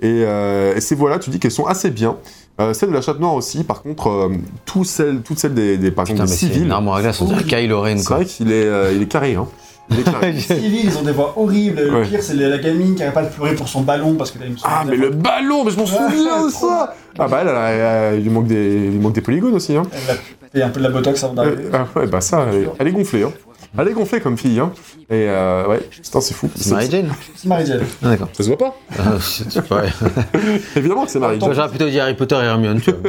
Speaker 2: Et, euh, et ces voix-là, tu dis qu'elles sont assez bien. Euh, celles de la chatte noire aussi, par contre, euh, toutes celles, toutes celles des, des, par
Speaker 3: Putain,
Speaker 2: exemple,
Speaker 3: mais
Speaker 2: des
Speaker 3: c'est une
Speaker 2: civils.
Speaker 3: armoire à glace, on dirait Kylo Ren,
Speaker 2: C'est
Speaker 3: quoi.
Speaker 2: vrai qu'il est, euh, il est carré, hein. Il est carré.
Speaker 1: Civil, ils ont des voix horribles. Le
Speaker 2: Ouais.
Speaker 1: pire, c'est la gamine qui arrête pas de pleurer pour son ballon parce que t'as une
Speaker 2: Ah, mais le ballon, mais je m'en souviens de ça Ah bah, elle, elle, elle, elle, il, lui manque des, il lui manque des polygones aussi, hein.
Speaker 1: Elle a fait un peu de la botox avant d'arriver.
Speaker 2: Euh, ah ouais, bah ça, elle, elle est gonflée, hein. Elle est gonflée comme fille, hein. Et euh, ouais, putain, c'est fou.
Speaker 3: C'est Mary Jane
Speaker 2: Euh,
Speaker 1: C'est Mary Jane.
Speaker 3: Ah, D'accord.
Speaker 2: Ça se voit pas
Speaker 3: Ah, c'est pas vrai.
Speaker 2: Évidemment que c'est Marie.
Speaker 3: Tu vois, J'aurais plutôt dit Harry Potter et Hermione, tu vois.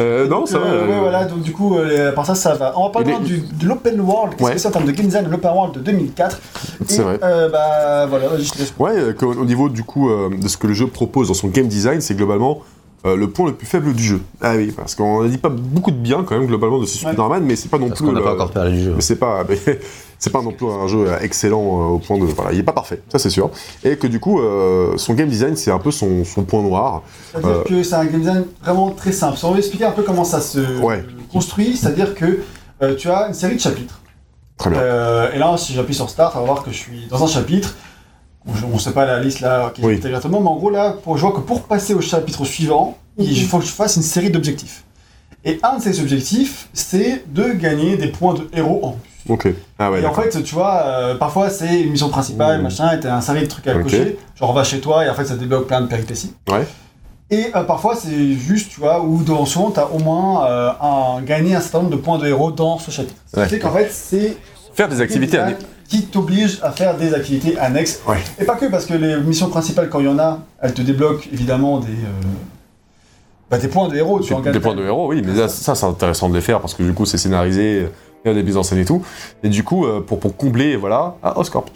Speaker 2: Euh, non, ça va.
Speaker 1: Euh, ouais,
Speaker 2: euh,
Speaker 1: voilà, donc du coup, euh, à part ça, ça va. On va parler
Speaker 2: Il est-
Speaker 1: du- de l'Open World, qu'est-ce
Speaker 2: Ouais.
Speaker 1: que c'est en termes de game design de l'Open World de 2004.
Speaker 2: C'est
Speaker 1: Et,
Speaker 2: vrai.
Speaker 1: euh, bah voilà, vas-y, je te laisse.
Speaker 2: Ouais, euh, qu'au- au niveau du coup euh, de ce que le jeu propose dans son game design, c'est globalement euh, le point le plus faible du jeu. Ah oui, parce qu'on n'a dit pas beaucoup de bien quand même globalement de ce
Speaker 1: Ouais.
Speaker 2: Spider-Man, mais c'est pas non
Speaker 3: Parce
Speaker 2: plus.
Speaker 3: qu'on n'a pas
Speaker 2: euh,
Speaker 3: encore parlé du jeu.
Speaker 2: Mais c'est pas, mais c'est pas non plus un jeu excellent euh, au point de. Voilà, il est pas parfait, ça c'est sûr. Et que du coup, euh, son game design, c'est un peu son, son point noir.
Speaker 1: C'est-à-dire
Speaker 2: Euh.
Speaker 1: que c'est un game design vraiment très simple. Si on veut expliquer un peu comment ça se
Speaker 2: Ouais.
Speaker 1: construit, c'est-à-dire que euh, tu as une série de chapitres.
Speaker 2: Très bien.
Speaker 1: Euh, et là, si j'appuie sur Start, on va voir que je suis dans un chapitre. Bon, je- On ne sait pas la liste là qui est
Speaker 2: Oui.
Speaker 1: exactement, mais en gros, là, pour, je vois que pour passer au chapitre suivant, il faut que je fasse une série d'objectifs. Et un de ces objectifs, c'est de gagner des points de héros en plus.
Speaker 2: Ok. Ah ouais.
Speaker 1: et en
Speaker 2: d'accord.
Speaker 1: fait, tu vois, euh, parfois c'est une mission principale,
Speaker 2: Mmh.
Speaker 1: machin, et t'as un série de trucs à
Speaker 2: Ok.
Speaker 1: cocher. Genre, va chez toi, et en fait, ça débloque plein de péripéties.
Speaker 2: Ouais.
Speaker 1: Et euh, parfois, c'est juste, tu vois, ou dans souvent, t'as au moins euh, un, gagné un certain nombre de points de héros dans ce chapitre. Ce qui
Speaker 2: Ouais.
Speaker 1: fait qu'en fait, c'est
Speaker 5: Faire des activités à
Speaker 1: qui t'oblige à faire des activités annexes.
Speaker 2: Ouais.
Speaker 1: Et pas que, parce que les missions principales, quand il y en a, elles te débloquent évidemment des, euh, bah, des points de héros. Tu en
Speaker 2: Des
Speaker 1: gagnes.
Speaker 5: des points de héros, oui, mais là, ça, c'est intéressant de les faire parce que du coup, c'est scénarisé, il y a des mises en scène et tout. Et du coup, euh, pour, pour combler, voilà, à Oscorp.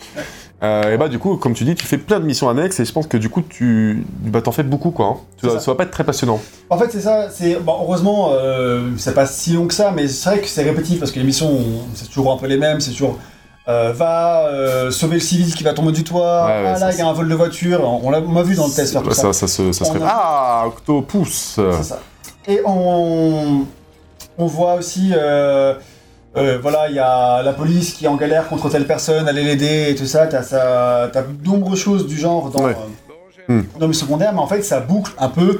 Speaker 5: Euh, et bah, du coup, comme tu dis, tu fais plein de missions annexes et je pense que du coup, tu bah, t'en fais beaucoup, quoi. hein. Tu
Speaker 1: C'est
Speaker 5: vas-
Speaker 1: ça.
Speaker 5: ça. va pas être très passionnant.
Speaker 1: En fait, c'est ça. C'est bon, heureusement, euh, c'est pas si long que ça, mais c'est vrai que c'est répétitif parce que les missions, on- c'est toujours un peu les mêmes. C'est toujours euh, va euh, sauver le civil qui va tomber du toit.
Speaker 5: Ouais, ouais,
Speaker 1: ah
Speaker 5: ça,
Speaker 1: là, il y a un vol de voiture. On, on l'a- on m'a vu dans le test faire tout
Speaker 2: Ouais,
Speaker 1: ça.
Speaker 2: ça, ça se, ça se
Speaker 1: On
Speaker 2: répète.
Speaker 1: a-
Speaker 2: Ah, Octopus
Speaker 1: C'est ça. Et on, on voit aussi, euh, euh, voilà, il y a la police qui est en galère contre telle personne, aller l'aider et tout ça. T'as ça, t'as de nombreuses choses du genre dans,
Speaker 2: Ouais.
Speaker 1: euh,
Speaker 2: Hmm.
Speaker 1: dans mes secondaires, mais en fait, ça boucle un peu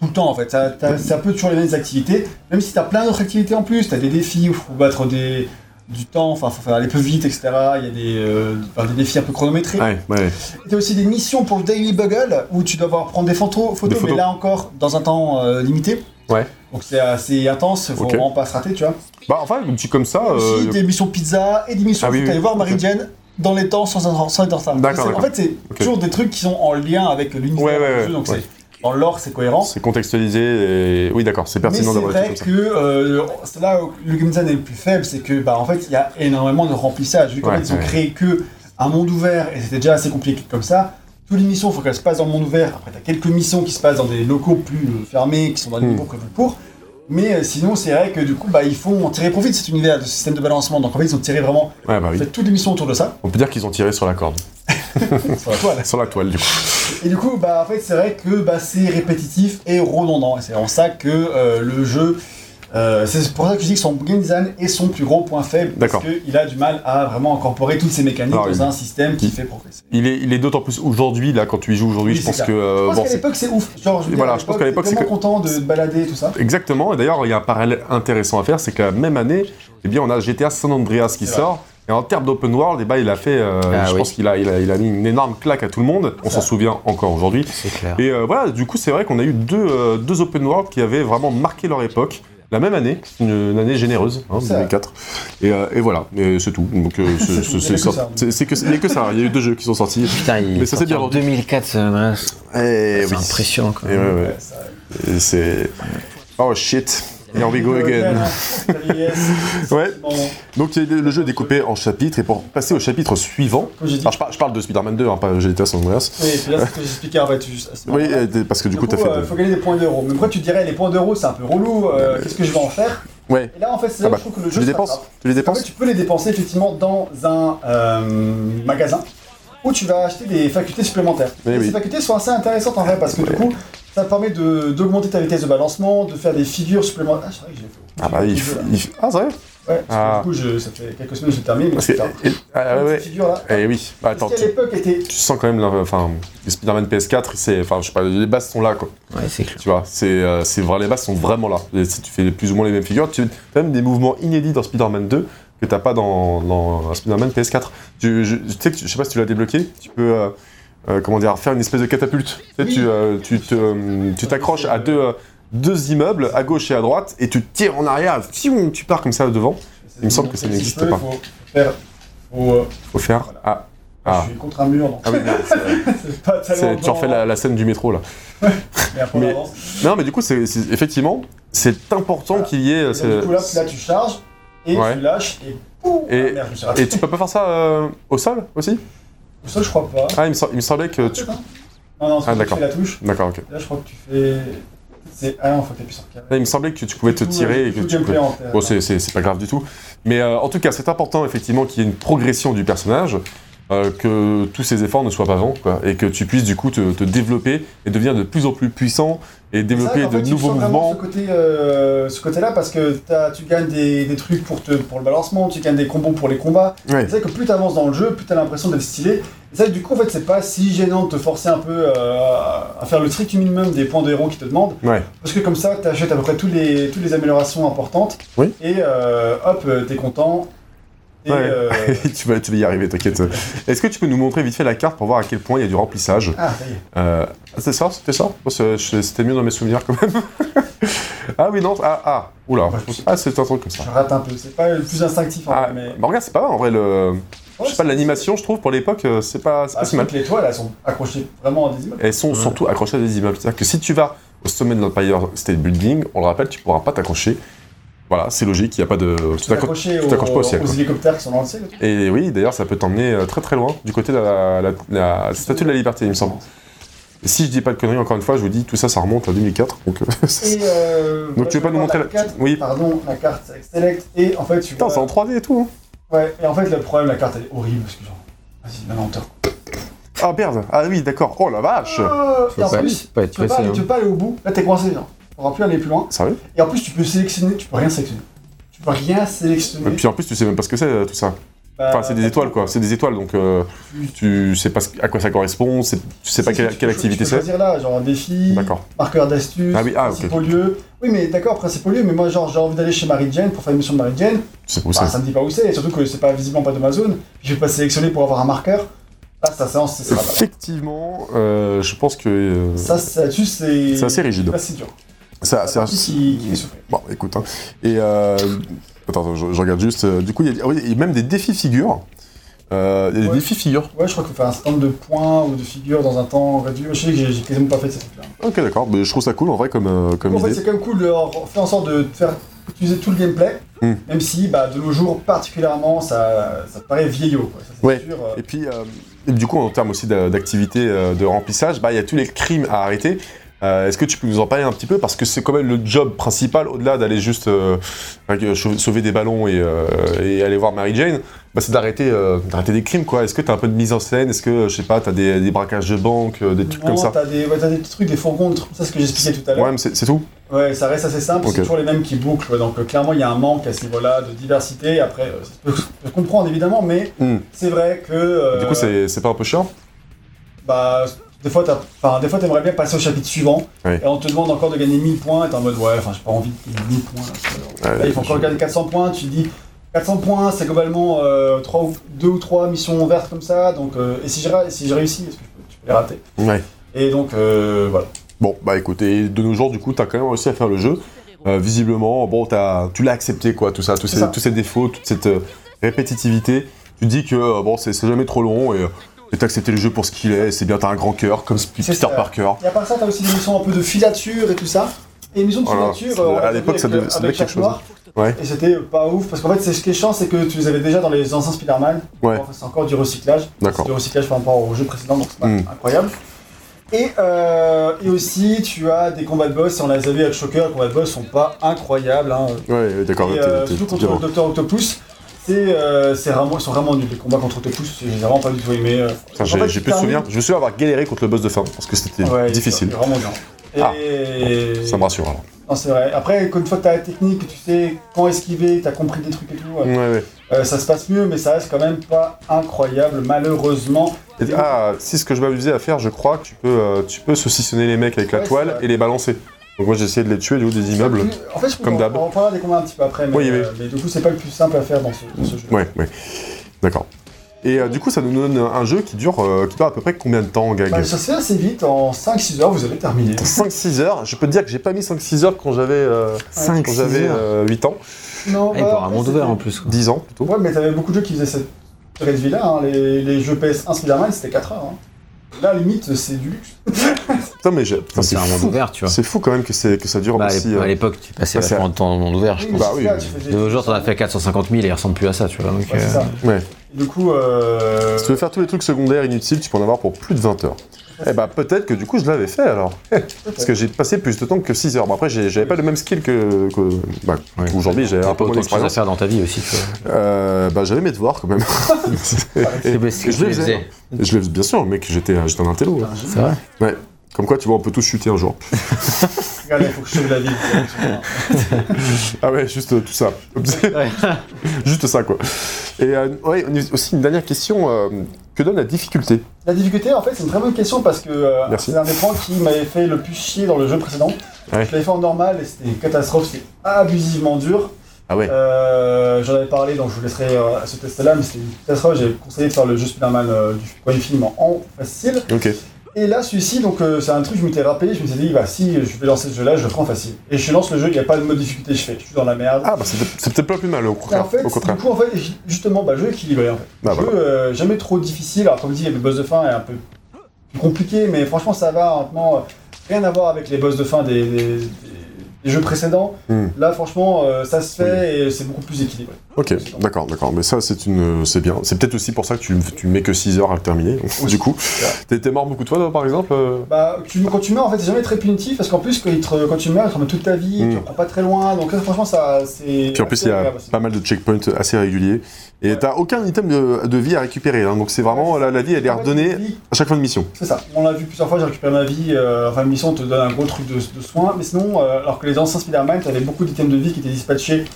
Speaker 1: tout le temps. En fait, ça, t'as- ça peut toujours les mêmes activités, même si t'as plein d'autres activités en plus. T'as des défis où faut battre des du temps, enfin faut faire aller plus vite, etc. Il y a des, euh, enfin, des défis un peu chronométrés.
Speaker 2: Ouais, ouais.
Speaker 1: Il y a aussi des missions pour le Daily Bugle où tu dois avoir prendre des photos, photos,
Speaker 2: Des photos.
Speaker 1: mais là encore dans un temps euh, limité.
Speaker 5: Ouais.
Speaker 1: Donc c'est assez intense, faut
Speaker 2: Ok.
Speaker 1: vraiment pas se rater, tu vois.
Speaker 2: Bah, enfin, tu comme ça.
Speaker 1: aussi
Speaker 2: euh,
Speaker 1: des missions pizza et des missions
Speaker 2: Ah
Speaker 1: où
Speaker 2: oui,
Speaker 1: tu
Speaker 2: oui,
Speaker 1: allais voir
Speaker 2: ok.
Speaker 1: Mary Jane dans les temps sans, être- sans être en retard.
Speaker 2: D'accord,
Speaker 1: C'est- En
Speaker 2: d'accord.
Speaker 1: fait, c'est
Speaker 2: Ok.
Speaker 1: toujours des trucs qui sont en lien avec l'univers
Speaker 5: Ouais, ouais,
Speaker 1: du
Speaker 5: ouais,
Speaker 1: jeu, donc
Speaker 5: ouais.
Speaker 1: c'est dans l'or, c'est cohérent.
Speaker 2: C'est contextualisé et. Oui, d'accord, c'est
Speaker 1: Mais c'est
Speaker 2: pertinent d'avoir des
Speaker 1: vrai
Speaker 2: trucs
Speaker 1: que euh, c'est là où le game design est le plus faible, c'est que bah en fait il y a énormément de remplissage. Vu qu'en
Speaker 5: Ouais,
Speaker 1: fait, ils ont
Speaker 5: ouais.
Speaker 1: créé que un monde ouvert et c'était déjà assez compliqué comme ça. Toutes les missions, il faut qu'elles se passent dans le monde ouvert. Après, t'as quelques missions qui se passent dans des locaux plus euh, fermés, qui sont dans des
Speaker 2: Hmm.
Speaker 1: niveaux prévus pour. Mais euh, sinon, c'est vrai que du coup, bah, il faut en tirer profit de cet univers, de ce système de balancement. Donc en fait, ils ont tiré vraiment
Speaker 2: comme ça. Ouais, bah oui.
Speaker 1: fait, toutes les missions autour de ça.
Speaker 5: On peut dire qu'ils ont tiré sur la corde,
Speaker 1: sur la toile.
Speaker 2: Sur la toile, du coup.
Speaker 1: Et du coup, bah, en fait, c'est vrai que bah, c'est répétitif et redondant. Et c'est en ça que euh, le jeu. euh, c'est pour ça que je dis que son game design est son plus gros point faible. Parce
Speaker 2: D'accord.
Speaker 1: qu'il a du mal à vraiment incorporer toutes ces mécaniques
Speaker 2: Alors,
Speaker 1: dans
Speaker 2: il-
Speaker 1: un système qui
Speaker 2: il-
Speaker 1: fait progresser.
Speaker 2: Il est, il est d'autant plus aujourd'hui, là, quand tu y joues aujourd'hui,
Speaker 1: Oui,
Speaker 2: je
Speaker 1: c'est
Speaker 2: pense
Speaker 1: ça.
Speaker 2: que. euh,
Speaker 1: Je pense
Speaker 2: bon,
Speaker 1: qu'à
Speaker 2: c'est-
Speaker 1: l'époque, c'est ouf. Genre, je veux dire,
Speaker 2: Voilà, je pense qu'à l'époque,
Speaker 1: t'es
Speaker 2: c'est
Speaker 1: tellement content de te balader et tout ça.
Speaker 2: Exactement, et d'ailleurs, il y a un parallèle intéressant à faire, c'est que la même année, eh bien, on a GTA San Andreas qui
Speaker 1: C'est
Speaker 2: sort. Et en termes d'open world, eh ben, il a fait, euh,
Speaker 3: Ah
Speaker 2: je
Speaker 3: oui.
Speaker 2: pense qu'il a, il a, il a mis une énorme claque à tout le monde. On s'en souvient encore aujourd'hui.
Speaker 3: C'est clair.
Speaker 2: Et euh, voilà, du coup, c'est vrai qu'on a eu deux, euh, deux open world qui avaient vraiment marqué leur époque. La même année, c'est une, une année généreuse, hein,
Speaker 1: Ça.
Speaker 2: 2004. Et, euh, et voilà, et c'est tout. Donc, euh, c'est-
Speaker 1: tout, il y
Speaker 2: c'est-
Speaker 1: a
Speaker 2: c'est
Speaker 1: que
Speaker 2: sorti-
Speaker 1: ça.
Speaker 2: c'est- c'est que il y a que ça. Il y a eu deux jeux qui sont sortis.
Speaker 3: Putain, il
Speaker 2: Mais
Speaker 3: est
Speaker 2: ça, c'est
Speaker 3: sorti
Speaker 2: bien
Speaker 3: en
Speaker 2: vendu.
Speaker 3: 2004, ce mince.
Speaker 2: Eh
Speaker 3: c'est
Speaker 2: oui.
Speaker 3: impressionnant quand
Speaker 2: Et ouais,
Speaker 3: même.
Speaker 2: ouais. Et c'est. Oh shit. Here we go
Speaker 1: hein,
Speaker 2: again. Ouais.
Speaker 1: Bon,
Speaker 2: Donc il y a- le jeu est découpé en chapitres et pour passer au chapitre suivant.
Speaker 1: comme j'ai dit,
Speaker 2: Alors je, par- je parle de Spider-Man 2, hein, pas GTA San Andreas.
Speaker 1: oui, puis là, c'est ce que j'expliquais en fait, juste à ce
Speaker 2: Oui,
Speaker 1: moment-là.
Speaker 2: euh, parce que du coup, t'as fait.
Speaker 1: euh,
Speaker 2: de-
Speaker 1: faut gagner des points d'euros. Mais pourquoi tu dirais les points d'euros, c'est un peu relou, euh, qu'est-ce que je vais en faire
Speaker 2: Ouais.
Speaker 1: Et là, en fait, c'est
Speaker 2: Ah
Speaker 1: là où
Speaker 2: bah,
Speaker 1: je trouve que le
Speaker 2: Tu
Speaker 1: jeu.
Speaker 2: les
Speaker 1: se
Speaker 2: dépenses
Speaker 1: rattrape.
Speaker 2: Tu les
Speaker 1: En fait,
Speaker 2: dépenses
Speaker 1: tu peux les dépenser effectivement dans un euh, magasin où tu vas acheter des facultés supplémentaires.
Speaker 2: Eh
Speaker 1: Et
Speaker 2: oui.
Speaker 1: Ces facultés sont assez intéressantes en vrai parce que du coup, ça te permet de- d'augmenter ta vitesse de balancement, de faire des figures supplémentaires. Ah, c'est vrai que je l'ai fait.
Speaker 2: Ah bah, il. f- il f- Ah, sérieux
Speaker 1: Ouais, parce que
Speaker 2: Ah.
Speaker 1: du coup, je- ça fait quelques semaines que j'ai terminé, mais
Speaker 2: Parce que.
Speaker 1: etc.
Speaker 2: et- ah, ouais, ouais.
Speaker 1: Cette figure-là.
Speaker 2: Eh oui. Bah,
Speaker 1: Attends,
Speaker 2: attends,
Speaker 1: qui à
Speaker 2: tu,
Speaker 1: l'époque était
Speaker 2: tu sens quand même. l'in- Enfin, les Spider-Man PS4, c'est. Enfin, je sais pas, les bases sont là, quoi.
Speaker 3: Ouais, c'est clair.
Speaker 2: Tu vois, c'est euh, c'est vrai, les bases sont vraiment là. Et si tu fais plus ou moins les mêmes figures, tu as même des mouvements inédits dans Spider-Man 2 que t'as pas dans, dans Spider-Man PS4. Tu, je, tu sais que tu- je sais pas si tu l'as débloqué, tu peux euh, euh, comment dire, faire une espèce de catapulte. Tu sais,
Speaker 1: Oui.
Speaker 2: tu, euh, tu te, euh, tu t'accroches à deux, euh, deux immeubles, à gauche et à droite, et tu tires en arrière, fiou, tu pars comme ça devant. Il me semble que ça
Speaker 1: Donc,
Speaker 2: n'existe
Speaker 1: si tu
Speaker 2: pas.
Speaker 1: peux, Faut faire... faut, euh,
Speaker 2: Faut faire.
Speaker 1: Voilà.
Speaker 2: Ah, ah.
Speaker 1: Je suis contre un mur, donc
Speaker 2: Ah oui, merde, c'est vrai.
Speaker 1: c'est pas tellement.
Speaker 2: C'est- tu refais la, la scène du métro là.
Speaker 1: Mais après, on
Speaker 2: mais-
Speaker 1: avance.
Speaker 2: Non, mais du coup, c'est c'est- effectivement, c'est important
Speaker 1: Voilà.
Speaker 2: qu'il y ait. euh,
Speaker 1: Et donc, du coup, là,
Speaker 2: ce-
Speaker 1: là, tu charges, et
Speaker 2: Ouais.
Speaker 1: tu lâches, et ouh,
Speaker 2: Et-
Speaker 1: ah, merde, je me suis raté.
Speaker 2: Et tu peux pas faire ça euh, au sol aussi
Speaker 1: Ça, je crois pas.
Speaker 2: Ah, il me, sem- il me semblait que tu.
Speaker 1: Peut-être, hein. Non, non, c'est
Speaker 2: Ah,
Speaker 1: quand tu
Speaker 2: d'accord.
Speaker 1: fais la touche.
Speaker 2: D'accord, ok.
Speaker 1: Là, je crois que tu fais. C'est... Ah non, faut que t'appuies sur le carré.
Speaker 2: Là, il me semblait que tu pouvais te
Speaker 1: Tout,
Speaker 2: tirer
Speaker 1: euh,
Speaker 2: et que
Speaker 1: tout
Speaker 2: tu
Speaker 1: gameplay
Speaker 2: pouvais.
Speaker 1: en tête.
Speaker 2: Bon, c'est- c'est c'est pas grave du tout. Mais euh, en tout cas, c'est important effectivement qu'il y ait une progression du personnage, euh, que tous ces efforts ne soient pas vains, quoi, et que tu puisses du coup te, te développer et devenir de plus en plus puissant et
Speaker 1: C'est vrai
Speaker 2: développer
Speaker 1: qu'en
Speaker 2: de
Speaker 1: fait, tu
Speaker 2: nouveaux
Speaker 1: sens vraiment
Speaker 2: mouvements.
Speaker 1: Ce, côté, euh, ce côté-là, parce que t'as- tu gagnes des, des trucs pour, te, pour le balancement, tu gagnes des combos pour les combats.
Speaker 2: Ouais.
Speaker 1: C'est vrai que plus t'avances dans le jeu, plus t'as l'impression d'être stylé. Et ça, du coup, en fait, c'est pas si gênant de te forcer un peu euh, à faire le strict minimum des points de héros qui te demandent.
Speaker 2: Ouais.
Speaker 1: Parce que comme ça, t'achètes à peu près tous les, toutes les améliorations importantes.
Speaker 2: Oui.
Speaker 1: Et euh, hop, euh, t'es content. Et,
Speaker 2: Ouais.
Speaker 1: euh,
Speaker 2: tu, vas, tu vas y arriver, t'inquiète. Est-ce que tu peux nous montrer vite fait la carte pour voir à quel point il y a du remplissage
Speaker 1: Ah, ça y est.
Speaker 2: Euh, C'était ça C'était ça Parce que je- C'était mieux dans mes souvenirs quand même. ah oui, non Ah, ah Oula Ah, c'est un truc comme ça.
Speaker 1: Je rate un peu. C'est pas le plus instinctif, en
Speaker 2: Ah,
Speaker 1: vrai, mais...
Speaker 2: bah regarde, c'est pas mal en vrai. Le...
Speaker 1: Ouais,
Speaker 2: je sais pas,
Speaker 1: c'est-
Speaker 2: l'animation, je trouve, pour l'époque, euh, c'est pas, c'est pas
Speaker 1: Ah,
Speaker 2: si mal.
Speaker 1: surtout que les toiles, elles sont accrochées vraiment à des immeubles.
Speaker 2: Elles sont surtout accrochées à des immeubles. C'est-à-dire que si tu vas au sommet de l'Empire State Building, on le rappelle, tu pourras pas t'accrocher. Voilà, c'est logique, il n'y a pas de. Tu
Speaker 1: Tu
Speaker 2: t'accroches-
Speaker 1: t'accroches
Speaker 2: tu t'accroches pas au ciel,
Speaker 1: aux
Speaker 2: quoi.
Speaker 1: hélicoptères qui sont dans le ciel.
Speaker 2: Et oui, d'ailleurs, ça peut t'emmener euh, très très loin, du côté de la, la- la statue de la liberté, il me semble. Et si je dis pas de conneries, encore une fois, je vous dis, tout ça, ça remonte à 2004. Donc, euh,
Speaker 1: Et, euh,
Speaker 2: donc tu veux pas nous montrer la.
Speaker 1: carte
Speaker 2: Oui,
Speaker 1: Pardon, la carte avec Select. Et en fait, tu
Speaker 2: putain,
Speaker 1: vois-
Speaker 2: c'est en 3D et tout. hein.
Speaker 1: Ouais, et en fait, le problème, la carte, elle est horrible parce que genre. Vas-y, maintenant, on te
Speaker 2: Ah merde, ah oui, d'accord. Oh la vache
Speaker 1: Et en plus,
Speaker 3: pas
Speaker 1: tu peux pas,
Speaker 2: hein.
Speaker 1: aller- tu peux pas aller au bout. Là, t'es coincé. Genre. On va plus aller plus loin.
Speaker 2: Sérieux
Speaker 1: Et en plus, tu peux sélectionner. Tu peux rien sélectionner. Tu peux rien
Speaker 2: Et
Speaker 1: sélectionner.
Speaker 2: puis en plus, tu sais même pas ce que c'est euh, tout ça.
Speaker 1: Bah,
Speaker 2: Enfin, c'est des étoiles quoi, c'est des étoiles donc euh, tu sais pas ce- à quoi ça correspond, c'est- tu sais pas
Speaker 1: si,
Speaker 2: quelle,
Speaker 1: tu peux
Speaker 2: quelle
Speaker 1: cho-
Speaker 2: activité
Speaker 1: tu peux
Speaker 2: c'est.
Speaker 1: choisir là, genre un défi,
Speaker 2: D'accord.
Speaker 1: marqueur d'astuce,
Speaker 2: Ah oui, ah, ok.
Speaker 1: principaux lieux. Oui, mais d'accord, principaux lieux, mais moi, genre, j'ai envie d'aller chez Marie Jane pour faire une mission de Marie Jane.
Speaker 2: Tu sais pas où
Speaker 1: Bah,
Speaker 2: c'est.
Speaker 1: ça me dit pas où c'est, et surtout que c'est pas visiblement pas de ma zone. Je vais pas sélectionner pour avoir un marqueur. Ah, ça, séance, c'est ça. là-bas.
Speaker 2: Effectivement, euh, je pense que euh,
Speaker 1: Ça, ça dessus, c'est.
Speaker 2: c'est assez rigide.
Speaker 1: Là, c'est dur.
Speaker 2: Ça, c'est
Speaker 1: C'est
Speaker 2: assez-
Speaker 1: qui, qui fait souffrir.
Speaker 2: Bon, écoute. hein. Et euh, attends, attends, je, je regarde juste. euh, du coup, il y, a- ah oui, il y a même des défis figures. Euh, Il y a des
Speaker 1: Ouais.
Speaker 2: défis figures.
Speaker 1: Ouais, je crois qu'il faut faire un stand de points ou de figures dans un temps réduit. Je sais que j'ai j'ai quasiment pas fait de ces trucs-là.
Speaker 2: Ok, d'accord. Mais je trouve ça cool en vrai comme, euh, comme
Speaker 1: En fait,
Speaker 2: idée.
Speaker 1: c'est quand même cool de leur faire en sorte de faire utiliser tout le gameplay,
Speaker 2: Hmm.
Speaker 1: même si bah, de nos jours, particulièrement, ça, ça paraît vieillot. Quoi. Ça, c'est
Speaker 2: Ouais.
Speaker 1: sûr, euh,
Speaker 2: Et puis, euh, et du coup, en termes aussi d'a- d'activité euh, de remplissage, bah, il y a tous les crimes à arrêter. Euh, Est-ce que tu peux nous en parler un petit peu Parce que c'est quand même le job principal, au-delà d'aller juste euh, euh, chau- sauver des ballons et, euh, et aller voir Mary Jane. bah, c'est d'arrêter euh, d'arrêter des crimes, quoi. Est-ce que t'as un peu de mise en scène Est-ce que, je sais pas, t'as des, des braquages de banque, euh, des trucs
Speaker 1: Non,
Speaker 2: comme ça
Speaker 1: T'as des, ouais, t'as des petits trucs, des fourgons, des trucs comme ça, ce que j'expliquais tout à l'heure.
Speaker 2: Ouais, mais c'est c'est tout.
Speaker 1: Ouais, ça reste assez simple,
Speaker 2: Ok.
Speaker 1: c'est toujours les mêmes qui bouclent. ouais. Donc euh, clairement, il y a un manque à ce niveau-là de diversité. Après, euh, ça se peut- je comprends évidemment, mais
Speaker 2: Hmm.
Speaker 1: c'est vrai que. euh,
Speaker 2: Du coup, c'est c'est pas un peu chiant
Speaker 1: Bah, des fois, t'as- enfin, des fois, t'aimerais bien passer au chapitre suivant,
Speaker 2: Oui.
Speaker 1: et on te demande encore de gagner 1000 points, et t'es en mode, ouais, enfin, j'ai pas envie de gagner 1000 points. là, c'est-
Speaker 2: Ouais,
Speaker 1: Là, il faut
Speaker 2: je-
Speaker 1: encore gagner 400 points, tu te dis. 400 points, c'est globalement 3 ou, 2 ou 3 missions vertes comme ça, donc euh, et si je, ra- si je réussis, est-ce que je peux, tu peux les rater
Speaker 2: Ouais.
Speaker 1: Et donc, euh, voilà.
Speaker 2: Bon, bah écoute, et de nos jours, du coup, t'as quand même réussi à faire le jeu. Euh, visiblement, bon, t'as- tu l'as accepté, quoi, tout ça, tous
Speaker 1: C'est
Speaker 2: ces,
Speaker 1: ça.
Speaker 2: tous ces défauts, toute cette euh, répétitivité. Tu dis que, euh, bon, c'est c'est jamais trop long et euh, et t'as accepté le jeu pour ce qu'il est, c'est bien, t'as un grand cœur, comme Sp-
Speaker 1: C'est
Speaker 2: Peter
Speaker 1: ça.
Speaker 2: Parker.
Speaker 1: Et à part ça, t'as aussi des missions un peu de filature et tout ça. Et les missions de
Speaker 2: Voilà,
Speaker 1: filature,
Speaker 2: Oh c'est-
Speaker 1: on
Speaker 2: à
Speaker 1: l'a
Speaker 2: l'époque,
Speaker 1: vu
Speaker 2: ça
Speaker 1: avec,
Speaker 2: devait- ça
Speaker 1: euh,
Speaker 2: devait
Speaker 1: avec
Speaker 2: être quelque
Speaker 1: Jack
Speaker 2: chose. hein.
Speaker 1: Noir.
Speaker 2: Ouais.
Speaker 1: Et c'était pas ouf, parce qu'en fait, c'est ce qui est chiant, c'est que tu les avais déjà dans les anciens Spider-Man.
Speaker 2: Ouais.
Speaker 1: Donc, C'est encore du recyclage. C'est
Speaker 2: D'accord.
Speaker 1: du recyclage par rapport au jeu précédent, donc c'est pas
Speaker 2: Hmm.
Speaker 1: incroyable. Et, euh, et aussi, tu as des combats de boss, et on les a vu avec Shocker, les combats de boss sont pas incroyables. Hein.
Speaker 2: Ah Ouais, d'accord,
Speaker 1: Et,
Speaker 2: t'es-
Speaker 1: euh,
Speaker 2: t'es-
Speaker 1: surtout
Speaker 2: t'es
Speaker 1: contre
Speaker 2: bien.
Speaker 1: le Docteur Octopus, c'est, euh, c'est vraiment, ils sont vraiment nuls. Les combats contre Octopus, j'ai vraiment pas du tout aimé. euh.
Speaker 2: Putain,
Speaker 1: En fait,
Speaker 2: J'ai j'ai
Speaker 1: tu
Speaker 2: plus de
Speaker 1: termines-
Speaker 2: souvenirs. Je me souviens avoir galéré contre le boss de fin parce que c'était
Speaker 1: Ouais,
Speaker 2: difficile.
Speaker 1: c'est Vraiment dur.
Speaker 2: Ah.
Speaker 1: Et...
Speaker 2: Ça me rassure alors.
Speaker 1: Non, c'est vrai. Après, une fois que t'as la technique, tu sais quand esquiver, t'as compris des trucs et tout,
Speaker 2: Ouais, ouais.
Speaker 1: euh, ça se passe mieux, mais ça reste quand même pas incroyable, malheureusement.
Speaker 2: Et- ah, si ce que je m'amusais à faire, je crois que tu peux, euh, tu peux saucissonner les mecs avec la
Speaker 1: Ouais, c'est
Speaker 2: toile
Speaker 1: vrai.
Speaker 2: et les balancer. Donc moi j'ai essayé de les tuer du haut des immeubles.
Speaker 1: En fait, je
Speaker 2: Comme d'hab.
Speaker 1: On reparlera des combats un petit peu après, mais,
Speaker 2: Oui, oui.
Speaker 1: euh, mais du coup, c'est pas le plus simple à faire dans ce, dans ce jeu.
Speaker 2: Ouais, ouais. D'accord. Et euh, du coup, ça nous donne un jeu qui dure, euh, qui dure à peu près combien de temps, Gag
Speaker 1: Bah, ça se fait assez vite, en 5-6 heures, vous avez terminé.
Speaker 2: Ah, 5-6 heures. Je peux te dire que j'ai pas mis 5-6 heures quand j'avais euh,
Speaker 3: 5
Speaker 2: quand j'avais euh, 8 ans,
Speaker 1: Non,
Speaker 3: il
Speaker 1: bah,
Speaker 3: peut avoir un
Speaker 1: après,
Speaker 3: monde
Speaker 1: c'était-
Speaker 3: ouvert en plus. quoi.
Speaker 2: 10 ans plutôt.
Speaker 1: Ouais, mais t'avais beaucoup de jeux qui faisaient cette durée de vie là. hein. Les, les jeux PS1 Spider-Man, c'était 4 heures. hein. Là, limite, c'est du luxe.
Speaker 2: Ah, Putain, mais j'ai- putain,
Speaker 3: C'est
Speaker 2: c'est
Speaker 3: un monde
Speaker 2: fou.
Speaker 3: ouvert, tu vois.
Speaker 2: C'est fou quand même que, c'est- que ça dure
Speaker 3: Bah, à
Speaker 2: aussi.
Speaker 3: l'époque-
Speaker 2: euh,
Speaker 3: à l'époque, tu passais
Speaker 2: bah, c'est-
Speaker 3: vachement de temps dans le monde ouvert, je
Speaker 1: mais
Speaker 3: pense.
Speaker 2: Bah oui,
Speaker 1: là,
Speaker 2: oui.
Speaker 1: tu faisais-
Speaker 3: De nos jours, t'en as fait 450 000 et il ressemble plus à ça, tu vois. donc,
Speaker 1: Ouais, c'est
Speaker 3: euh,
Speaker 1: ça.
Speaker 2: ouais.
Speaker 1: Et Du coup, euh...
Speaker 2: Si tu veux faire tous les trucs secondaires inutiles, tu peux en avoir pour plus de 20 heures. Eh bah peut-être que du coup je l'avais fait alors. Parce que j'ai passé plus de temps que 6 heures. Bon, après j'ai- j'avais pas le même skill que. que- bah,
Speaker 3: Ouais.
Speaker 2: Aujourd'hui j'ai un
Speaker 3: T'as pas
Speaker 2: peu moins
Speaker 3: autant de choses à
Speaker 2: d'expérience.
Speaker 3: faire dans ta vie aussi, tu vois.
Speaker 2: Euh, bah j'avais mes devoirs quand même.
Speaker 3: C'est parce que
Speaker 2: je
Speaker 3: tu
Speaker 2: le faisais.
Speaker 3: les faisais.
Speaker 2: Je l'ai bien sûr, mec, j'étais j'étais un intello. hein.
Speaker 3: C'est vrai.
Speaker 2: Ouais. Comme quoi tu vois on peut tous chuter un jour.
Speaker 1: Regarde, il faut que je sauve la vie.
Speaker 2: Ah ouais, juste euh, tout ça. juste ça quoi. Et euh, ouais, on a aussi une dernière question. euh, que donne la difficulté
Speaker 1: La difficulté, en fait, c'est une très bonne question parce que euh,
Speaker 2: Merci.
Speaker 1: c'est un des points qui m'avait fait le plus chier dans le jeu précédent.
Speaker 2: Ouais.
Speaker 1: Je l'avais fait en normal et c'était une catastrophe, c'était abusivement dur.
Speaker 2: Ah ouais.
Speaker 1: Euh, J'en avais parlé, donc je vous laisserai euh, à ce test-là, mais c'était une catastrophe. J'avais conseillé de faire le jeu Spider-Man euh, du premier film en, en facile.
Speaker 2: Ok.
Speaker 1: Et là, celui-ci, donc euh, c'est un truc, je m'étais rappelé, je me suis dit, bah si je vais lancer ce jeu-là, je le prends facile. Et je lance le jeu, il n'y a pas de mode difficulté, je fais, je suis dans la merde.
Speaker 2: Ah bah c'est peut- c'est peut-être pas plus mal au
Speaker 1: Et
Speaker 2: contraire.
Speaker 1: en fait,
Speaker 2: au contraire.
Speaker 1: du coup, en fait, ju- justement, bah, jeu équilibré. En fait.
Speaker 2: Bah,
Speaker 1: jeu, euh, jamais trop difficile. Alors, comme dit, le boss de fin est un peu plus compliqué, mais franchement, ça va. Maintenant, euh, rien à voir avec les boss de fin des, des- des jeux précédents.
Speaker 2: Hmm.
Speaker 1: Là, franchement, euh, ça se fait et c'est beaucoup plus équilibré.
Speaker 2: Ok, d'accord, d'accord. Mais ça, c'est une, euh, c'est bien. C'est peut-être aussi pour ça que tu, tu mets que 6 heures à le terminer. Du coup, t'es t'es mort beaucoup de fois, toi, par exemple euh
Speaker 1: Bah, tu- quand tu meurs, en fait, c'est jamais très punitif parce qu'en plus, quand, il te- quand tu meurs, il te remet toute ta vie,
Speaker 2: Hmm.
Speaker 1: tu reprends pas très loin. Donc, là, franchement, ça, c'est.
Speaker 2: Puis en plus, il y a
Speaker 1: agréable.
Speaker 2: pas mal de checkpoints assez réguliers. Et
Speaker 1: Ouais.
Speaker 2: t'as aucun item de, de vie à récupérer. hein. Donc c'est vraiment, la, la vie, elle est redonnée à chaque fin de mission.
Speaker 1: C'est ça, on l'a vu plusieurs fois, j'ai récupéré ma vie, euh, enfin mission, on te donne un gros truc de, de soin, mais sinon, euh, alors que les anciens Spider-Man, t'avais beaucoup d'items de vie qui étaient dispatchés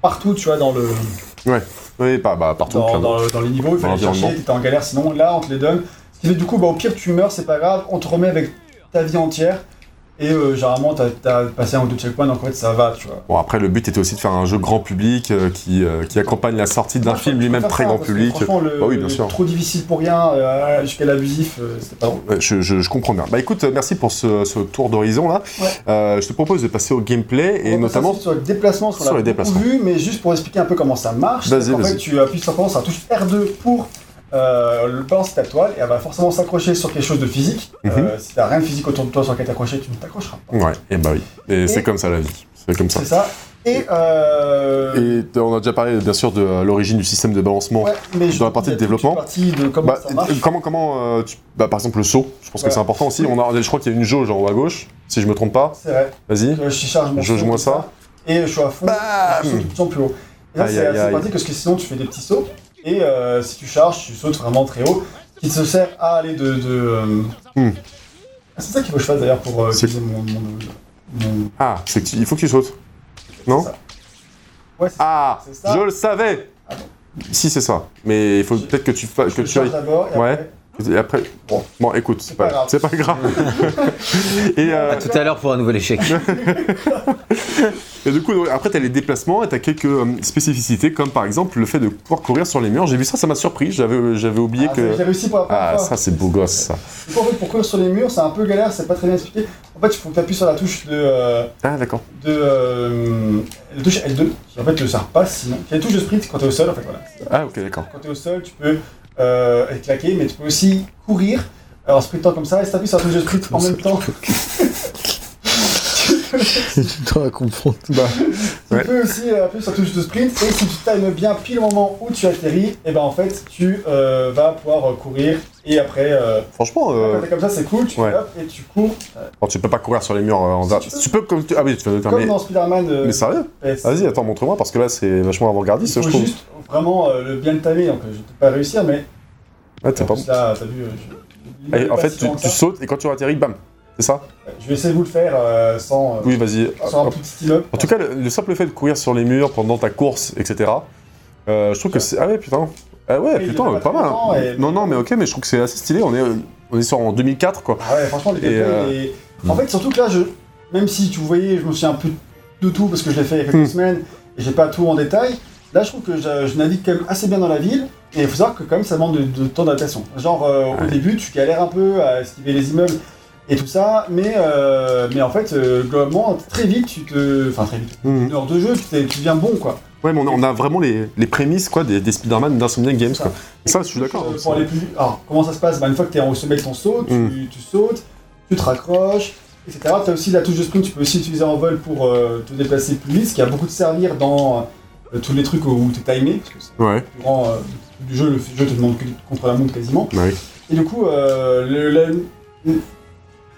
Speaker 1: partout, tu vois, dans le
Speaker 2: Oui, pas, bah, partout,
Speaker 1: dans,
Speaker 2: clairement.
Speaker 1: dans le- dans les niveaux, il
Speaker 2: Dans
Speaker 1: fallait les
Speaker 2: l'environnement.
Speaker 1: chercher, t'étais en galère, sinon là, on te les donne. Ce qui fait que du coup, bah, au pire, tu meurs, c'est pas grave, on te remet avec ta vie entière, et euh, généralement, t'as t'as passé un ou deux checkpoints, donc en fait, ça va, tu vois.
Speaker 2: Bon, après, le but était aussi de faire un jeu grand public euh, qui, euh, qui accompagne la sortie d'un
Speaker 1: Moi, je
Speaker 2: film
Speaker 1: préfère
Speaker 2: lui-même
Speaker 1: ça,
Speaker 2: très grand
Speaker 1: parce que
Speaker 2: public.
Speaker 1: Franchement, le,
Speaker 2: Bah oui, bien
Speaker 1: le
Speaker 2: sûr.
Speaker 1: trop difficile pour rien, euh, jusqu'à l'abusif, euh, c'était pas drôle.
Speaker 2: Ouais, Je, je- je comprends bien. Bah écoute, merci pour ce, ce tour d'horizon là.
Speaker 1: Ouais. bah,
Speaker 2: Euh, je te propose de passer au gameplay et
Speaker 1: On va passer
Speaker 2: notamment
Speaker 1: ensuite sur le déplacement, sur,
Speaker 2: sur
Speaker 1: la
Speaker 2: les déplacements.
Speaker 1: vue, mais juste pour expliquer un peu comment ça marche.
Speaker 2: Vas-y,
Speaker 1: en fait,
Speaker 2: vas-y.
Speaker 1: tu appuies simplement sur la touche R2 pour euh, le balancer ta toile, et elle va forcément s'accrocher sur quelque chose de physique.
Speaker 2: Mhm.
Speaker 1: Euh, si t'as rien de physique autour de toi sur lequel t'accrocher, tu ne t'accrocheras pas.
Speaker 2: Ouais, et bah oui. Et,
Speaker 1: Et-
Speaker 2: c'est comme ça la vie. C'est comme ça.
Speaker 1: C'est ça. Et, euh,
Speaker 2: Et euh, on a déjà parlé bien sûr de euh, l'origine du système de balancement.
Speaker 1: ouais, mais je
Speaker 2: la partie de
Speaker 1: dis, il y a toute
Speaker 2: développement.
Speaker 1: une partie de comment
Speaker 2: Bah,
Speaker 1: ça marche.
Speaker 2: euh, comment comment euh, tu- bah, par exemple le saut, je pense
Speaker 1: Ouais.
Speaker 2: que c'est important aussi. On a, je crois qu'il y a une jauge en haut à gauche, si je me trompe pas.
Speaker 1: C'est vrai.
Speaker 2: Vas-y.
Speaker 1: Euh, Je charge mon
Speaker 2: Jauge
Speaker 1: saut,
Speaker 2: moins
Speaker 1: tout
Speaker 2: ça.
Speaker 1: Et je suis à fond.
Speaker 2: Bam
Speaker 1: je saute de plus en plus haut. Et là,
Speaker 2: Aïe,
Speaker 1: c'est
Speaker 2: aïe,
Speaker 1: assez
Speaker 2: aïe.
Speaker 1: pratique parce que sinon, tu fais des petits sauts. Et euh, si tu charges, tu sautes vraiment très haut. Ce qui te sert à aller de. de, euh,
Speaker 2: Hmm.
Speaker 1: Ah, C'est ça qu'il faut que je fasse d'ailleurs pour euh,
Speaker 2: C'est-
Speaker 1: utiliser mon. mon, mon-
Speaker 2: Ah, c'est que tu- il faut que tu sautes. Non
Speaker 1: C'est ça. Ouais, c'est-
Speaker 2: Ah,
Speaker 1: C'est ça
Speaker 2: je le savais
Speaker 1: Ah bon.
Speaker 2: Si, c'est ça. Mais il faut peut-être que tu fasses.
Speaker 1: je
Speaker 2: Que
Speaker 1: le
Speaker 2: tu
Speaker 1: charge
Speaker 2: ailles.
Speaker 1: d'abord et
Speaker 2: Ouais.
Speaker 1: après.
Speaker 2: Et après. Bon, bon écoute, c'est
Speaker 1: C'est pas
Speaker 2: pas,
Speaker 1: grave.
Speaker 2: c'est pas grave. et, euh,
Speaker 3: À tout à l'heure pour un nouvel échec.
Speaker 2: et du coup, donc, après, t'as les déplacements et t'as quelques euh, spécificités, comme par exemple le fait de pouvoir courir sur les murs. J'ai vu ça, ça m'a surpris. J'avais euh, j'avais oublié
Speaker 1: Ah,
Speaker 2: que.
Speaker 1: J'ai réussi pour la première
Speaker 2: Ah,
Speaker 1: fois.
Speaker 2: ça, c'est beau gosse, ça.
Speaker 1: Du coup, en fait, pour courir sur les murs, c'est un peu galère, c'est pas très bien expliqué. En fait, il faut que tu appuies sur la touche de. euh,
Speaker 2: Ah, d'accord.
Speaker 1: de euh, la touche L2, qui en fait le sert pas sinon. C'est la touche de sprint quand t'es au sol, en fait, voilà.
Speaker 2: Ah, ok, d'accord.
Speaker 1: Quand t'es au sol, tu peux euh, être claqué, mais tu peux aussi courir euh, en sprintant comme ça, et si t'appuies sur la touche de sprint en même temps,
Speaker 3: tu dois comprendre.
Speaker 2: Bah,
Speaker 1: tu
Speaker 2: Ouais.
Speaker 1: peux aussi euh, appuyer sur la touche de sprint, et si tu times bien pile au moment où tu atterris, et ben en fait, tu euh, vas pouvoir euh, courir, et après, euh,
Speaker 2: franchement, euh,
Speaker 1: quand t'es comme ça, c'est cool, tu
Speaker 2: ouais.
Speaker 1: hop, et tu cours,
Speaker 2: bon, tu peux pas courir sur les murs euh, en
Speaker 1: Si tu peux.
Speaker 2: Tu peux comme tu. Ah oui, tu vas
Speaker 1: comme
Speaker 2: mais,
Speaker 1: dans Spider-Man euh,
Speaker 2: mais sérieux
Speaker 1: PS.
Speaker 2: Vas-y, attends, montre-moi, parce que là, c'est vachement
Speaker 1: Il
Speaker 2: avant-gardiste,
Speaker 1: faut
Speaker 2: je trouve.
Speaker 1: juste vraiment euh, le bien le tamer, donc euh, je vais peut-être pas réussir, mais
Speaker 2: Ah, t'es
Speaker 1: en
Speaker 2: pas
Speaker 1: plus, là, t'as vu, euh, je-
Speaker 2: Et en
Speaker 1: pas
Speaker 2: fait,
Speaker 1: si
Speaker 2: tu,
Speaker 1: loin que
Speaker 2: tu
Speaker 1: ça.
Speaker 2: sautes et quand tu atterris, bam C'est ça
Speaker 1: Je vais essayer de vous le faire euh, sans, euh,
Speaker 2: Oui, vas-y.
Speaker 1: sans un
Speaker 2: Hop.
Speaker 1: petit stylo.
Speaker 2: En tout cas, le, le simple fait de courir sur les murs pendant ta course, etc., euh, je trouve que c'est. Ah ouais, putain Ah ouais,
Speaker 1: Oui, il
Speaker 2: putain,
Speaker 1: y a
Speaker 2: euh, pas
Speaker 1: pas
Speaker 2: mal
Speaker 1: longtemps
Speaker 2: hein.
Speaker 1: et-
Speaker 2: Non, non, mais ok, mais je trouve que c'est assez stylé. On est, euh, on est sur en 2004, quoi.
Speaker 1: Ah ouais, franchement, le
Speaker 2: Et,
Speaker 1: gameplay,
Speaker 2: euh,
Speaker 1: il est- En fait, surtout que là, je... même si tu voyais, je me souviens un peu de tout parce que je l'ai fait il y a quelques
Speaker 2: Hmm.
Speaker 1: semaines et j'ai pas tout en détail. Là, je trouve que je, je navigue quand même assez bien dans la ville et il faut savoir que quand même ça demande de, de temps d'adaptation. Genre, euh, au début, tu galères un peu à esquiver les immeubles et tout ça, mais, euh, mais en fait, euh, globalement, très vite, tu te. Enfin, très vite.
Speaker 2: Mhm.
Speaker 1: Une heure de jeu, tu, t'es- tu deviens bon quoi.
Speaker 2: Ouais, mais on a, on a vraiment les, les prémices, quoi, des, des Spider-Man d'Insomniac Games, quoi. Ça, je suis d'accord.
Speaker 1: Euh, Pour aller plus vite. Alors, comment ça se passe Bah, Une fois que tu es au sommet de ton saut, tu,
Speaker 2: Mm.
Speaker 1: tu sautes, tu te raccroches, etc. Tu as aussi la touche de sprint, tu peux aussi utiliser en vol pour euh, te déplacer plus vite, ce qui a beaucoup de servir dans euh, tous les trucs où tu es timé, parce que c'est
Speaker 2: Ouais,
Speaker 1: le plus grand euh, du jeu, le jeu te demande que de contrôler un monde quasiment.
Speaker 2: bah oui.
Speaker 1: Et du coup, euh, le, la- le-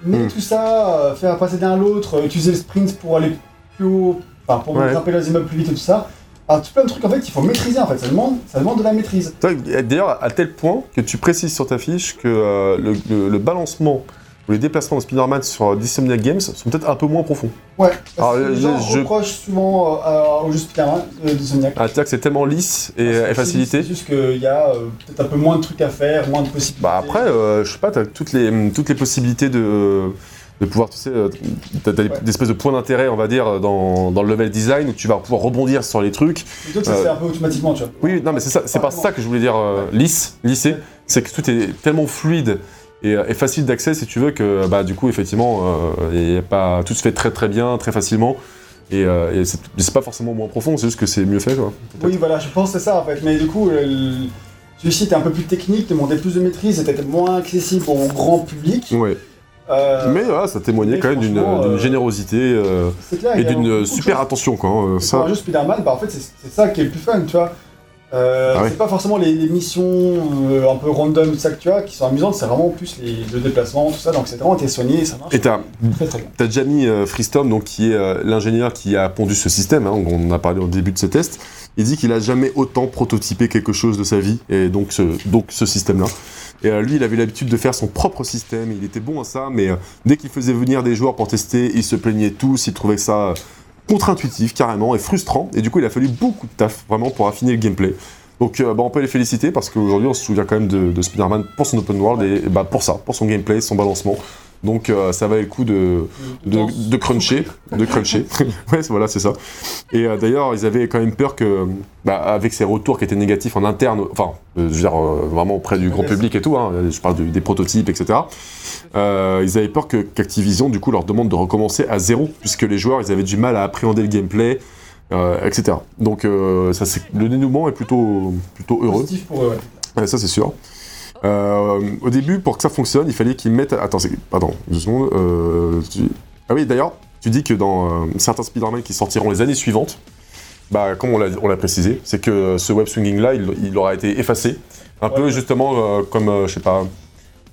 Speaker 1: mais
Speaker 2: Mm.
Speaker 1: tout ça, euh, faire passer d'un à l'autre, euh, utiliser le sprint pour aller plus haut, enfin pour
Speaker 2: Ouais.
Speaker 1: grimper les immeubles plus vite et tout ça. Alors, tout plein de trucs en fait qu'il faut maîtriser en fait, ça demande, ça demande de la maîtrise.
Speaker 2: Toi, D'ailleurs, à tel point que tu précises sur ta fiche que euh, le, le- le balancement ou les déplacements de Spider-Man sur euh, Insomniac Games sont peut-être un peu moins profonds.
Speaker 1: Ouais,
Speaker 2: Alors,
Speaker 1: parce que les
Speaker 2: je-
Speaker 1: gens
Speaker 2: je-
Speaker 1: reprochent souvent euh, à- au jeu Spider-Man euh, de Zodiac.
Speaker 2: Ah, c'est-à-dire que c'est tellement lisse et,
Speaker 1: Parce que
Speaker 2: et facilité.
Speaker 1: C'est juste qu'il y a euh, peut-être un peu moins de trucs à faire, moins de possibilités.
Speaker 2: Bah après, euh, je sais pas, t'as toutes les, mm, toutes les possibilités de, de pouvoir, tu sais, euh, t'as t'as des-
Speaker 1: Ouais.
Speaker 2: des espèces de points d'intérêt, on va dire, euh, dans, dans le level design où tu vas pouvoir rebondir sur les trucs.
Speaker 1: Plutôt que ça se
Speaker 2: euh,
Speaker 1: fait un peu automatiquement, tu vois.
Speaker 2: Oui, non, mais c'est ça, c'est pas ça que je voulais dire euh, lisse, lissé, c'est que tout est tellement fluide et, euh, et facile d'accès, si tu veux, que bah, du coup, effectivement, euh, y a pas, tout se fait très très bien, très facilement. Et, euh, et c'est c'est pas forcément moins profond, c'est juste que c'est mieux fait, quoi.
Speaker 1: Oui, voilà, je pense que c'est ça en fait. Mais du coup, le- celui-ci était un peu plus technique, demandait plus de maîtrise, était moins accessible au grand public.
Speaker 2: Ouais.
Speaker 1: Euh,
Speaker 2: Mm. mais voilà, ça témoignait
Speaker 1: mais
Speaker 2: quand même d'une
Speaker 1: franchement,
Speaker 2: d'une
Speaker 1: euh,
Speaker 2: générosité euh,
Speaker 1: c'est clair,
Speaker 2: et
Speaker 1: il y a
Speaker 2: d'une
Speaker 1: beaucoup
Speaker 2: euh,
Speaker 1: de
Speaker 2: super
Speaker 1: choses.
Speaker 2: attention, quoi. hein,
Speaker 1: Et
Speaker 2: ça,
Speaker 1: Pour un jeu Spider-Man, bah, en fait, c'est c'est ça qui est le plus fun, tu vois. Euh,
Speaker 2: Ah ouais.
Speaker 1: C'est pas forcément les, les missions euh, un peu random tout ça que tu as qui sont amusantes, c'est vraiment plus les, le déplacement, tout ça. Donc c'est vraiment t'es soigné, ça marche
Speaker 2: Et t'as
Speaker 1: très très bien.
Speaker 2: t'as déjà mis euh, Freestorm, donc qui est euh, l'ingénieur qui a pondu ce système, hein, on en a parlé au début de ce test, il dit qu'il a jamais autant prototypé quelque chose de sa vie, et donc ce, donc ce système-là. Et euh, lui, il avait l'habitude de faire son propre système, il était bon à ça, mais euh, dès qu'il faisait venir des joueurs pour tester, ils se plaignaient tous, ils trouvaient ça euh, contre-intuitif carrément et frustrant, et du coup, il a fallu beaucoup de taf vraiment pour affiner le gameplay. Donc euh, bah, on peut les féliciter parce qu'aujourd'hui on se souvient quand même de, de Spider-Man pour son open world et, et bah, pour ça, pour son gameplay, son balancement. Donc euh, ça valait le coup de, de, de cruncher, de cruncher. ouais, c'est- voilà, c'est ça. Et euh, d'ailleurs, ils avaient quand même peur que, bah, avec ces retours qui étaient négatifs en interne, enfin, euh, je veux dire, euh, vraiment auprès du grand public et tout, hein, je parle du- des prototypes, etc. euh, ils avaient peur que qu'Activision, du coup, leur demande de recommencer à zéro, puisque les joueurs, ils avaient du mal à appréhender le gameplay, euh, etc. Donc, euh, ça, c'est- le dénouement est plutôt, plutôt heureux.
Speaker 1: Positif pour eux, ouais.
Speaker 2: Ouais, ça c'est sûr. Euh, au début, pour que ça fonctionne, il fallait qu'ils mettent. Attends, c'est- pardon, deux secondes. euh, tu- Ah oui, d'ailleurs, tu dis que dans euh, certains Spider-Man qui sortiront les années suivantes, bah, comme on l'a on l'a précisé, c'est que ce web swinging là, il, il aura été effacé. Un peu
Speaker 1: Ouais.
Speaker 2: justement euh, comme, euh, je sais pas.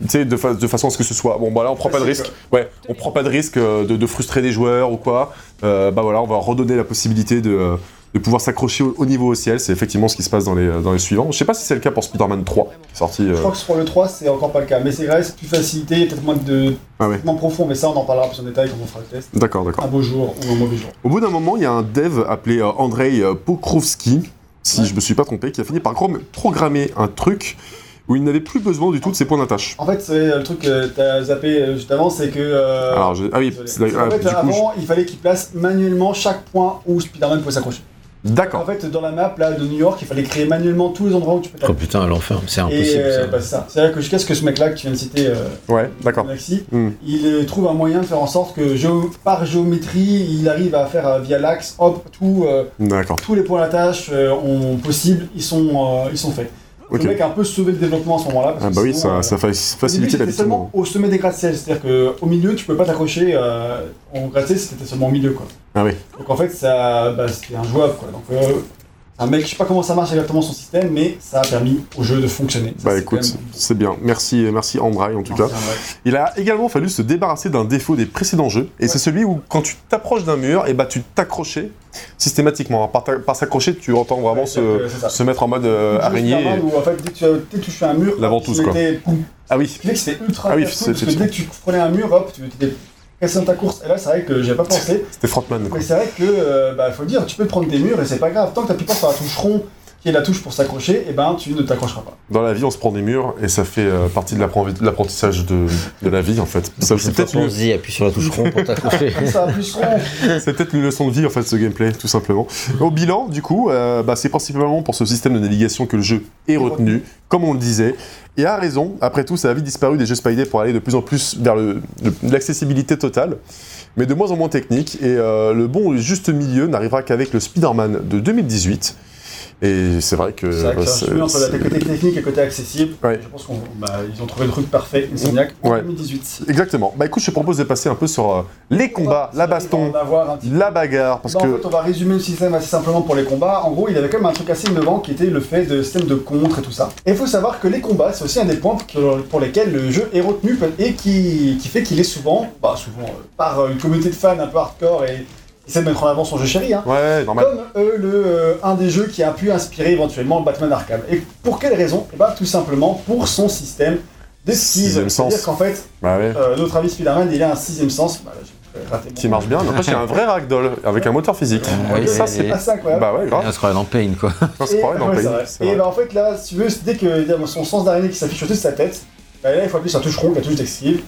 Speaker 2: Tu sais, de, fa- de façon à ce que ce soit. Bon, bah là, on prend pas de
Speaker 1: Facile,
Speaker 2: risque. Ouais, on prend pas de risque euh, de, de frustrer des joueurs ou quoi. Euh, bah voilà, on va redonner la possibilité de, de pouvoir s'accrocher au, au niveau au ciel. C'est effectivement ce qui se passe dans les, euh, dans les suivants. Je sais pas si c'est le cas pour Spider-Man 3, qui est sorti. euh,
Speaker 1: Je crois que sur le 3, c'est encore pas le cas. Mais c'est reste plus facilité, il y a peut-être moins de
Speaker 2: Ah ouais.
Speaker 1: moins profond, mais ça, on en parlera plus en détail quand on fera le test.
Speaker 2: D'accord, d'accord.
Speaker 1: Un beau jour ou un mauvais jour.
Speaker 2: Au bout d'un moment, il y a un dev appelé euh, Andrei euh, Pokrovski, si je me suis pas trompé, qui a fini par grom- programmer un truc où il n'avait plus besoin du tout de ses points d'attache.
Speaker 1: En fait, c'est euh, le truc que t'as zappé euh, juste avant, c'est que. euh,
Speaker 2: Alors, je- ah oui,
Speaker 1: désolé.
Speaker 2: c'est d'ailleurs-
Speaker 1: en
Speaker 2: ah,
Speaker 1: fait,
Speaker 2: du coup, je-
Speaker 1: avant, il fallait qu'il place manuellement chaque point où Spider-Man pouvait s'accrocher. En
Speaker 2: d'accord.
Speaker 1: fait, dans la map là, de New York, il fallait créer manuellement tous les endroits où tu peux
Speaker 3: Oh
Speaker 1: taper.
Speaker 3: putain, l'enfer, c'est
Speaker 1: Et
Speaker 3: impossible.
Speaker 1: euh,
Speaker 3: ça.
Speaker 1: bah, c'est ça. C'est vrai que jusqu'à ce que ce mec-là que tu viens de citer, euh,
Speaker 2: Ouais, d'accord.
Speaker 1: Maxi,
Speaker 2: Hmm.
Speaker 1: il euh, trouve un moyen de faire en sorte que géo- par géométrie, il arrive à faire euh, via l'axe, hop, tout, euh,
Speaker 2: D'accord.
Speaker 1: tous les points d'attache euh, ont- possibles, ils sont, euh, ils sont faits.
Speaker 2: Ok.
Speaker 1: Le mec a un peu sauvé le développement à ce moment-là. parce
Speaker 2: Ah
Speaker 1: que
Speaker 2: bah oui,
Speaker 1: sinon,
Speaker 2: ça,
Speaker 1: euh,
Speaker 2: ça fa-
Speaker 1: au début,
Speaker 2: facilitait
Speaker 1: c'était
Speaker 2: l'habitation.
Speaker 1: seulement au sommet des gratte-ciel, c'est-à-dire qu'au milieu, tu peux pas t'accrocher euh, en gratte-ciel, c'était seulement au milieu, quoi.
Speaker 2: Ah oui.
Speaker 1: Donc en fait, ça, bah, c'était injouable, quoi. Donc, euh, un mec, je sais pas comment ça marche exactement son système, mais ça a permis au jeu de fonctionner. Ça,
Speaker 2: Bah
Speaker 1: c'est
Speaker 2: écoute,
Speaker 1: quand même-
Speaker 2: c'est bien. Merci, merci Andrei en tout
Speaker 1: Non,
Speaker 2: cas.
Speaker 1: c'est un vrai.
Speaker 2: Il a également fallu se débarrasser d'un défaut des précédents jeux, et
Speaker 1: Ouais.
Speaker 2: c'est celui où quand tu t'approches d'un mur, et bah tu t'accrochais systématiquement. Par, ta- par s'accrocher, tu entends vraiment
Speaker 1: C'est-à-dire
Speaker 2: se,
Speaker 1: que c'est ça.
Speaker 2: se mettre en mode euh, araignée.
Speaker 1: Superman, où, en fait, dès que tu as- dès que tu touchais un mur,
Speaker 2: L'avant-touche,
Speaker 1: tu
Speaker 2: quoi.
Speaker 1: mettais- poum.
Speaker 2: Ah oui,
Speaker 1: Ce qui fait que c'était ultra
Speaker 2: Ah oui,
Speaker 1: casse-cou,
Speaker 2: c'est-
Speaker 1: parce que
Speaker 2: c'est-
Speaker 1: dès que tu prenais un mur, hop, tu étais cassé dans ta course. Et là, c'est vrai que j'avais pas pensé.
Speaker 2: c'était Frontman. quoi.
Speaker 1: Mais c'est vrai que, euh, bah, faut le dire, tu peux te prendre des murs et c'est pas grave. Tant que t'appuies pas sur la touche rond, qui est la touche pour s'accrocher, et ben tu ne t'accrocheras pas.
Speaker 2: Dans la vie, on se prend des murs, et ça fait euh, partie de l'appren- de l'apprentissage de, de la vie en fait. Ça, C'est peut-être Ah. une,
Speaker 3: Pense-y, appuie sur la touche rond pour t'accrocher.
Speaker 1: Comme ça, plus rond.
Speaker 2: c'est peut-être une leçon de vie en fait, ce gameplay, tout simplement. Au bilan, du coup, euh, bah, c'est principalement pour ce système de navigation que le jeu est retenu, comme on le disait. Et a raison, après tout, ça a vite disparu des jeux Spidey pour aller de plus en plus vers le- le- l'accessibilité totale, mais de moins en moins technique. Et euh, le bon et juste milieu n'arrivera qu'avec le Spider-Man de 2018. Et c'est vrai que.
Speaker 1: C'est vrai que
Speaker 2: bah,
Speaker 1: c'est
Speaker 2: c'est-
Speaker 1: un entre la
Speaker 2: c'est-
Speaker 1: côté technique et côté accessible.
Speaker 2: Ouais.
Speaker 1: Je pense qu'on, bah, ils ont trouvé le truc parfait, Insomniac, en
Speaker 2: Ouais.
Speaker 1: 2018.
Speaker 2: Exactement. Bah écoute, je te propose de passer un peu sur euh, les combats, la
Speaker 1: On
Speaker 2: baston,
Speaker 1: va avoir un petit
Speaker 2: la bagarre, parce
Speaker 1: Bah,
Speaker 2: que.
Speaker 1: En fait, on va résumer le système assez simplement pour les combats. En gros, il avait quand même un truc assez innovant qui était le fait de système de contre et tout ça. Et il faut savoir que les combats, c'est aussi un des points que- pour lesquels le jeu est retenu et qui, qui fait qu'il est souvent, bah, souvent euh, par euh, une communauté de fans un peu hardcore et qui essaie de mettre en avant son jeu chéri. hein.
Speaker 2: Ouais, normal.
Speaker 1: Comme euh, le, euh, un des jeux qui a pu inspirer éventuellement Batman Arkham. Et pour quelle raison Eh bah, tout simplement pour son système d'esquive.
Speaker 2: Sixième sens.
Speaker 1: C'est-à-dire qu'en fait,
Speaker 2: Bah ouais.
Speaker 1: euh, notre ami Spider-Man, il a un sixième sens. Bah, là, j'ai raté mon-
Speaker 2: qui marche bien. N'empêche, il y a un vrai ragdoll avec un moteur physique.
Speaker 3: Ouais,
Speaker 2: ça,
Speaker 3: et-
Speaker 2: c'est.
Speaker 1: C'est assez incroyable.
Speaker 2: Bah ouais, grave.
Speaker 3: On se croirait Ah, dans Pain, quoi.
Speaker 2: Ça, c'est
Speaker 1: Et-
Speaker 2: pareil dans
Speaker 1: ouais,
Speaker 2: le
Speaker 1: c'est
Speaker 2: pays.
Speaker 1: vrai.
Speaker 2: C'est
Speaker 1: Et
Speaker 2: vrai.
Speaker 1: bah, en fait, là, si tu veux, dès que il y a son sens d'araignée qui s'affiche au-dessus de sa tête, bah, là, il faut appuyer sur la touche ronde, la touche d'esquive,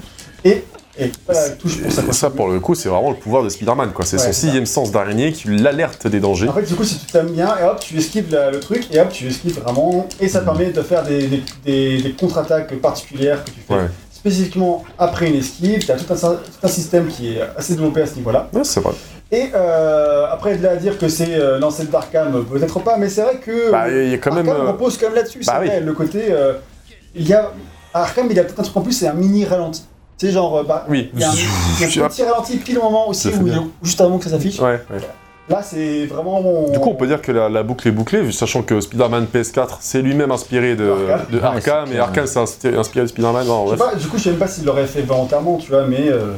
Speaker 1: et, et pas la touche pour
Speaker 2: Et
Speaker 1: s'accrocher.
Speaker 2: Ça, pour le coup, c'est vraiment le pouvoir de Spider-Man. quoi. C'est
Speaker 1: Ouais,
Speaker 2: son
Speaker 1: c'est ça.
Speaker 2: sixième sens d'araignée qui l'alerte des dangers.
Speaker 1: En fait, du coup, si tu t'aimes bien, et hop, tu esquives la- le truc, et hop, tu esquives vraiment, et
Speaker 2: Mm.
Speaker 1: ça te permet de faire des, des- des- des contre-attaques particulières que tu fais
Speaker 2: Ouais.
Speaker 1: spécifiquement après une esquive. Tu as tout un, tout un système qui est assez développé à ce niveau-là.
Speaker 2: Ouais, c'est vrai.
Speaker 1: Et euh, après, de là à dire que c'est euh, l'ancêtre d'Arkham, peut-être pas, mais c'est vrai que.
Speaker 2: Bah, il y a quand même,
Speaker 1: Arkham
Speaker 2: euh,
Speaker 1: repose quand même là-dessus,
Speaker 2: bah
Speaker 1: c'est
Speaker 2: oui.
Speaker 1: vrai. Le côté. euh, il y a. à Arkham, il y a peut-être un truc en plus, c'est un mini ralenti. Tu sais, genre. euh, Bah,
Speaker 2: Oui.
Speaker 1: Il y a un, il y a un petit ralenti pile au moment aussi,
Speaker 2: Ça fait
Speaker 1: où,
Speaker 2: bien.
Speaker 1: juste avant que ça s'affiche.
Speaker 2: Ouais, ouais.
Speaker 1: Là, c'est vraiment. mon-
Speaker 2: Du coup, on peut dire que la, la boucle est bouclée, sachant que Spider-Man PS4, c'est lui-même inspiré de,
Speaker 1: Arkham.
Speaker 2: de
Speaker 3: Ouais,
Speaker 2: Arkham,
Speaker 3: c'est
Speaker 2: et
Speaker 3: clair.
Speaker 2: Arkham, c'est inspiré- inspiré de Spider-Man. Non,
Speaker 1: Je sais
Speaker 2: bref.
Speaker 1: pas, du coup, je sais même pas s'il l'aurait fait volontairement, tu vois, mais. euh,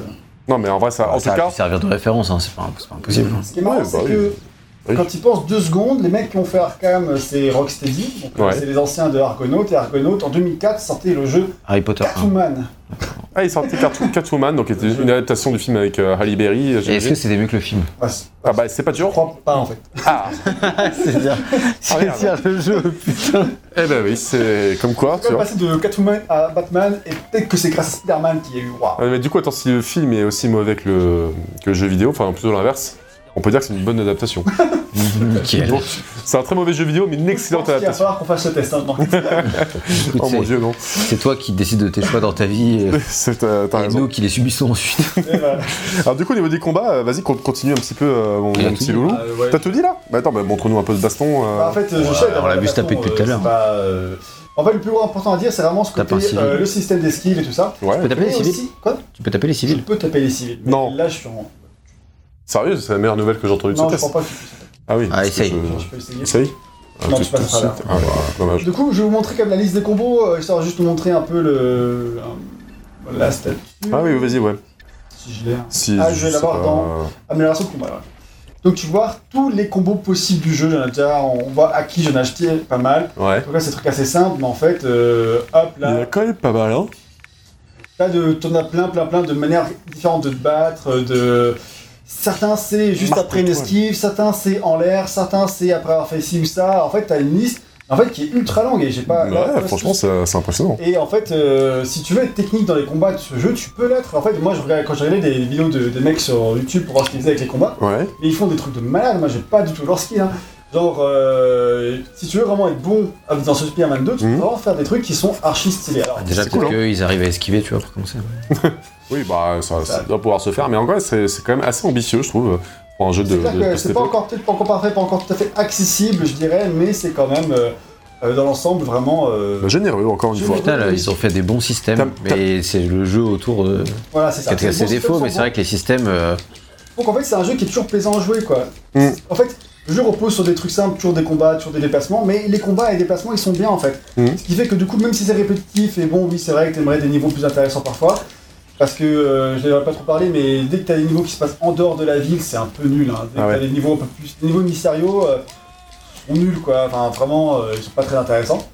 Speaker 2: Non, mais en vrai, ça, en
Speaker 3: ça
Speaker 2: tout
Speaker 3: a
Speaker 2: cas,
Speaker 3: pu servir de référence, hein, c'est pas, c'est pas impossible.
Speaker 1: Ce qui est marrant,
Speaker 2: Ouais, bah
Speaker 1: c'est
Speaker 2: oui.
Speaker 1: que
Speaker 2: Oui.
Speaker 1: quand ils pensent deux secondes, les mecs qui ont fait Arkham, euh, c'est Rocksteady, donc euh,
Speaker 2: Ouais.
Speaker 1: c'est les anciens de Argonaut, et Argonaut, en 2004, sortait le jeu
Speaker 3: Harry Potter. hein.
Speaker 1: Catwoman.
Speaker 2: ah, il sortait Cat- Catwoman, donc était une adaptation du film avec euh, Halle Berry.
Speaker 3: Et Est-ce que
Speaker 2: j'imagine.
Speaker 3: c'était mieux que le film
Speaker 1: Bah, c'est-
Speaker 2: Ah, bah, c'est pas
Speaker 1: Je
Speaker 2: dur.
Speaker 1: crois pas en fait.
Speaker 2: Ah,
Speaker 3: C'est dire,
Speaker 2: Ah, merde. dire
Speaker 3: le jeu, putain.
Speaker 2: eh ben oui, c'est comme quoi, tu
Speaker 1: Quand
Speaker 2: vois.
Speaker 1: passer de Catwoman à Batman, et peut-être que c'est grâce à Spider-Man qu'il y a eu. Waouh!
Speaker 2: Ouais, Euh, mais du coup, attends, si le film est aussi mauvais que le, que le jeu vidéo, enfin plutôt l'inverse, on peut dire que c'est une bonne adaptation.
Speaker 3: Nickel.
Speaker 2: Donc, c'est un très mauvais jeu vidéo, mais une excellente
Speaker 1: Il va
Speaker 2: adaptation.
Speaker 1: falloir qu'on fasse le test. Hein, donc.
Speaker 3: Écoute,
Speaker 2: Oh mon
Speaker 3: c'est-
Speaker 2: dieu, non.
Speaker 3: c'est toi qui décides de tes choix dans ta vie et,
Speaker 2: C'est, euh, T'as
Speaker 3: et
Speaker 2: raison.
Speaker 3: nous qui les subissons ensuite.
Speaker 1: Et voilà.
Speaker 2: Alors, du coup, au niveau des combats, euh, vas-y, qu'on continue un petit peu, euh, mon,
Speaker 3: Il a
Speaker 2: mon
Speaker 3: tout
Speaker 2: petit
Speaker 3: dit.
Speaker 2: loulou.
Speaker 1: Euh, ouais.
Speaker 2: T'as tout dit là Bah attends, bah, montre-nous un peu de baston. euh.
Speaker 1: Bah, en fait, euh, je
Speaker 3: Ouais,
Speaker 1: sais,
Speaker 3: on l'a vu se taper depuis tout à
Speaker 1: euh,
Speaker 3: l'heure.
Speaker 1: En fait, le plus important à dire, c'est vraiment ce
Speaker 3: Tape un
Speaker 1: côté,
Speaker 3: civil.
Speaker 1: euh, le système d'esquive et tout ça.
Speaker 3: Tu
Speaker 2: Ouais.
Speaker 3: peux taper les
Speaker 1: Mais
Speaker 3: civils
Speaker 1: aussi- quoi
Speaker 3: Tu peux taper les
Speaker 1: Je
Speaker 3: civils
Speaker 1: peux taper les civils. mais
Speaker 2: Non.
Speaker 1: Là, je suis en.
Speaker 2: Sérieux, c'est la meilleure nouvelle que j'ai entendue de
Speaker 1: Non,
Speaker 2: ce
Speaker 1: je
Speaker 2: test.
Speaker 1: crois pas que tu puisses.
Speaker 2: Ah oui.
Speaker 3: Ah,
Speaker 2: parce que
Speaker 3: essaye.
Speaker 2: je-
Speaker 1: Je peux essayer.
Speaker 2: Essaye
Speaker 1: Non,
Speaker 2: Ah,
Speaker 1: je passe à
Speaker 2: Ah,
Speaker 1: travers.
Speaker 2: bah, dommage.
Speaker 1: Du coup, je vais vous montrer comme la liste des combos, euh, histoire juste de vous montrer un peu le. euh, La statue.
Speaker 2: Ah oui, vas-y, ouais.
Speaker 1: Si je l'ai. hein.
Speaker 2: Si,
Speaker 1: Ah, je vais
Speaker 2: sais
Speaker 1: l'avoir
Speaker 2: pas.
Speaker 1: dans- Amélioration de combat, ouais. Donc tu vois tous les combos possibles du jeu. J'en ai déjà, on voit à qui j'en ai acheté pas mal.
Speaker 2: Ouais.
Speaker 1: Donc là, c'est des trucs assez simples, mais en fait, euh, hop
Speaker 2: Il y en a
Speaker 1: là,
Speaker 2: quand même pas mal, hein.
Speaker 1: t'as de, t'en as plein, plein, plein de manières différentes de te battre, euh, de. Certains c'est juste
Speaker 2: Marque
Speaker 1: après une
Speaker 2: ton
Speaker 1: esquive, certains c'est en l'air, certains c'est après avoir fait ci ou ça. En fait, t'as une liste, en fait, qui est ultra longue et j'ai pas.
Speaker 2: Ouais,
Speaker 1: là, là,
Speaker 2: franchement, c'est c'est impressionnant.
Speaker 1: Et en fait, euh, si tu veux être technique dans les combats de ce jeu, tu peux l'être. En fait, moi, je regardais, quand je regardais des vidéos de, des mecs sur YouTube pour voir ce qu'ils faisaient avec les combats,
Speaker 2: Ouais.
Speaker 1: et ils font des trucs de malade. Moi, j'ai pas du tout leur skill. hein. Genre, euh, si tu veux vraiment être bon dans ce Spider-Man 2, tu peux
Speaker 2: Mhm.
Speaker 1: vraiment faire des trucs qui sont archi stylés. Alors,
Speaker 3: Déjà,
Speaker 2: C'est
Speaker 3: peut-être
Speaker 2: cool, hein.
Speaker 3: qu'ils arrivent à esquiver, tu vois, pour commencer.
Speaker 2: Oui, bah, ça, ça
Speaker 1: Ça-
Speaker 2: doit pouvoir se faire, mais en vrai, c'est c'est quand même assez ambitieux, je trouve, pour un jeu de.
Speaker 1: c'est clair
Speaker 2: de- de
Speaker 1: que
Speaker 2: cette
Speaker 1: c'est pas
Speaker 2: époque.
Speaker 1: encore, peut-être pas encore parfait, pas encore tout à fait accessible, je dirais, mais c'est quand même, euh, euh, dans l'ensemble, vraiment. euh,
Speaker 2: Bah, Généreux, encore une
Speaker 1: Je-
Speaker 2: fois.
Speaker 1: Ouais.
Speaker 3: Putain, là, ils ont fait des bons systèmes,
Speaker 2: T'as- t'as-
Speaker 3: mais c'est le jeu autour de...
Speaker 1: voilà, c'est ça.
Speaker 3: qui a
Speaker 1: C'est
Speaker 3: ses
Speaker 1: bon,
Speaker 3: défauts, mais c'est vrai que les systèmes. euh,
Speaker 1: Donc en fait, c'est un jeu qui est toujours plaisant à jouer, quoi.
Speaker 2: Mm.
Speaker 1: En fait, le jeu repose sur des trucs simples, toujours des combats, toujours des déplacements, mais les combats et les déplacements, ils sont bien, en fait.
Speaker 2: Mm.
Speaker 1: Ce qui fait que du coup, même si c'est répétitif, et bon, oui, c'est vrai que t'aimerais des niveaux plus intéressants parfois, parce que, euh, je n'ai pas trop parlé, mais dès que t'as des niveaux qui se passent en dehors de la ville, c'est un peu nul, hein. Dès
Speaker 2: Ah
Speaker 1: que
Speaker 2: ouais.
Speaker 1: t'as des niveaux un peu plus... Des niveaux mystérieux, euh, sont nuls, quoi. Enfin, vraiment, euh, ils sont pas très intéressants.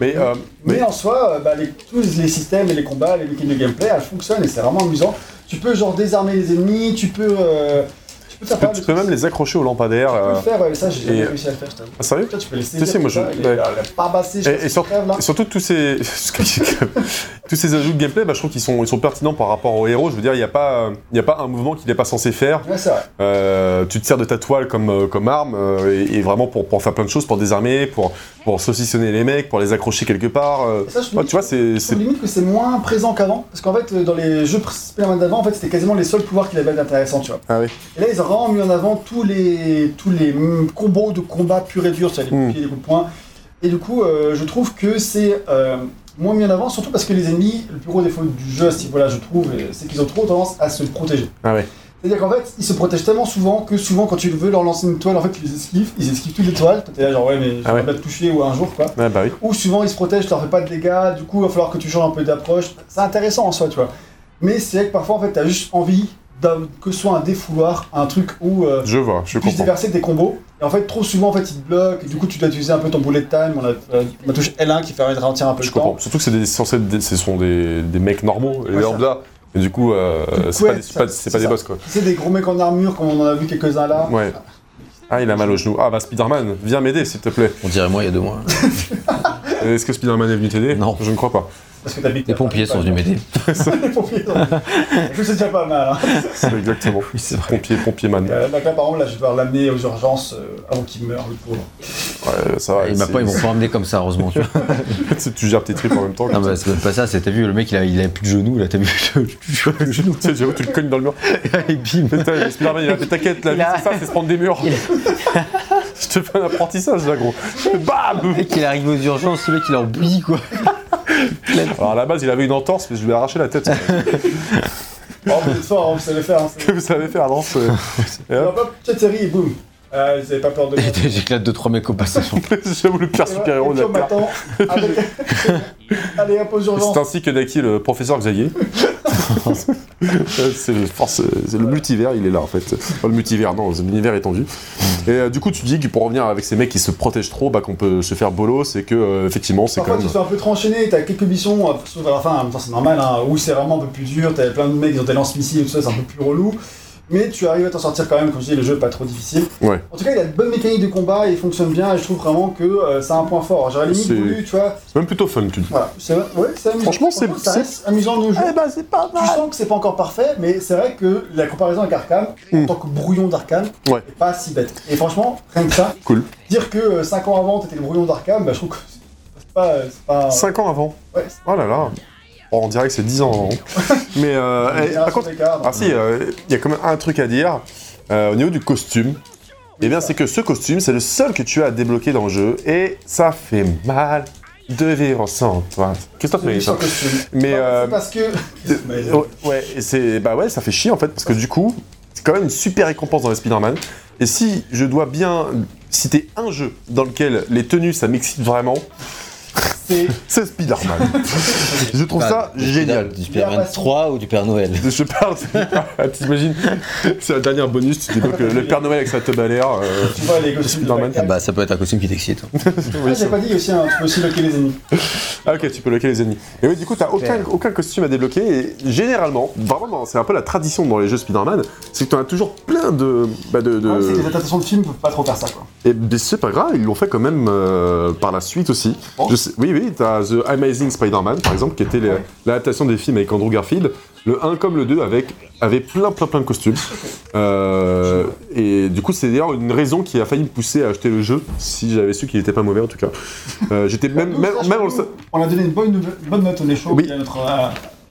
Speaker 2: Mais, euh,
Speaker 1: Mais
Speaker 2: mais-
Speaker 1: en soi, euh, bah, les- tous les systèmes et les combats, les mécaniques de gameplay, elles fonctionnent et c'est vraiment amusant. Tu peux genre désarmer les ennemis, tu peux, euh, tu peux faire
Speaker 2: tu
Speaker 1: pas
Speaker 2: peux, tu peux même les accrocher aux lampadaires.
Speaker 1: Tu peux
Speaker 2: euh,
Speaker 1: le faire, ouais, ça j'ai jamais
Speaker 2: et-
Speaker 1: réussi à le faire, je t'avoue.
Speaker 2: ah, sérieux
Speaker 1: Toi, tu peux les saisir.
Speaker 2: sais, moi, je- ouais.
Speaker 1: pas bassé, je
Speaker 2: Et-
Speaker 1: pense
Speaker 2: et
Speaker 1: que
Speaker 2: sur-
Speaker 1: c'est grave, là.
Speaker 2: Et surtout tous ces tous ces ajouts de gameplay, bah, je trouve qu'ils sont ils sont pertinents par rapport au héros. Je veux dire, il n'y a pas il y a pas un mouvement qu'il n'est pas censé faire.
Speaker 1: Ouais, c'est vrai.
Speaker 2: Euh, tu te sers de ta toile comme euh, comme arme euh, et, et vraiment pour pour faire plein de choses, pour désarmer, pour pour saucissonner les mecs, pour les accrocher quelque part. euh.
Speaker 1: Et ça, je
Speaker 2: Ouais, tu vois, c'est c'est-
Speaker 1: C'est limite que c'est moins présent qu'avant, parce qu'en fait, euh, dans les jeux Spider-Man d'avant, en fait, c'était quasiment les seuls pouvoirs qu'il avait d'intéressant, tu vois.
Speaker 2: ah oui.
Speaker 1: Et là, ils ont vraiment mis en avant tous les, tous les mm, combos de combat pur et dur, c'est-à-dire les
Speaker 2: Mm.
Speaker 1: coups de pied, les coups de poing. Et du coup, euh, je trouve que c'est euh, moins mis en avant, surtout parce que les ennemis, le plus gros défaut du jeu à ce niveau-là, je trouve, euh, c'est qu'ils ont trop tendance à se protéger.
Speaker 2: Ah ouais.
Speaker 1: C'est-à-dire qu'en fait, ils se protègent tellement souvent que souvent, quand tu veux leur lancer une toile, en fait, tu les esquives, ils esquivent toutes les toiles. Toi, t'es là, genre, ouais, mais je
Speaker 2: Ah
Speaker 1: vais
Speaker 2: ouais.
Speaker 1: pas te toucher ou un jour, quoi.
Speaker 2: Ah bah oui.
Speaker 1: Ou souvent, ils se protègent, tu leur fais pas de dégâts, du coup, il va falloir que tu changes un peu d'approche. C'est intéressant en soi, tu vois. Mais c'est vrai que parfois, en fait, t'as juste envie d'un- que ce soit un défouloir, un truc où. euh,
Speaker 2: Je vois, je
Speaker 1: tu puisses
Speaker 2: comprends.
Speaker 1: déverser des combos. Et en fait, trop souvent, en fait, ils te bloquent. Et du coup, tu dois utiliser un peu ton bullet time. On a euh, la touche L1 qui permet de ralentir un peu
Speaker 2: Je
Speaker 1: le temps.
Speaker 2: comprends. Surtout que c'est des- censé des- ce sont des, des mecs normaux, les
Speaker 1: Ouais, ça.
Speaker 2: lambda. Et du coup, euh,
Speaker 1: Ils
Speaker 2: c'est pas, des-
Speaker 1: couettent,
Speaker 2: c'est pas-
Speaker 1: ça,
Speaker 2: c'est pas
Speaker 1: c'est
Speaker 2: des
Speaker 1: ça.
Speaker 2: boss quoi.
Speaker 1: C'est des gros mecs en armure, comme on en a vu quelques-uns là.
Speaker 2: Ouais. Ah, il a mal au genou. Ah bah Spider-Man, viens m'aider s'il te plaît.
Speaker 3: On dirait moi il y a deux mois.
Speaker 2: Est-ce que Spider-Man est venu t'aider
Speaker 3: Non.
Speaker 2: Je ne crois pas.
Speaker 1: Parce que t'habites.
Speaker 3: Les pompiers sont venus m'aider.
Speaker 1: Les pompiers sont venus. Je sais déjà pas mal. Hein.
Speaker 2: C'est exactement.
Speaker 3: c'est
Speaker 2: Pompier, pompier man.
Speaker 1: Euh, donc là, par exemple, là, je vais devoir l'amener aux urgences euh, avant qu'il meure, le pauvre.
Speaker 2: Ouais, ça va.
Speaker 3: Et
Speaker 2: c'est-
Speaker 3: maintenant ils vont pas emmener comme ça, heureusement. Tu vois.
Speaker 2: c'est- tu gères tes tripes en même temps.
Speaker 3: Non, bah, c'est même pas ça, c'est t'as vu, le mec il a, il a plus de genoux, là, t'as vu,
Speaker 2: Tu sais, j'avoue, tu le cognes dans le mur.
Speaker 3: et bim.
Speaker 2: Putain, le Spider-Man, il a fait t'inquiète, la
Speaker 3: Il
Speaker 2: vie,
Speaker 3: a-
Speaker 2: c'est ça, c'est se prendre des murs.
Speaker 3: il a-
Speaker 2: Je te fais un apprentissage là, gros. Bam
Speaker 3: Le mec il arrive aux urgences, le mec il est en bouillie quoi.
Speaker 2: Alors à la base, il avait une entorse, mais je lui ai arraché la tête.
Speaker 1: Oh, vous êtes fort, hein, vous savez faire. Hein, c'est-
Speaker 2: Que vous savez faire, lance. euh, et
Speaker 1: Alors,
Speaker 2: hop.
Speaker 1: hop, Thierry, et boum. Euh, vous avez pas peur de moi.
Speaker 3: Et J'éclate deux trois mecs au passage.
Speaker 2: J'avoue, le pire super-héros de la Terre.
Speaker 1: maintenant, avec... Allez, hop, aux urgences.
Speaker 2: C'est ainsi que naquit le professeur Xavier. Euh, c'est le, force- c'est le multivers, il est là en fait. Enfin, le multivers, non, c'est l'univers étendu. Et euh, du coup, tu dis que pour revenir avec ces mecs qui se protègent trop, bah, qu'on peut se faire bolo, c'est que euh, effectivement, c'est
Speaker 1: Parfois,
Speaker 2: quand
Speaker 1: tu
Speaker 2: même.
Speaker 1: te fais un peu tranchaîner, t'as quelques missions, euh, sauf à la fin, en même temps, c'est normal, hein, où c'est vraiment un peu plus dur, t'as plein de mecs qui ont des lance-missiles et tout ça, c'est un peu plus relou. Mais tu arrives à t'en sortir quand même, comme je dis, le jeu est pas trop difficile.
Speaker 2: Ouais.
Speaker 1: En tout cas, il a de bonnes mécaniques de combat et il fonctionne bien, et je trouve vraiment que euh, c'est un point fort. J'aurais limite
Speaker 2: C'est-
Speaker 1: voulu, tu vois.
Speaker 2: C'est même plutôt fun, tu dis.
Speaker 1: Voilà, c'est ouais, c'est amusant.
Speaker 2: Franchement, c'est-
Speaker 1: ça
Speaker 2: c'est-
Speaker 1: reste amusant de jouer.
Speaker 2: Eh ben, c'est pas
Speaker 1: Tu sens que c'est pas encore parfait, mais c'est vrai que la comparaison avec Arkham, en
Speaker 2: Mm.
Speaker 1: tant que brouillon d'Arkham,
Speaker 2: Ouais.
Speaker 1: est pas si bête. Et franchement, rien que ça,
Speaker 2: Cool.
Speaker 1: dire que 5 ans avant t'étais le brouillon d'Arkham, bah, je trouve que c'est pas. euh, c'est pas
Speaker 2: 5 ans avant.
Speaker 1: ouais,
Speaker 2: Oh là là. Oh, on dirait que c'est 10 ans avant. Mais euh, eh, par contre, Ah si, il y a quand même un truc à dire euh, au niveau du costume. Eh bien, c'est que ce costume, c'est le seul que tu as à débloquer dans le jeu et ça fait mal de vivre sans toi. Christophe, mais,
Speaker 1: Sans costume.
Speaker 2: mais euh,
Speaker 1: C'est parce que. Mais,
Speaker 2: euh, ouais, et c'est bah ouais, ça fait chier en fait parce que du coup, c'est quand même une super récompense dans les Spider-Man. Et si je dois bien citer un jeu dans lequel les tenues ça m'excite vraiment,
Speaker 1: C'est
Speaker 2: C'est Spider-Man. je trouve ça génial.
Speaker 3: Du Superman 3 ou du Père Noël
Speaker 2: Je parle, de- Ah, t'imagines C'est la dernière bonus, tu débloques euh, le, le Père Noël avec sa teub à l'air. euh,
Speaker 1: tu vois les costumes de
Speaker 2: Spider-Man.
Speaker 1: Black Cat.
Speaker 3: Bah, ça peut être un costume qui t'excite. hein.
Speaker 1: Ah, j'ai pas dit, il y a aussi un, tu peux aussi loquer les ennemis.
Speaker 2: Ah ok, tu peux bloquer les ennemis. Et oui, du coup, t'as aucun, aucun costume à débloquer. Et généralement, vraiment, c'est un peu la tradition dans les jeux Spider-Man, c'est que t'en as toujours plein de... Bah de, de-
Speaker 1: Le problème, Ah, c'est que les adaptations de films peuvent pas trop faire ça, quoi.
Speaker 2: Et mais Eh ben, c'est pas grave, ils l'ont fait quand même euh, par la suite aussi. Je sais- oui, oui, t'as The Amazing Spider-Man, par exemple, qui était les- l'adaptation des films avec Andrew Garfield. Le 1 comme le 2 avec, avait plein, plein, plein de costumes. Euh, et du coup, c'est d'ailleurs une raison qui a failli me pousser à acheter le jeu, si j'avais su qu'il était pas mauvais en tout cas. Euh, J'étais même...
Speaker 1: Nous,
Speaker 2: même,
Speaker 1: sache
Speaker 2: même
Speaker 1: que
Speaker 2: en le
Speaker 1: nous,
Speaker 2: sa-
Speaker 1: on a donné une bonne, nouvelle- une bonne note au Nesho,
Speaker 2: Oui.
Speaker 1: qui est notre euh,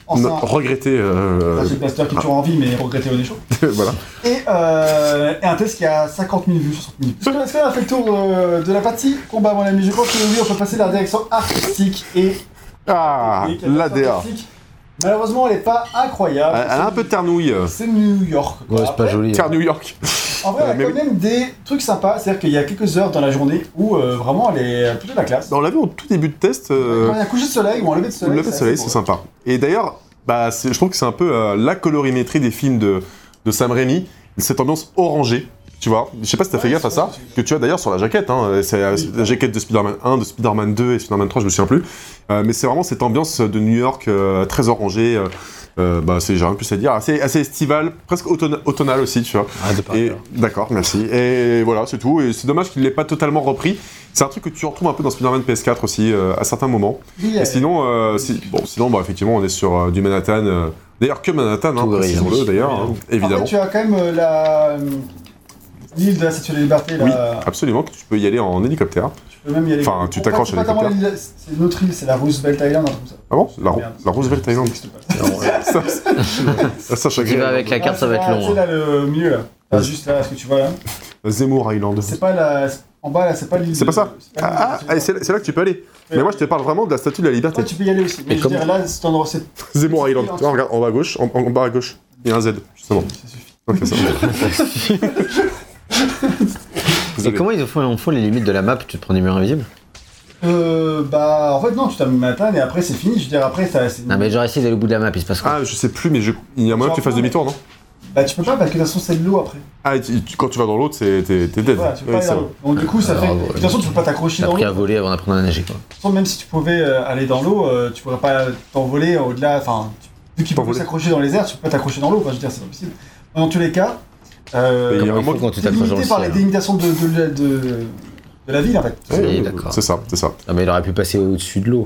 Speaker 1: ancien
Speaker 2: Non, regretter. euh,
Speaker 1: Magic Blaster qui est toujours en vie, mais regretté au Nesho.
Speaker 2: voilà.
Speaker 1: Et, euh, et un test qui a 50 000 vues, 60 000. Est-ce que- Est-ce qu'on a fait le tour euh, de la partie combat, mon ami Je pense que oui, on peut passer à la direction artistique et
Speaker 2: Ah,
Speaker 1: technique. La
Speaker 2: la
Speaker 1: direction
Speaker 2: DA.
Speaker 1: artistique, Malheureusement, elle est pas
Speaker 2: Elle
Speaker 1: incroyable.
Speaker 2: elle a un peu ternouille. euh,
Speaker 1: C'est New York. quoi.
Speaker 3: Ouais, c'est pas
Speaker 1: Après,
Speaker 3: joli. hein.
Speaker 2: Terre New York.
Speaker 1: En vrai,
Speaker 2: Euh,
Speaker 1: il y
Speaker 2: mais
Speaker 1: a quand
Speaker 2: oui.
Speaker 1: même des trucs sympas. C'est-à-dire qu'il y a quelques heures dans la journée où euh, vraiment elle est plutôt la classe.
Speaker 2: On l'a vu au tout début de test. euh,
Speaker 1: Quand il y a un coucher de soleil ou un lever de
Speaker 2: le
Speaker 1: soleil.
Speaker 2: lever de soleil, c'est
Speaker 1: assez beau.
Speaker 2: sympa. Et d'ailleurs, bah, c'est- je trouve que c'est un peu euh, la colorimétrie des films de, de Sam Raimi, cette ambiance orangée. Tu vois, je sais pas si t'as fait
Speaker 1: Ouais,
Speaker 2: gaffe à
Speaker 1: c'est
Speaker 2: ça,
Speaker 1: vrai, c'est-
Speaker 2: que tu as d'ailleurs sur la jaquette, hein, c'est euh,
Speaker 1: Oui.
Speaker 2: la jaquette de Spider-Man 1, de Spider-Man 2 et Spider-Man 3, je me souviens plus, Euh, mais c'est vraiment cette ambiance de New York euh, très orangée, euh, euh, bah, c'est- j'ai rien de plus à dire, assez, assez estivale, presque automne- automnale aussi, tu vois. Et- D'accord, merci. Et voilà, c'est tout. Et c'est dommage qu'il ne l'ait pas totalement repris. C'est un truc que tu retrouves un peu dans Spider-Man PS4 aussi, euh, à certains moments.
Speaker 1: Oui,
Speaker 2: Et
Speaker 1: euh,
Speaker 2: sinon, euh, si- bon, sinon bah, effectivement, on est sur euh, du Manhattan. euh, d'ailleurs, que Manhattan, hein,
Speaker 3: Tout gris,
Speaker 2: précisons-le
Speaker 3: oui.
Speaker 2: d'ailleurs, hein, évidemment.
Speaker 1: Après, tu as quand même euh, la euh, l'île de la Statue de la Liberté. Là.
Speaker 2: Oui, absolument, que tu peux y aller en hélicoptère.
Speaker 1: Tu peux même y aller.
Speaker 2: Enfin, tu
Speaker 1: Bon,
Speaker 2: t'accroches
Speaker 1: pas-
Speaker 2: à
Speaker 1: pas vraiment l'île- C'est une autre île, c'est la Roosevelt Island, un truc comme ça.
Speaker 2: Ah bon la, Ro-
Speaker 1: Merde.
Speaker 2: la Roosevelt
Speaker 1: Ça
Speaker 2: Island.
Speaker 1: existe pas.
Speaker 2: ça, ça, ça
Speaker 3: Tu
Speaker 2: chagrin.
Speaker 3: vas avec la carte,
Speaker 1: Ah,
Speaker 3: ça va
Speaker 1: c'est
Speaker 3: être
Speaker 1: là, C'est
Speaker 3: long. hein.
Speaker 1: là le milieu là. Enfin, juste là, ce que tu vois là.
Speaker 2: Zemmour Island.
Speaker 1: C'est pas la. En bas là, c'est pas l'île.
Speaker 2: C'est
Speaker 1: de-
Speaker 2: pas ça.
Speaker 1: l'île de la
Speaker 2: Ah,
Speaker 1: Statue de
Speaker 2: ah,
Speaker 1: la
Speaker 2: et c'est là- c'est là que tu peux aller. Mais
Speaker 1: Ouais.
Speaker 2: moi, je te parle vraiment de la Statue de la Liberté.
Speaker 1: Toi, tu peux y aller aussi. Mais,
Speaker 3: Mais
Speaker 1: je veux
Speaker 3: comment-
Speaker 1: dire, là, cet endroit, c'est.
Speaker 2: Zemmour Island. Tu vois, regarde, en bas à gauche, en, en bas à gauche. Il y a un Z, justement.
Speaker 1: Ça suffit.
Speaker 2: Ok, ça va.
Speaker 3: Et comment ils font, on font les limites de la map Tu te prends des murs invisibles
Speaker 1: Euh, bah, en fait, non, tu t'as mis matin et après, c'est fini. Je veux dire, après, ça. c'est-
Speaker 3: Non, mais genre, essaye d'aller au bout de la map, il se passe quoi
Speaker 2: Ah, je sais plus, mais je- il y a moyen que tu fasses demi-tour, non
Speaker 1: Bah, tu peux pas parce que de toute façon, c'est de l'eau après.
Speaker 2: Ah, et tu- tu- quand tu vas dans l'autre, c'est- t'es t'es dead.
Speaker 1: Voilà, tu peux
Speaker 2: Ouais,
Speaker 1: pas aller
Speaker 2: c'est
Speaker 1: dans
Speaker 2: vrai.
Speaker 1: l'eau. Donc, du coup, ça
Speaker 3: Alors,
Speaker 1: fait.
Speaker 3: ouais.
Speaker 1: De toute façon, tu peux pas t'accrocher
Speaker 3: T'as
Speaker 1: dans l'eau.
Speaker 3: appris à voler avant d'apprendre à nager, quoi.
Speaker 1: De toute façon, même si tu pouvais euh, aller dans l'eau, euh, tu pourrais pas t'envoler au-delà. Enfin, tu- vu qu'ils peuvent
Speaker 2: T'envoler.
Speaker 1: s'accrocher dans les airs, tu peux pas t'accrocher dans l'eau. Enfin, je veux dire, c'est pas possible. Dans tous les cas,
Speaker 2: Mais
Speaker 1: euh,
Speaker 2: Bah, il y a
Speaker 3: Comment
Speaker 2: un
Speaker 3: ils
Speaker 2: moment
Speaker 3: font quand tu
Speaker 1: c'est
Speaker 3: t'accroches dans le
Speaker 1: limité par les
Speaker 2: hein.
Speaker 3: ciel hein?
Speaker 1: délimitations de, de, de, de la ville, en fait.
Speaker 3: Oui,
Speaker 2: Ouais,
Speaker 3: d'accord.
Speaker 2: C'est ça, c'est ça.
Speaker 3: Non, mais il aurait pu passer au-dessus de l'eau.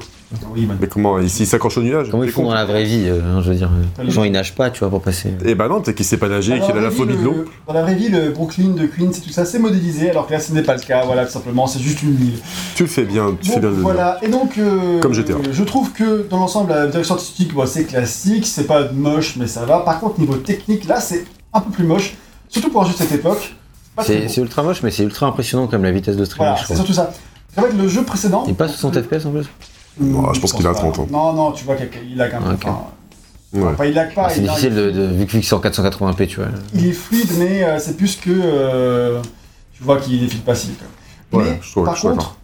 Speaker 1: Oui, bah,
Speaker 2: Mais comment Ici, il s'accroche au nuage
Speaker 3: Comment ils font dans la vraie vie euh, hein, Je veux dire, euh,
Speaker 2: Ah,
Speaker 1: T'as
Speaker 3: les
Speaker 1: le-
Speaker 3: gens ils nagent pas, tu vois, pour passer.
Speaker 2: Et bah non, peut-être qu'il sait pas nager,
Speaker 1: Dans
Speaker 2: qu'il a
Speaker 1: vraie
Speaker 2: la
Speaker 1: vie,
Speaker 2: phobie de
Speaker 1: le-
Speaker 2: l'eau.
Speaker 1: Dans la vraie vie, le Brooklyn, de Queens et tout ça, c'est modélisé, alors que là, ce n'est pas le cas. Voilà, tout simplement, c'est juste une ville.
Speaker 2: Tu le fais bien, tu
Speaker 1: Donc,
Speaker 2: fais bien de le dire.
Speaker 1: voilà, et donc euh,
Speaker 2: Comme GTA.
Speaker 1: je trouve que dans l'ensemble, la direction artistique, bon, c'est classique, c'est pas moche, mais ça va. Par contre, niveau technique, là, c'est un peu plus moche, surtout pour juste cette époque. Pas très
Speaker 3: C'est
Speaker 1: beau.
Speaker 3: c'est ultra moche, mais c'est ultra impressionnant comme la vitesse de streaming,
Speaker 1: Voilà,
Speaker 3: je
Speaker 1: c'est
Speaker 3: crois.
Speaker 1: surtout ça. En fait, le jeu précédent.
Speaker 3: Il passe 60 FPS en plus
Speaker 2: Ouais, Bah, je pense qu'il a
Speaker 1: pas.
Speaker 2: 30 ans.
Speaker 1: Non, non, tu vois qu'il lag un peu.
Speaker 3: Ok.
Speaker 1: Enfin,
Speaker 2: Ouais.
Speaker 1: enfin, il lag pas.
Speaker 3: Ah, C'est
Speaker 1: il-
Speaker 3: difficile de, de- vu que c'est en 480p, tu vois.
Speaker 1: Il est fluide, mais euh, c'est plus que. euh, tu vois qu'il défile pas si vite. quoi.
Speaker 2: Ouais,
Speaker 1: mais
Speaker 2: je suis-
Speaker 1: par
Speaker 2: je suis
Speaker 1: contre,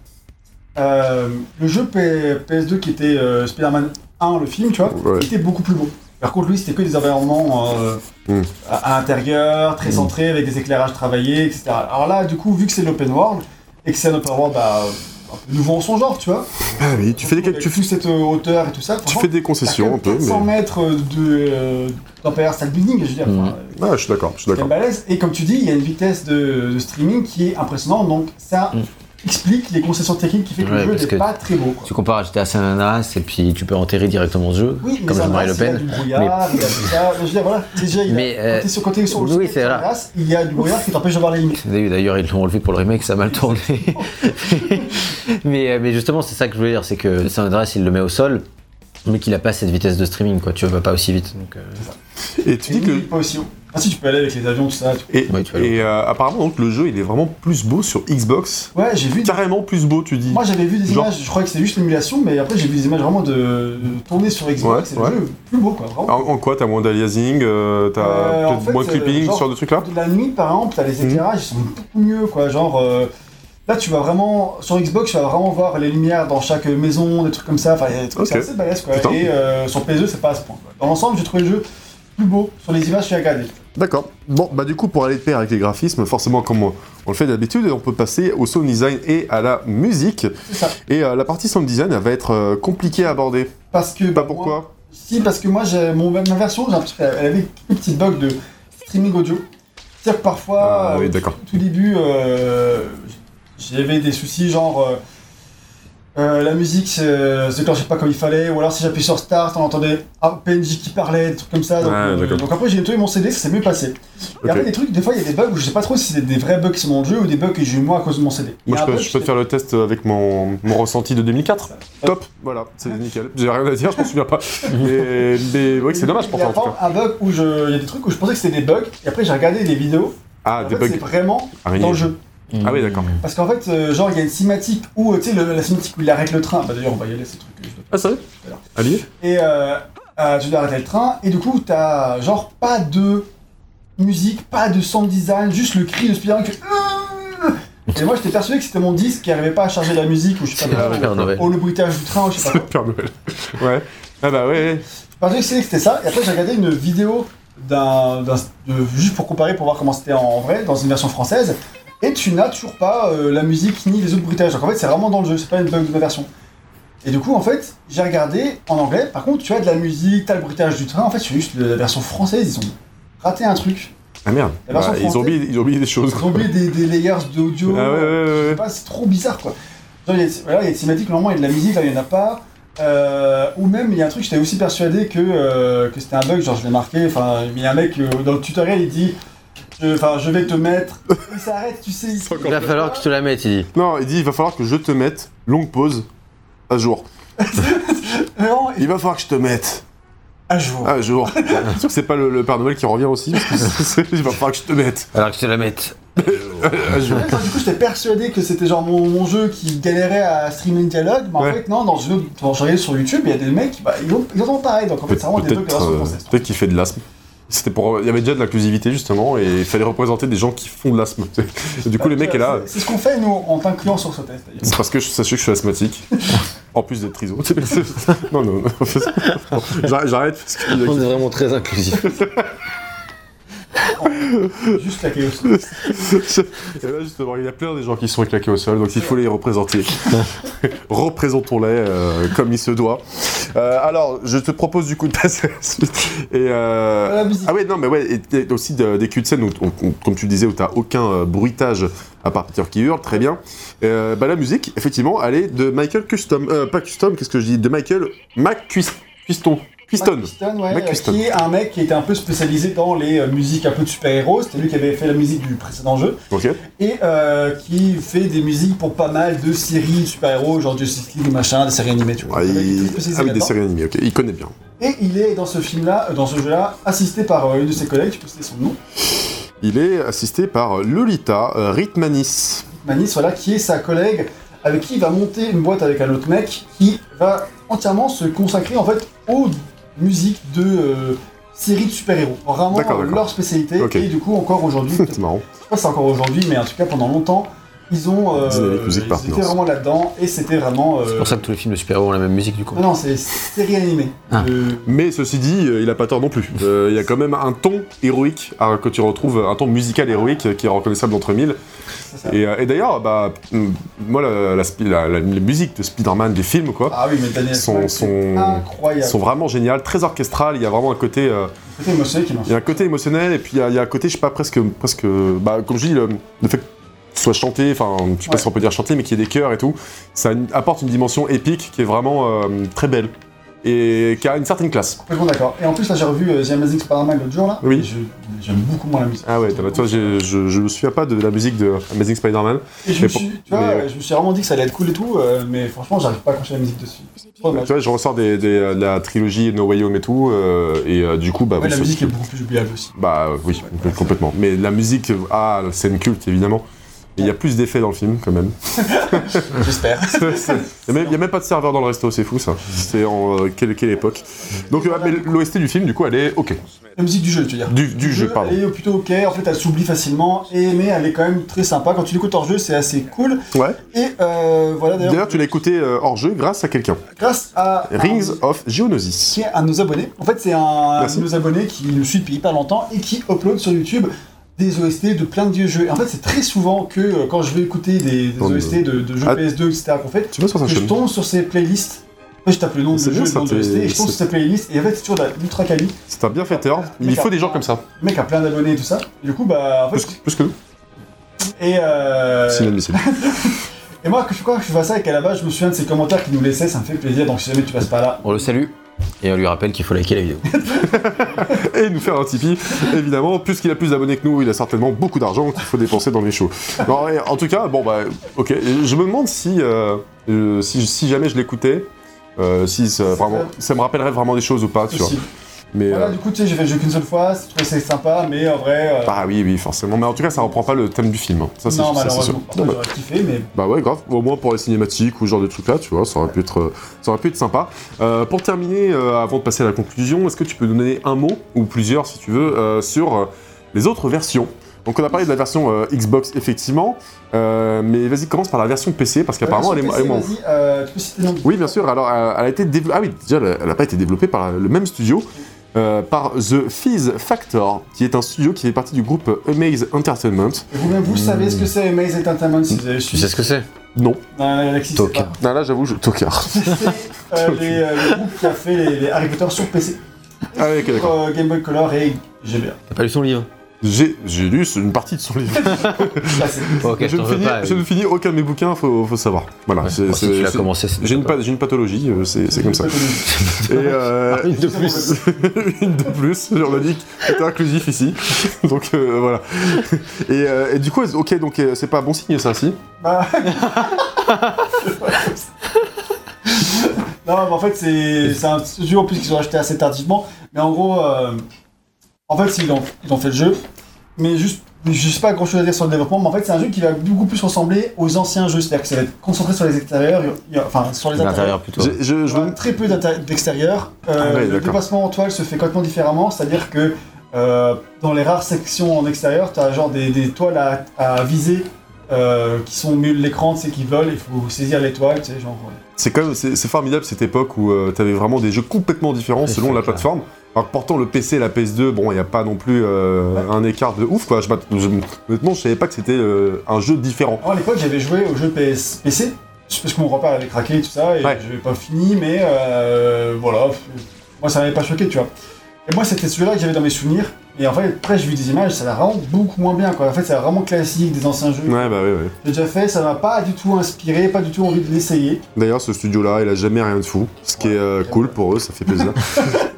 Speaker 1: euh, le jeu P- PS2 qui était euh, Spider-Man 1, le film, tu vois,
Speaker 2: Ouais.
Speaker 1: était beaucoup plus beau. Par contre, lui, c'était que des environnements euh,
Speaker 2: Mm.
Speaker 1: à, à l'intérieur,
Speaker 2: Hmm.
Speaker 1: très centrés, avec des éclairages travaillés, etc. Alors là, du coup, vu que c'est de l'open world, et que c'est un open world, bah, un peu nouveau en son genre, tu vois.
Speaker 2: Ah oui, tu fais des,
Speaker 1: Avec
Speaker 2: tu,
Speaker 1: toute cette euh, hauteur et tout ça.
Speaker 2: tu fais des concessions un peu, mais.
Speaker 1: 100 mètres de, euh, d'Empire State Building, je veux dire.
Speaker 3: Mm.
Speaker 1: enfin,
Speaker 2: Ah, je suis d'accord, je suis
Speaker 1: c'est
Speaker 2: d'accord.
Speaker 1: balèze. Et comme tu dis, il y a une vitesse de, de streaming qui est impressionnante, donc ça
Speaker 3: Mm.
Speaker 1: explique les concessions techniques qui fait que
Speaker 3: Ouais,
Speaker 1: le
Speaker 3: parce
Speaker 1: jeu n'est
Speaker 3: que
Speaker 1: pas très beau. quoi.
Speaker 3: Tu compares à GTA San Andreas et puis tu peux enterrer directement ce jeu,
Speaker 1: Oui, mais
Speaker 3: comme
Speaker 1: ça
Speaker 3: Jean-Marie Le
Speaker 1: reste, Il y a
Speaker 3: Pen.
Speaker 1: du brouillard, il y a tout ça. Je veux dire, voilà, déjà, il y a-
Speaker 3: Mais,
Speaker 1: quand
Speaker 3: euh,
Speaker 1: t'es sur, quand t'es sur le
Speaker 3: oui,
Speaker 1: site
Speaker 3: c'est
Speaker 1: de la
Speaker 3: là.
Speaker 1: race, il y a du brouillard qui t'empêche de voir les limites.
Speaker 3: D'ailleurs, ils l'ont relevé pour le remake, ça a mal tourné. mais, euh, mais justement, c'est ça que je voulais dire, c'est que San Andreas, il le met au sol, mais qu'il a pas cette vitesse de streaming, quoi. Tu vas pas aussi vite. Donc, euh,
Speaker 2: Et tu
Speaker 1: Et
Speaker 2: dis que
Speaker 1: oui, pas aussi haut. Ah si, tu peux aller avec les avions, tout ça. tu-
Speaker 2: Et,
Speaker 3: Ouais, tu vas le-
Speaker 2: et, euh, apparemment, donc, le jeu, il est vraiment plus beau sur Xbox.
Speaker 1: Ouais, j'ai vu. des-
Speaker 2: Carrément plus beau, tu dis.
Speaker 1: Moi, j'avais vu des
Speaker 2: Genre-
Speaker 1: images, je croyais que c'était juste l'émulation, mais après, j'ai vu des images vraiment de, de tourner sur Xbox.
Speaker 2: Ouais,
Speaker 1: c'est
Speaker 2: ouais.
Speaker 1: le jeu plus beau, quoi. Vraiment.
Speaker 2: En, en quoi T'as moins d'aliasing, euh, t'as
Speaker 1: Euh, en
Speaker 2: peut-être
Speaker 1: fait,
Speaker 2: moins de
Speaker 1: euh,
Speaker 2: clipping,
Speaker 1: genre-
Speaker 2: ce genre de trucs là
Speaker 4: Mhm.
Speaker 1: de la nuit, par exemple, t'as les éclairages, ils sont beaucoup mieux, quoi. Genre, euh, Là, tu vas vraiment. Sur Xbox, tu vas vraiment voir les lumières dans chaque maison, des trucs comme ça. Enfin, il y a des trucs
Speaker 4: Ok.
Speaker 1: c'est assez balèze, quoi.
Speaker 4: Putain.
Speaker 1: Et euh, sur PS2, c'est pas à ce point. quoi. Dans l'ensemble, j'ai trouvé le jeu plus beau sur les images que j'ai regardées.
Speaker 4: D'accord. Bon, bah du coup, pour aller de pair avec les graphismes, forcément, comme on, on le fait d'habitude, on peut passer au sound design et à la musique.
Speaker 1: C'est ça.
Speaker 4: Et euh, la partie sound design, elle va être euh, compliquée à aborder.
Speaker 1: Parce que.
Speaker 4: Pas
Speaker 1: bah, moi-
Speaker 4: pourquoi
Speaker 1: Si, parce que moi, j'ai- mon, ma version, j'ai l'impression qu'elle elle avait une petite bug de streaming audio. C'est-à-dire que parfois,
Speaker 4: Ah oui,
Speaker 1: au
Speaker 4: d'accord.
Speaker 1: tout- tout début, euh, j'avais des soucis genre. euh, euh, la musique euh, se, se déclenchait pas comme il fallait, ou alors si j'appuie sur Start, on entendait un PNJ qui parlait, des trucs comme ça. Donc,
Speaker 4: Ah,
Speaker 1: euh,
Speaker 4: d'accord.
Speaker 1: donc après, j'ai nettoyé mon CD, ça s'est mieux passé. Et
Speaker 4: Ok.
Speaker 1: après, des trucs, des fois, il y a des bugs où je sais pas trop si c'est des vrais bugs qui sont dans le jeu ou des bugs que j'ai eu moi à cause de mon CD. Il
Speaker 2: Moi,
Speaker 1: y a
Speaker 2: je
Speaker 1: un
Speaker 2: peux,
Speaker 1: bug,
Speaker 2: je peux te faire le test avec mon, mon ressenti de 2004. Top, voilà, c'est nickel. J'ai rien à dire, je m'en souviens pas. Mais, mais oui, c'est dommage pour
Speaker 1: il y
Speaker 2: toi
Speaker 1: a
Speaker 2: en tout
Speaker 1: vraiment
Speaker 2: cas.
Speaker 1: un bug où je, il y a des trucs où je pensais que c'était des bugs, et après j'ai regardé des vidéos,
Speaker 2: Ah,
Speaker 1: en
Speaker 2: des
Speaker 1: fait,
Speaker 2: bugs.
Speaker 1: c'est vraiment dans
Speaker 2: araignées.
Speaker 1: le jeu.
Speaker 4: Ah oui, d'accord.
Speaker 1: Parce qu'en fait, euh, genre, il y a une cinématique où, euh, tu sais, le- la cinématique où il arrête le train. Bah, d'ailleurs, on va y aller, ce truc. que je dois-
Speaker 2: Ah, sérieux Allié
Speaker 1: Et euh, euh, tu dois arrêter le train, et du coup, t'as, genre, pas de musique, pas de sound design, juste le cri de Spider-Man que. Et moi, j'étais persuadé que c'était mon disque qui arrivait pas à charger la musique, ou je
Speaker 3: C'est
Speaker 1: sais pas,
Speaker 3: super
Speaker 1: ou,
Speaker 3: Noël.
Speaker 1: ou le bruitage du train, ou je sais pas. quoi.
Speaker 2: Père Noël. Ouais. Ah bah ouais.
Speaker 1: Parce que je savais que c'était ça, et après j'ai regardé une vidéo d'un, d'un- de- juste pour comparer, pour voir comment c'était en vrai, dans une version française, et tu n'as toujours pas euh, la musique ni les autres bruitages. Donc en fait, c'est vraiment dans le jeu, c'est pas une bug de ma version. Et du coup, en fait, j'ai regardé en anglais, par contre, tu as de la musique, t'as le bruitage du train, en fait, c'est juste la version française, ils ont raté un truc.
Speaker 4: Ah merde.
Speaker 1: La version
Speaker 4: Bah, ils,
Speaker 1: française-
Speaker 4: ont oublié, ils ont oublié des choses.
Speaker 1: Ils ont oublié des, des layers d'audio,
Speaker 2: Ah ouais, ouais, ouais,
Speaker 1: je sais
Speaker 2: ouais.
Speaker 1: pas, c'est trop bizarre quoi. Genre, il y a, voilà, il y a des cinématiques, normalement, il y a de la musique, là, il n'y en a pas. Euh, ou même, il y a un truc, j'étais aussi persuadé que, euh, que c'était un bug, genre je l'ai marqué, enfin, il y a un mec euh, dans le tutoriel, il dit, je- enfin, je, vais te mettre, il s'arrête, tu sais, ici.
Speaker 3: Il va falloir que je te la mette, il dit.
Speaker 2: Non, il dit il va falloir que je te mette longue pause à jour.
Speaker 1: Non,
Speaker 2: Il va falloir que je te mette
Speaker 1: un jour.
Speaker 2: à jour. C'est sûr que c'est pas le, le Père Noël qui revient aussi. parce que c'est- il va falloir que je te mette
Speaker 3: Alors que je te la mette.
Speaker 2: à jour.
Speaker 1: Ouais, ça, du coup, j'étais persuadé que c'était genre mon, mon jeu qui galérait à streamer le dialogue, mais en
Speaker 2: Ouais.
Speaker 1: fait, non, dans le jeu, quand je regardais sur YouTube, il y a des mecs, bah, ils ont ils ont pareil, donc en fait, c'est vraiment des bugs de la
Speaker 2: Peut-être
Speaker 1: version
Speaker 2: euh,
Speaker 1: française.
Speaker 2: peut-être qu'il fait de l'asthme. C'était pour, il y avait déjà de l'inclusivité justement et il fallait représenter des gens qui font de l'asthme. Et du coup, le mec est là.
Speaker 1: C'est- C'est ce qu'on fait, nous, en t'incluant sur ce test, d'ailleurs.
Speaker 2: C'est parce que je sachez que je suis asthmatique. En plus d'être triso. non, non, non. J'arrête j'arrête parce que.
Speaker 3: On est vraiment très inclusif.
Speaker 1: Juste la chaos.
Speaker 2: Et là, justement, il y a plein des gens qui sont éclatés au sol, donc il faut les représenter. Représentons-les euh, comme il se doit. Euh, alors, je te propose du coup de passer à la suite. Et, euh,
Speaker 1: À la musique.
Speaker 2: Ah ouais, non, mais ouais, et, et aussi de- des culs de scène, où, où- où- comme tu le disais, où t'as aucun euh, bruitage à part Peter qui hurle, très bien. Euh, bah, la musique, effectivement, elle est de Michael Custom. Euh, pas Custom, qu'est-ce que je dis De Michael McCuston. Custon.
Speaker 1: Mac ouais,
Speaker 2: Mac
Speaker 1: euh,
Speaker 2: Houston.
Speaker 1: qui est un mec qui était un peu spécialisé dans les euh, musiques un peu de super-héros. C'était lui qui avait fait la musique du précédent jeu.
Speaker 2: Ok.
Speaker 1: Et euh, qui fait des musiques pour pas mal de séries de super-héros, genre Justice League, machin, des séries animées, tu vois.
Speaker 2: Ah,
Speaker 1: Le mec est
Speaker 2: il-
Speaker 1: tout spécialisé
Speaker 2: ah oui, des
Speaker 1: là-dedans.
Speaker 2: séries animées, ok. Il connaît bien.
Speaker 1: Et il est dans ce film-là, euh, dans ce jeu-là, assisté par euh, une de ses collègues, je peux citer son nom,
Speaker 2: Il est assisté par Lolita euh, Ritmanis.
Speaker 1: Manis, voilà, qui est sa collègue avec qui il va monter une boîte avec un autre mec qui va entièrement se consacrer en fait aux musiques de euh, séries de super-héros. Vraiment
Speaker 2: D'accord, d'accord.
Speaker 1: leur spécialité.
Speaker 2: Ok.
Speaker 1: Et du coup, encore aujourd'hui,
Speaker 2: C'est marrant.
Speaker 1: sais pas si c'est encore aujourd'hui, mais en tout cas pendant longtemps, ils ont. euh,
Speaker 2: Dynamic Music
Speaker 1: ils étaient
Speaker 2: Partners.
Speaker 1: vraiment là-dedans et c'était vraiment. euh,
Speaker 3: C'est pour ça que tous les films de super-héros ont la même musique, du coup.
Speaker 1: Non, non, c'est série animée.
Speaker 3: Ah.
Speaker 1: Euh,
Speaker 2: Mais ceci dit, euh, il a pas tort non plus. Euh, Il y a quand même un ton héroïque hein, que tu retrouves, un ton musical héroïque euh, qui est reconnaissable entre mille.
Speaker 1: ça.
Speaker 2: Et, euh, et d'ailleurs, bah, mm, moi, la, la spi- la- la- les musiques de Spider-Man, des films, quoi,
Speaker 1: Ah oui, mais Daniel
Speaker 2: Son-
Speaker 1: Craig,
Speaker 2: son-
Speaker 1: c'est incroyable.
Speaker 2: sont vraiment géniales, très orchestrales. Il y a vraiment un côté, euh,
Speaker 1: C'était émotionnel qui marche.
Speaker 2: il y a un côté émotionnel et puis il y a, il y a un côté, je sais pas, presque, presque, bah, comme je dis, le, le fait que ce soit chanté, enfin, je sais pas
Speaker 1: Ouais.
Speaker 2: si on peut dire chanté, mais qu'il y ait des chœurs et tout, ça apporte une dimension épique qui est vraiment euh, très belle et qui a une certaine classe.
Speaker 1: Complètement d'accord. Et en plus, là, j'ai revu euh, The Amazing Spider-Man l'autre jour, là.
Speaker 2: Oui.
Speaker 1: et je- J'aime beaucoup moins la musique.
Speaker 2: Ah ouais, t'as- bah, toi, j'ai- je, je me souviens pas de la musique de Amazing Spider-Man.
Speaker 1: Et je,
Speaker 2: mais
Speaker 1: me
Speaker 2: pour-
Speaker 1: suis, tu vois, euh,
Speaker 2: mais ouais.
Speaker 1: je me suis vraiment dit que ça allait être cool et tout, euh, mais franchement, j'arrive pas à accrocher la musique dessus. C'est trop
Speaker 2: Bah,
Speaker 1: dommage.
Speaker 2: tu vois, je ressors des, des, euh, de la trilogie No Way Home et tout, euh, et euh, du coup, bah
Speaker 1: Ouais,
Speaker 2: oui,
Speaker 1: la
Speaker 2: ça-
Speaker 1: musique est beaucoup plus oubliable aussi.
Speaker 2: Bah euh, oui, complètement. Mais la musique, euh, ah, c'est une culte évidemment. Mais il y a plus d'effets dans le film quand même.
Speaker 1: J'espère.
Speaker 2: Il n'y a, même pas de serveur dans le resto, c'est fou ça. C'est en euh, quelle, quelle époque Donc euh, mais l'OST du film, du coup, elle est ok.
Speaker 1: La musique du jeu, tu veux dire.
Speaker 2: Du, du jeu, pardon.
Speaker 1: Elle est plutôt ok, en fait elle s'oublie facilement, et, mais elle est quand même très sympa. Quand tu l'écoutes en jeu, c'est assez cool.
Speaker 2: Ouais.
Speaker 1: Et euh, voilà d'ailleurs,
Speaker 2: D'ailleurs, tu l'as écouté euh, hors jeu grâce à quelqu'un.
Speaker 1: grâce à.
Speaker 2: Rings
Speaker 1: à-
Speaker 2: of Geonosis.
Speaker 1: qui est un de nos abonnés. En fait, c'est un, un
Speaker 2: Merci.
Speaker 1: de nos abonnés qui nous suit depuis hyper longtemps et qui upload sur YouTube des OST de plein de vieux jeux. Et en fait, c'est très souvent que euh, quand je vais écouter des, des
Speaker 2: Dans le-
Speaker 1: OST de, de jeux
Speaker 2: Ah.
Speaker 1: PS2, etc., qu'on fait,
Speaker 2: Tu vas sur sa
Speaker 1: que je
Speaker 2: chaîne.
Speaker 1: tombe sur ces playlists. Moi, je tape le nom de
Speaker 2: C'est bien,
Speaker 1: jeu, le
Speaker 2: ça,
Speaker 1: nom de
Speaker 2: t'es-
Speaker 1: OST, et je tombe sur ces playlists. Et en fait, c'est toujours de la- de l'ultra quali.
Speaker 2: C'est un bienfaiteur. Il faut des gens comme ça.
Speaker 1: Le mec a plein d'abonnés et tout ça. Et du coup, bah, en
Speaker 2: Plus,
Speaker 1: fait,
Speaker 2: plus que nous.
Speaker 1: et euh,
Speaker 2: C'est inadmissible.
Speaker 1: Et moi, que je, quoi, je vois ça et qu'à la base, je me souviens de ces commentaires qu'il nous laissait, ça me fait plaisir. Donc, si jamais tu passes par là,
Speaker 3: On le salue et on lui rappelle qu'il faut liker la vidéo.
Speaker 2: Et nous faire un Tipeee, évidemment. Puisqu'il a plus d'abonnés que nous, il a certainement beaucoup d'argent qu'il faut dépenser dans les shows. Non, et en tout cas, bon, bah, ok. Je me demande si, euh, euh, si, si jamais je l'écoutais, euh, si ça, vraiment, ça me rappellerait vraiment des choses ou pas, tu vois.
Speaker 1: aussi.
Speaker 2: Mais.
Speaker 1: Voilà,
Speaker 2: euh,
Speaker 1: du coup, tu sais, j'ai fait le jeu qu'une seule fois, je trouvais que c'est sympa, mais en vrai. euh,
Speaker 2: bah oui, oui, forcément. Mais en tout cas, ça reprend pas le thème du film. hein. Ça, c'est
Speaker 1: non,
Speaker 2: ça, c'est sûr.
Speaker 1: malheureusement. Après,
Speaker 2: Non, bah,
Speaker 1: J'aurais kiffé, mais
Speaker 2: Bah ouais, grave. Au moins pour les cinématiques ou ce genre de trucs là, tu vois, ça aurait pu être, euh, ça aurait pu être sympa. Euh, pour terminer, euh, avant de passer à la conclusion, est-ce que tu peux donner un mot ou plusieurs, si tu veux, euh, sur euh, les autres versions Donc on a parlé de la version euh, Xbox effectivement, euh, mais vas-y commence par la version PC parce qu'apparemment elle est, elle est moins.
Speaker 1: Vas-y, euh, tu peux citer le nom
Speaker 2: Oui, bien sûr. Alors, euh, elle a été développée. Ah oui, déjà, elle n'a pas été développée par le même studio, euh, par The Fizz Factor, qui est un studio qui fait partie du groupe Amaze Entertainment.
Speaker 1: Et Vous-même,
Speaker 2: Mm.
Speaker 1: vous savez ce que c'est Maze Entertainment si vous avez
Speaker 3: Tu sais ce que c'est
Speaker 2: Non.
Speaker 1: Non, Alexis, c'est
Speaker 3: Toka.
Speaker 1: pas.
Speaker 2: Ah, là, j'avoue, je tocard.
Speaker 1: C'est euh, les, euh, le groupe qui a fait les, les Harry Potter sur PC,
Speaker 2: Ah oui, ok, d'accord.
Speaker 1: euh, Game Boy Color et GBA.
Speaker 3: T'as pas lu son livre
Speaker 2: J'ai j'ai lu une partie de son livre.
Speaker 1: Là, c'est-
Speaker 3: Oh, Ok,
Speaker 2: je,
Speaker 3: je t'en
Speaker 2: ne
Speaker 3: veux
Speaker 2: finis,
Speaker 3: pas.
Speaker 2: je ne finis aucun de mes bouquins, faut, faut savoir. Voilà.
Speaker 3: Ouais.
Speaker 2: c'est-
Speaker 3: Bon,
Speaker 2: c'est-
Speaker 3: Si tu l'as
Speaker 2: c'est-
Speaker 3: commencé, c'est
Speaker 2: J'ai une, pa- j'ai une pathologie, euh, c'est c'est comme ça. Et euh,
Speaker 3: Ah, Une de plus.
Speaker 2: une de plus, on a dit que t'es inclusif ici. donc euh, voilà. Et, euh, et du coup, ok, donc euh, c'est pas bon signe ça, si
Speaker 1: Bah. non, mais en fait, c'est c'est un studio en plus qu'ils ont acheté assez tardivement. Mais en gros, euh, en fait, ils ont, ils ont fait le jeu. Mais juste, je sais pas grand chose à dire sur le développement, mais en fait, c'est un jeu qui va beaucoup plus ressembler aux anciens jeux. C'est-à-dire que ça va être concentré sur les extérieurs, il y a- enfin, sur les intérieurs.
Speaker 3: L'intérieur plutôt.
Speaker 2: J'ai- Je, je
Speaker 1: Il y aura
Speaker 2: veux-
Speaker 1: très peu d'intér- d'extérieur. Euh,
Speaker 2: Ah ouais,
Speaker 1: le
Speaker 2: d'accord.
Speaker 1: déplacement en toile se fait complètement différemment, c'est-à-dire que euh, dans les rares sections en extérieur, tu as genre des, des toiles à, à viser euh, qui sont au milieu de l'écran, tu sais, qui volent, il faut saisir l'étoile, tu sais, genre. ouais.
Speaker 2: C'est quand même, c'est c'est formidable cette époque où tu avais vraiment des jeux complètement différents
Speaker 3: Ouais,
Speaker 2: selon
Speaker 3: c'est
Speaker 2: la
Speaker 3: clair.
Speaker 2: plateforme. Alors que pourtant le PC et la PS2, bon, il n'y a pas non plus euh, un écart de ouf quoi. Je, m'att- je, honnêtement, je savais pas que c'était euh, un jeu différent.
Speaker 1: Alors, à l'époque, j'avais joué au jeu PS, PC, parce que mon repère avait craqué et tout ça, et
Speaker 2: Ouais.
Speaker 1: je n'avais pas fini, mais euh, voilà, moi ça m'avait pas choqué, tu vois. Et moi, c'était celui-là que j'avais dans mes souvenirs, et en fait, après, j'ai vu des images, ça va vraiment beaucoup moins bien, quoi. En fait, c'est vraiment classique des anciens jeux.
Speaker 2: Ouais, bah ouais, ouais.
Speaker 1: J'ai déjà fait, ça m'a pas du tout inspiré, pas du tout envie de l'essayer.
Speaker 2: D'ailleurs, ce studio-là, il a jamais rien de fou, ce qui est euh, cool pour eux, ça fait plaisir.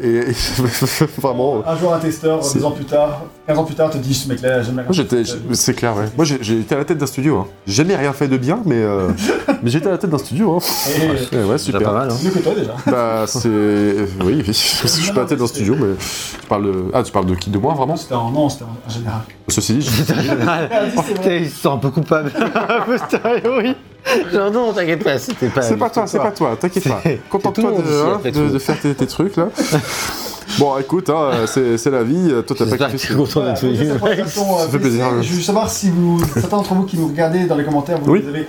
Speaker 2: et, et- vraiment. euh,
Speaker 1: Un jour, un testeur,
Speaker 2: C'est-
Speaker 1: 10 ans plus tard, 15 ans plus tard, te dit ce mec-là, il a jamais
Speaker 2: Moi, j'étais,
Speaker 1: fait de sa
Speaker 2: j'-
Speaker 1: vie.
Speaker 2: c'est clair, ouais. Moi, j'ai- j'ai été à la tête d'un studio. Hein. J'ai jamais rien fait de bien, mais, euh, mais j'étais à la tête d'un studio. Hein.
Speaker 1: Et
Speaker 2: Ouais, ouais,
Speaker 3: C'est déjà pas
Speaker 2: super.
Speaker 3: mal. Hein.
Speaker 1: c'est mieux que toi déjà.
Speaker 2: Bah, c'est. Oui, oui. Je suis pas à la tête d'un studio, mais. Tu parles de. Ah, tu parles de qui De moi, vraiment
Speaker 1: C'était en non, c'était en en général.
Speaker 2: Ceci dit, je-
Speaker 3: Ah,
Speaker 1: dit, c'est vrai.
Speaker 3: il se sent un peu coupable. A posteriori. Genre, non, t'inquiète pas, c'était pas.
Speaker 2: c'est pas toi, c'est pas toi, t'inquiète pas.
Speaker 3: C'est-
Speaker 2: Contente-toi
Speaker 3: c'est tout le
Speaker 2: de,
Speaker 3: monde ici,
Speaker 2: hein,
Speaker 3: après
Speaker 2: de-
Speaker 3: tout.
Speaker 2: de faire tes, tes trucs, là. bon, écoute, hein, c'est c'est la vie. Toi, t'as pas
Speaker 3: J'espère que
Speaker 2: kiffé
Speaker 3: tu es content
Speaker 1: Voilà,
Speaker 3: d'être venu,
Speaker 1: donc ça, pour la
Speaker 3: mec.
Speaker 1: version, euh,
Speaker 2: Ça fait
Speaker 1: PC.
Speaker 2: plaisir, ouais.
Speaker 1: Je veux savoir si vous, certains d'entre vous qui nous regardez dans les commentaires, vous,
Speaker 2: Oui.
Speaker 1: les avez,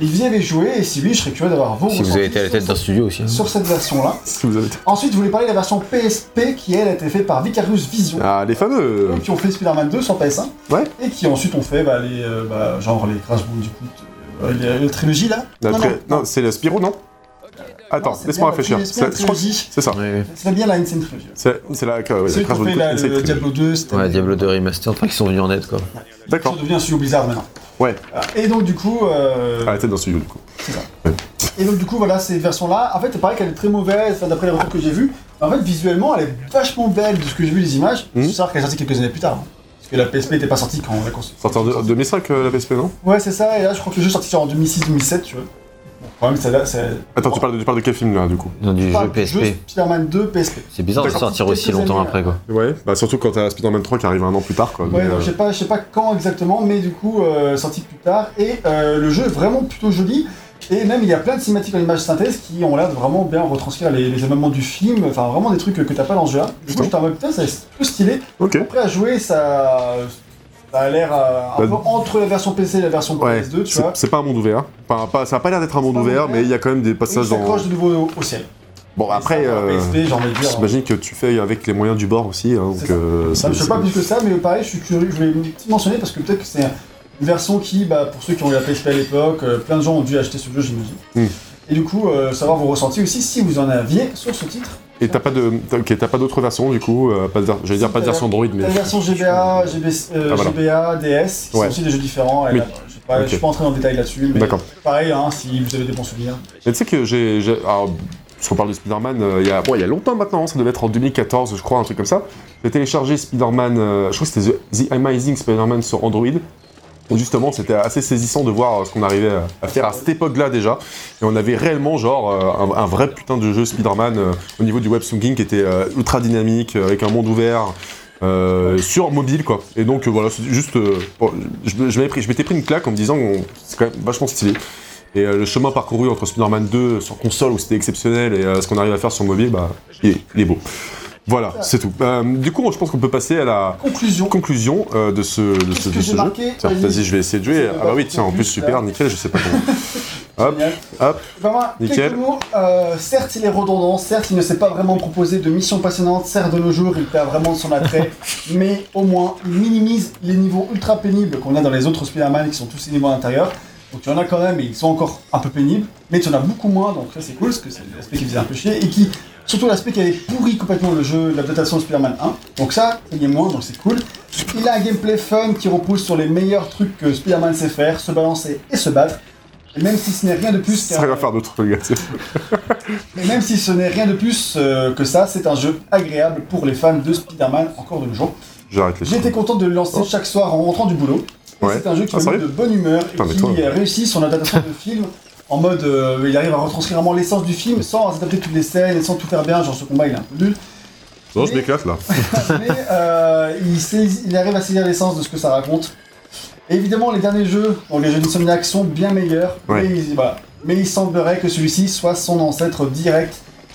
Speaker 1: et vous y avez joué, et si oui, je serais curieux d'avoir vos
Speaker 3: Si vous
Speaker 1: ressentis
Speaker 3: avez été à la tête d'un
Speaker 1: sur,
Speaker 3: studio aussi. hein.
Speaker 1: sur cette version-là.
Speaker 2: si vous avez-
Speaker 1: Ensuite, je voulais parler de la version PSP qui, elle, a été faite par Vicarious Vision.
Speaker 2: Ah, les fameux
Speaker 1: Eux Euh, qui ont fait Spider-Man 2 sur PS1
Speaker 2: Ouais.
Speaker 1: et qui ensuite ont fait bah, les, euh, bah, genre les Crash Bandicoot, euh, les, les trilogies là.
Speaker 2: La tri- non, c'est le Spirou, non Attends,
Speaker 1: c'est
Speaker 2: laisse-moi réfléchir.
Speaker 1: bien la trilogie,
Speaker 2: C'est
Speaker 1: C'est
Speaker 2: je crois que
Speaker 1: trilogie.
Speaker 2: c'est ça.
Speaker 3: Ouais,
Speaker 1: C'est bien la Insane Trilogy.
Speaker 2: C'est c'est la, ouais, la
Speaker 1: Ceux qui
Speaker 2: Crash
Speaker 1: ont fait
Speaker 2: Bandicoot,
Speaker 1: la-
Speaker 2: c'est
Speaker 1: le
Speaker 2: écrit.
Speaker 1: Diablo 2, c'était.
Speaker 3: Ouais, Diablo 2 Remaster, enfin, ils sont venus en aide quoi.
Speaker 1: Ça
Speaker 2: D'accord.
Speaker 1: devient un studio Blizzard maintenant.
Speaker 2: Ouais.
Speaker 1: Voilà. Et donc du coup, euh,
Speaker 2: À la tête d'un studio, du coup.
Speaker 1: et donc du coup voilà cette version là. En fait, c'est pareil qu'elle est très mauvaise enfin, d'après les retours que j'ai vus. En fait, visuellement, elle est vachement belle de ce que j'ai vu des images.
Speaker 2: Mhm.
Speaker 1: C'est ça qu'elle est sortie quelques années plus tard. hein. Parce que la PSP n'était pas sortie quand on l'a construite.
Speaker 2: Sorti en deux- 2005, euh, la PSP, non
Speaker 1: Ouais, c'est ça. Et là, je crois que le jeu est sorti genre en 2006-2007, tu vois. Bon, Ouais, mais celle-là, c'est.
Speaker 2: Attends, tu parles, de, tu parles de quel film là du coup
Speaker 3: Dans du
Speaker 1: Enfin,
Speaker 3: jeu PSP.
Speaker 1: juste Spider-Man 2 PSP.
Speaker 3: C'est bizarre de
Speaker 1: D'accord.
Speaker 3: sortir aussi
Speaker 1: Quelques
Speaker 3: longtemps
Speaker 1: années,
Speaker 3: après, quoi.
Speaker 2: Ouais, bah surtout quand t'as Spider-Man 3 qui arrive un an plus tard quoi.
Speaker 1: Ouais,
Speaker 2: mais,
Speaker 1: non,
Speaker 2: euh,
Speaker 1: je sais pas, je sais pas quand exactement, mais du coup euh, sorti plus tard. Et euh, le jeu est vraiment plutôt joli. Et même il y a plein de cinématiques en image synthèse qui ont l'air de vraiment bien retranscrire les, les moments du film. Enfin vraiment des trucs que, que t'as pas dans ce jeu-là. Du coup
Speaker 2: Putain.
Speaker 1: j'étais en mode putain, c'est plutôt stylé.
Speaker 2: Ok.
Speaker 1: Après à jouer, ça, ça a l'air euh, un
Speaker 2: Bah,
Speaker 1: peu entre la version PC et la version
Speaker 2: Ouais,
Speaker 1: PS2, tu
Speaker 2: c'est
Speaker 1: vois.
Speaker 2: c'est pas un monde ouvert. Enfin, pas, ça a pas l'air d'être un monde
Speaker 1: pas un monde
Speaker 2: ouvert,
Speaker 1: ouvert.
Speaker 2: mais il y a quand même des
Speaker 1: Et il
Speaker 2: passages dans.
Speaker 1: s'accroche de nouveau au, au ciel.
Speaker 2: Bon, après,
Speaker 1: Et ça, dans
Speaker 2: euh,
Speaker 1: la PSP, j'ai envie de dire.
Speaker 2: j'imagine que tu fais avec les moyens du bord aussi. hein,
Speaker 1: hein.
Speaker 2: donc,
Speaker 1: C'est ça.
Speaker 2: euh,
Speaker 1: Ça,
Speaker 2: c'est-
Speaker 1: je sais pas plus que ça, mais pareil, je suis curieux, je voulais une petite mentionner parce que peut-être que c'est une version qui, bah, pour ceux qui ont eu la PSP à l'époque, euh, plein de gens ont dû acheter ce jeu, j'imagine.
Speaker 2: Mm.
Speaker 1: Et du coup, euh, savoir vos ressentis aussi, si vous en aviez sur ce titre.
Speaker 2: Et t'as pas de, t'as- ok, t'as pas d'autres versions du coup. euh, pas de ver- J'allais dire pas de
Speaker 1: T'as-
Speaker 2: version Android, mais.
Speaker 1: La version GBA, GB, euh,
Speaker 2: Ah, voilà.
Speaker 1: GBA, DS, qui
Speaker 2: Ouais.
Speaker 1: sont aussi des jeux différents. et
Speaker 2: Oui.
Speaker 1: là, je sais pas-
Speaker 2: Ok.
Speaker 1: Je suis pas entré dans le détail là-dessus, mais
Speaker 2: D'accord.
Speaker 1: pareil, hein, si vous avez des bons souvenirs.
Speaker 2: Mais tu sais que j'ai. j'ai- alors, Parce qu'on parle de Spider-Man, euh, il y a- bon, il y a longtemps maintenant, hein, ça devait être en 2014, je crois, un truc comme ça. J'ai téléchargé Spider-Man, euh, je crois que c'était The, The Amazing Spider-Man sur Android. Et justement, c'était assez saisissant de voir euh, ce qu'on arrivait à- à faire à cette époque-là déjà. Et on avait réellement, genre, euh, un, un vrai putain de jeu Spider-Man euh, au niveau du webswinging qui était euh, ultra dynamique, euh, avec un monde ouvert. euh, sur mobile quoi et donc euh, voilà c'est juste euh, bon, je, je m'avais pris- je m'étais pris une claque en me disant on- c'est quand même vachement stylé et euh, le chemin parcouru entre Spider-Man 2 sur console où c'était exceptionnel et euh, ce qu'on arrive à faire sur mobile, bah, il est, il est beau. Voilà, c'est tout. Euh, du coup, je pense qu'on peut passer à la
Speaker 1: Conclusion.
Speaker 2: conclusion euh, de ce, de ce,
Speaker 1: Qu'est-ce que
Speaker 2: de
Speaker 1: j'ai
Speaker 2: ce jeu.
Speaker 1: marqué
Speaker 2: Tiens,
Speaker 1: Vas-y.
Speaker 2: Vas-y, je vais essayer de jouer.
Speaker 1: Ça
Speaker 2: Ah
Speaker 1: va
Speaker 2: bah
Speaker 1: pas
Speaker 2: oui, tiens, en plus,
Speaker 1: plus,
Speaker 2: super,
Speaker 1: là.
Speaker 2: nickel, je sais pas comment. Hop,
Speaker 1: Génial.
Speaker 2: hop.
Speaker 1: Ben voilà,
Speaker 2: Nickel.
Speaker 1: quelques mots. Euh, certes, il est redondant, certes, il ne s'est pas vraiment proposé de mission passionnante, certes, de nos jours, il perd vraiment de son attrait, mais au moins, il minimise les niveaux ultra pénibles qu'on a dans les autres Spider-Man qui sont tous ces niveaux à l'intérieur. Donc, tu en as quand même, et ils sont encore un peu pénibles, mais tu en as beaucoup moins, donc ça, c'est cool, parce que c'est l'aspect qui faisait un peu chier, et qui, surtout l'aspect qui avait pourri complètement le jeu, l'adaptation de Spider-Man 1. Donc, ça, il y est moins, donc c'est cool. Il a un gameplay fun qui repose sur les meilleurs trucs que Spider-Man sait faire, se balancer et se battre. Et même si ce n'est rien de plus
Speaker 2: ça rien à faire d'autre, les gars.
Speaker 1: mais même si ce n'est rien de plus euh, que ça, c'est un jeu agréable pour les fans de Spider-Man encore de nos jours.
Speaker 2: J'arrête les
Speaker 1: J'ai été content de le lancer chaque soir en rentrant du boulot. Et
Speaker 2: Oh. Ouais.
Speaker 1: C'est un jeu qui
Speaker 2: Ah,
Speaker 1: m'a mis
Speaker 2: sérieux
Speaker 1: de bonne humeur et
Speaker 2: Putain, mais
Speaker 1: qui
Speaker 2: toi, ouais.
Speaker 1: euh, réussit son adaptation de film en mode euh, il arrive à retranscrire vraiment l'essence du film sans adapter toutes les scènes et sans tout faire bien. Genre ce combat il est un peu nul.
Speaker 2: Non, je m'éclate là.
Speaker 1: mais euh, il, saisit- il arrive à saisir l'essence de ce que ça raconte. Et évidemment, les derniers jeux, donc les jeux d'Insomniac, sont bien meilleurs.
Speaker 2: Ouais.
Speaker 1: Mais, ils- voilà. Mais il semblerait que celui-ci soit son ancêtre direct,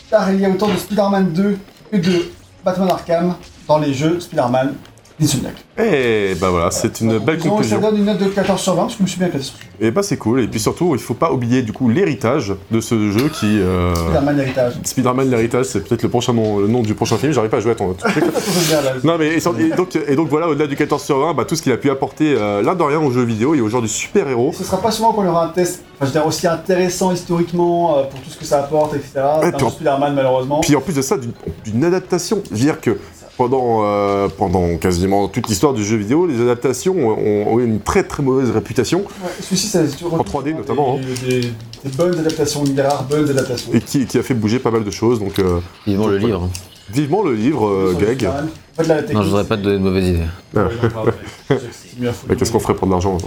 Speaker 1: car il y a autant de Spider-Man 2 que de Batman Arkham dans les jeux Spider-Man d'Insomniac.
Speaker 2: Et bah voilà, c'est une
Speaker 1: Donc,
Speaker 2: belle
Speaker 1: disons,
Speaker 2: conclusion.
Speaker 1: Ça donne une note de 14 sur 20, parce que je me suis bien classé sur
Speaker 2: Et bah c'est cool. Et puis surtout, il faut pas oublier du coup l'héritage de ce jeu qui. euh,
Speaker 1: Spider-Man Héritage.
Speaker 2: Spider-Man l'héritage, c'est peut-être le prochain nom, le nom du prochain film. J'arrive pas à jouer à ton.
Speaker 1: Ça tombe bien, là.
Speaker 2: Non mais et, sur- et donc, et donc voilà au-delà du 14 sur 20 bah, tout ce qu'il a pu apporter euh, l'un de rien aux jeux vidéo et aux genres du super héros.
Speaker 1: Ce sera pas souvent qu'on aura un test, enfin, je veux dire, aussi intéressant historiquement euh, pour tout ce que ça apporte, etc. C'est un
Speaker 2: puis
Speaker 1: jeu
Speaker 2: en-
Speaker 1: Spider-Man, malheureusement.
Speaker 2: Puis en plus de ça d'une- d'une adaptation, je veux dire que pendant euh, pendant quasiment toute l'histoire du jeu vidéo les adaptations ont, ont eu une très très mauvaise réputation
Speaker 1: Ouais, celui-ci, ça
Speaker 2: En 3D notamment, hein.
Speaker 1: Des, des- des bonnes adaptations, des rares bonnes adaptations.
Speaker 2: et qui, qui a fait bouger pas mal de choses donc euh,
Speaker 3: Vivement le
Speaker 2: Ouais.
Speaker 3: livre. hein.
Speaker 2: vivement le livre euh,
Speaker 1: Sur
Speaker 2: Greg.
Speaker 1: Spider-Man. En fait, là, la technique,
Speaker 3: Non, je voudrais pas te donner de mauvaises idées.
Speaker 1: c'est- Ouais, non, grave, ouais. C'est mieux à foutre.
Speaker 2: Bah, Qu'est-ce qu'on ferait pour de l'argent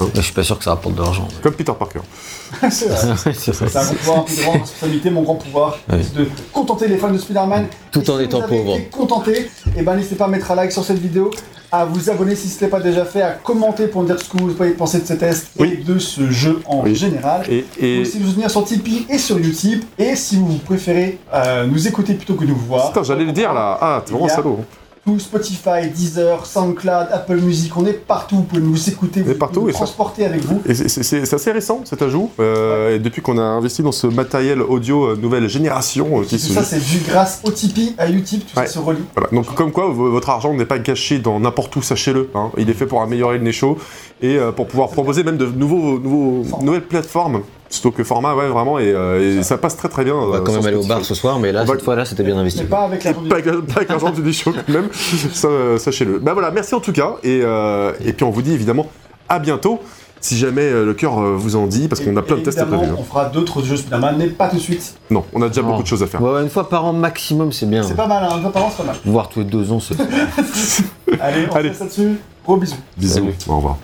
Speaker 2: euh,
Speaker 3: Je suis pas sûr que ça rapporte de l'argent.
Speaker 2: Comme Peter Parker.
Speaker 1: C'est vrai. C'est un grand pouvoir, une grande responsabilité. Mon grand pouvoir,
Speaker 3: Ouais.
Speaker 1: c'est de contenter les fans de Spider-Man.
Speaker 3: Ah Tout en
Speaker 1: Si
Speaker 3: étant
Speaker 1: vous avez
Speaker 3: pauvre.
Speaker 1: été Contenté, et ben n'hésitez pas à mettre un like sur cette vidéo, à vous abonner si ce n'est pas déjà fait, à commenter pour me dire ce que vous pensez de ce test et
Speaker 2: Oui.
Speaker 1: de ce jeu en
Speaker 2: Oui.
Speaker 1: général.
Speaker 2: Et, et-
Speaker 1: Vous pouvez aussi nous soutenir sur Tipeee et sur YouTube. Et si vous préférez euh, nous écouter plutôt que nous voir,
Speaker 2: Putain, j'allais le dire là. Ah, t'es vraiment
Speaker 1: Il y a-
Speaker 2: salaud.
Speaker 1: tout Spotify, Deezer, SoundCloud, Apple Music, on est partout, vous pouvez nous écouter,
Speaker 2: On est
Speaker 1: vous
Speaker 2: partout,
Speaker 1: nous
Speaker 2: et ça-
Speaker 1: transporter avec vous.
Speaker 2: Et c'est- c'est c'est assez récent cet ajout. Euh, et depuis qu'on a investi dans ce matériel audio euh, nouvelle génération, euh, qui
Speaker 1: Tout
Speaker 2: se-
Speaker 1: ça c'est dû grâce au Tipeee, à Utip, tout
Speaker 2: Ouais.
Speaker 1: ça se relie.
Speaker 2: Voilà. Donc comme quoi, v- votre argent n'est pas gâché dans n'importe où, sachez-le. hein. Il est fait pour améliorer le nez chaud et euh, pour pouvoir proposer même de nouveaux, nouveaux-
Speaker 1: Format.
Speaker 2: nouvelles plateformes, plutôt que format, ouais, vraiment. Et, euh, et ça passe très très bien.
Speaker 3: On va
Speaker 2: euh,
Speaker 3: quand
Speaker 2: sur
Speaker 3: même aller au
Speaker 2: Spotify.
Speaker 3: bar ce soir, mais là,
Speaker 2: On va-
Speaker 3: cette fois-là, c'était bien investi.
Speaker 1: Mais pas avec l'argent du
Speaker 2: Pas avec- pas avec l'argent du nez chaud quand même, ça, euh, sachez-le. Ben voilà, merci en tout cas. Et, euh, et puis on vous dit évidemment à bientôt, si jamais euh, le cœur euh, vous en dit, parce qu'on a plein de tests à
Speaker 1: Évidemment,
Speaker 2: prévu. hein.
Speaker 1: On fera d'autres jeux Spider-Man, mais pas tout de suite.
Speaker 2: Non, on a déjà
Speaker 3: Non.
Speaker 2: beaucoup de choses à faire.
Speaker 3: Ouais, ouais, une fois par an maximum, c'est bien.
Speaker 1: C'est pas mal, hein, un peu par an, c'est pas mal.
Speaker 3: Voir tous les deux ans, c'est.
Speaker 1: Allez, on
Speaker 2: Allez.
Speaker 1: se laisse là-dessus. Gros bisous.
Speaker 2: Bisous,
Speaker 3: Salut.
Speaker 2: au revoir.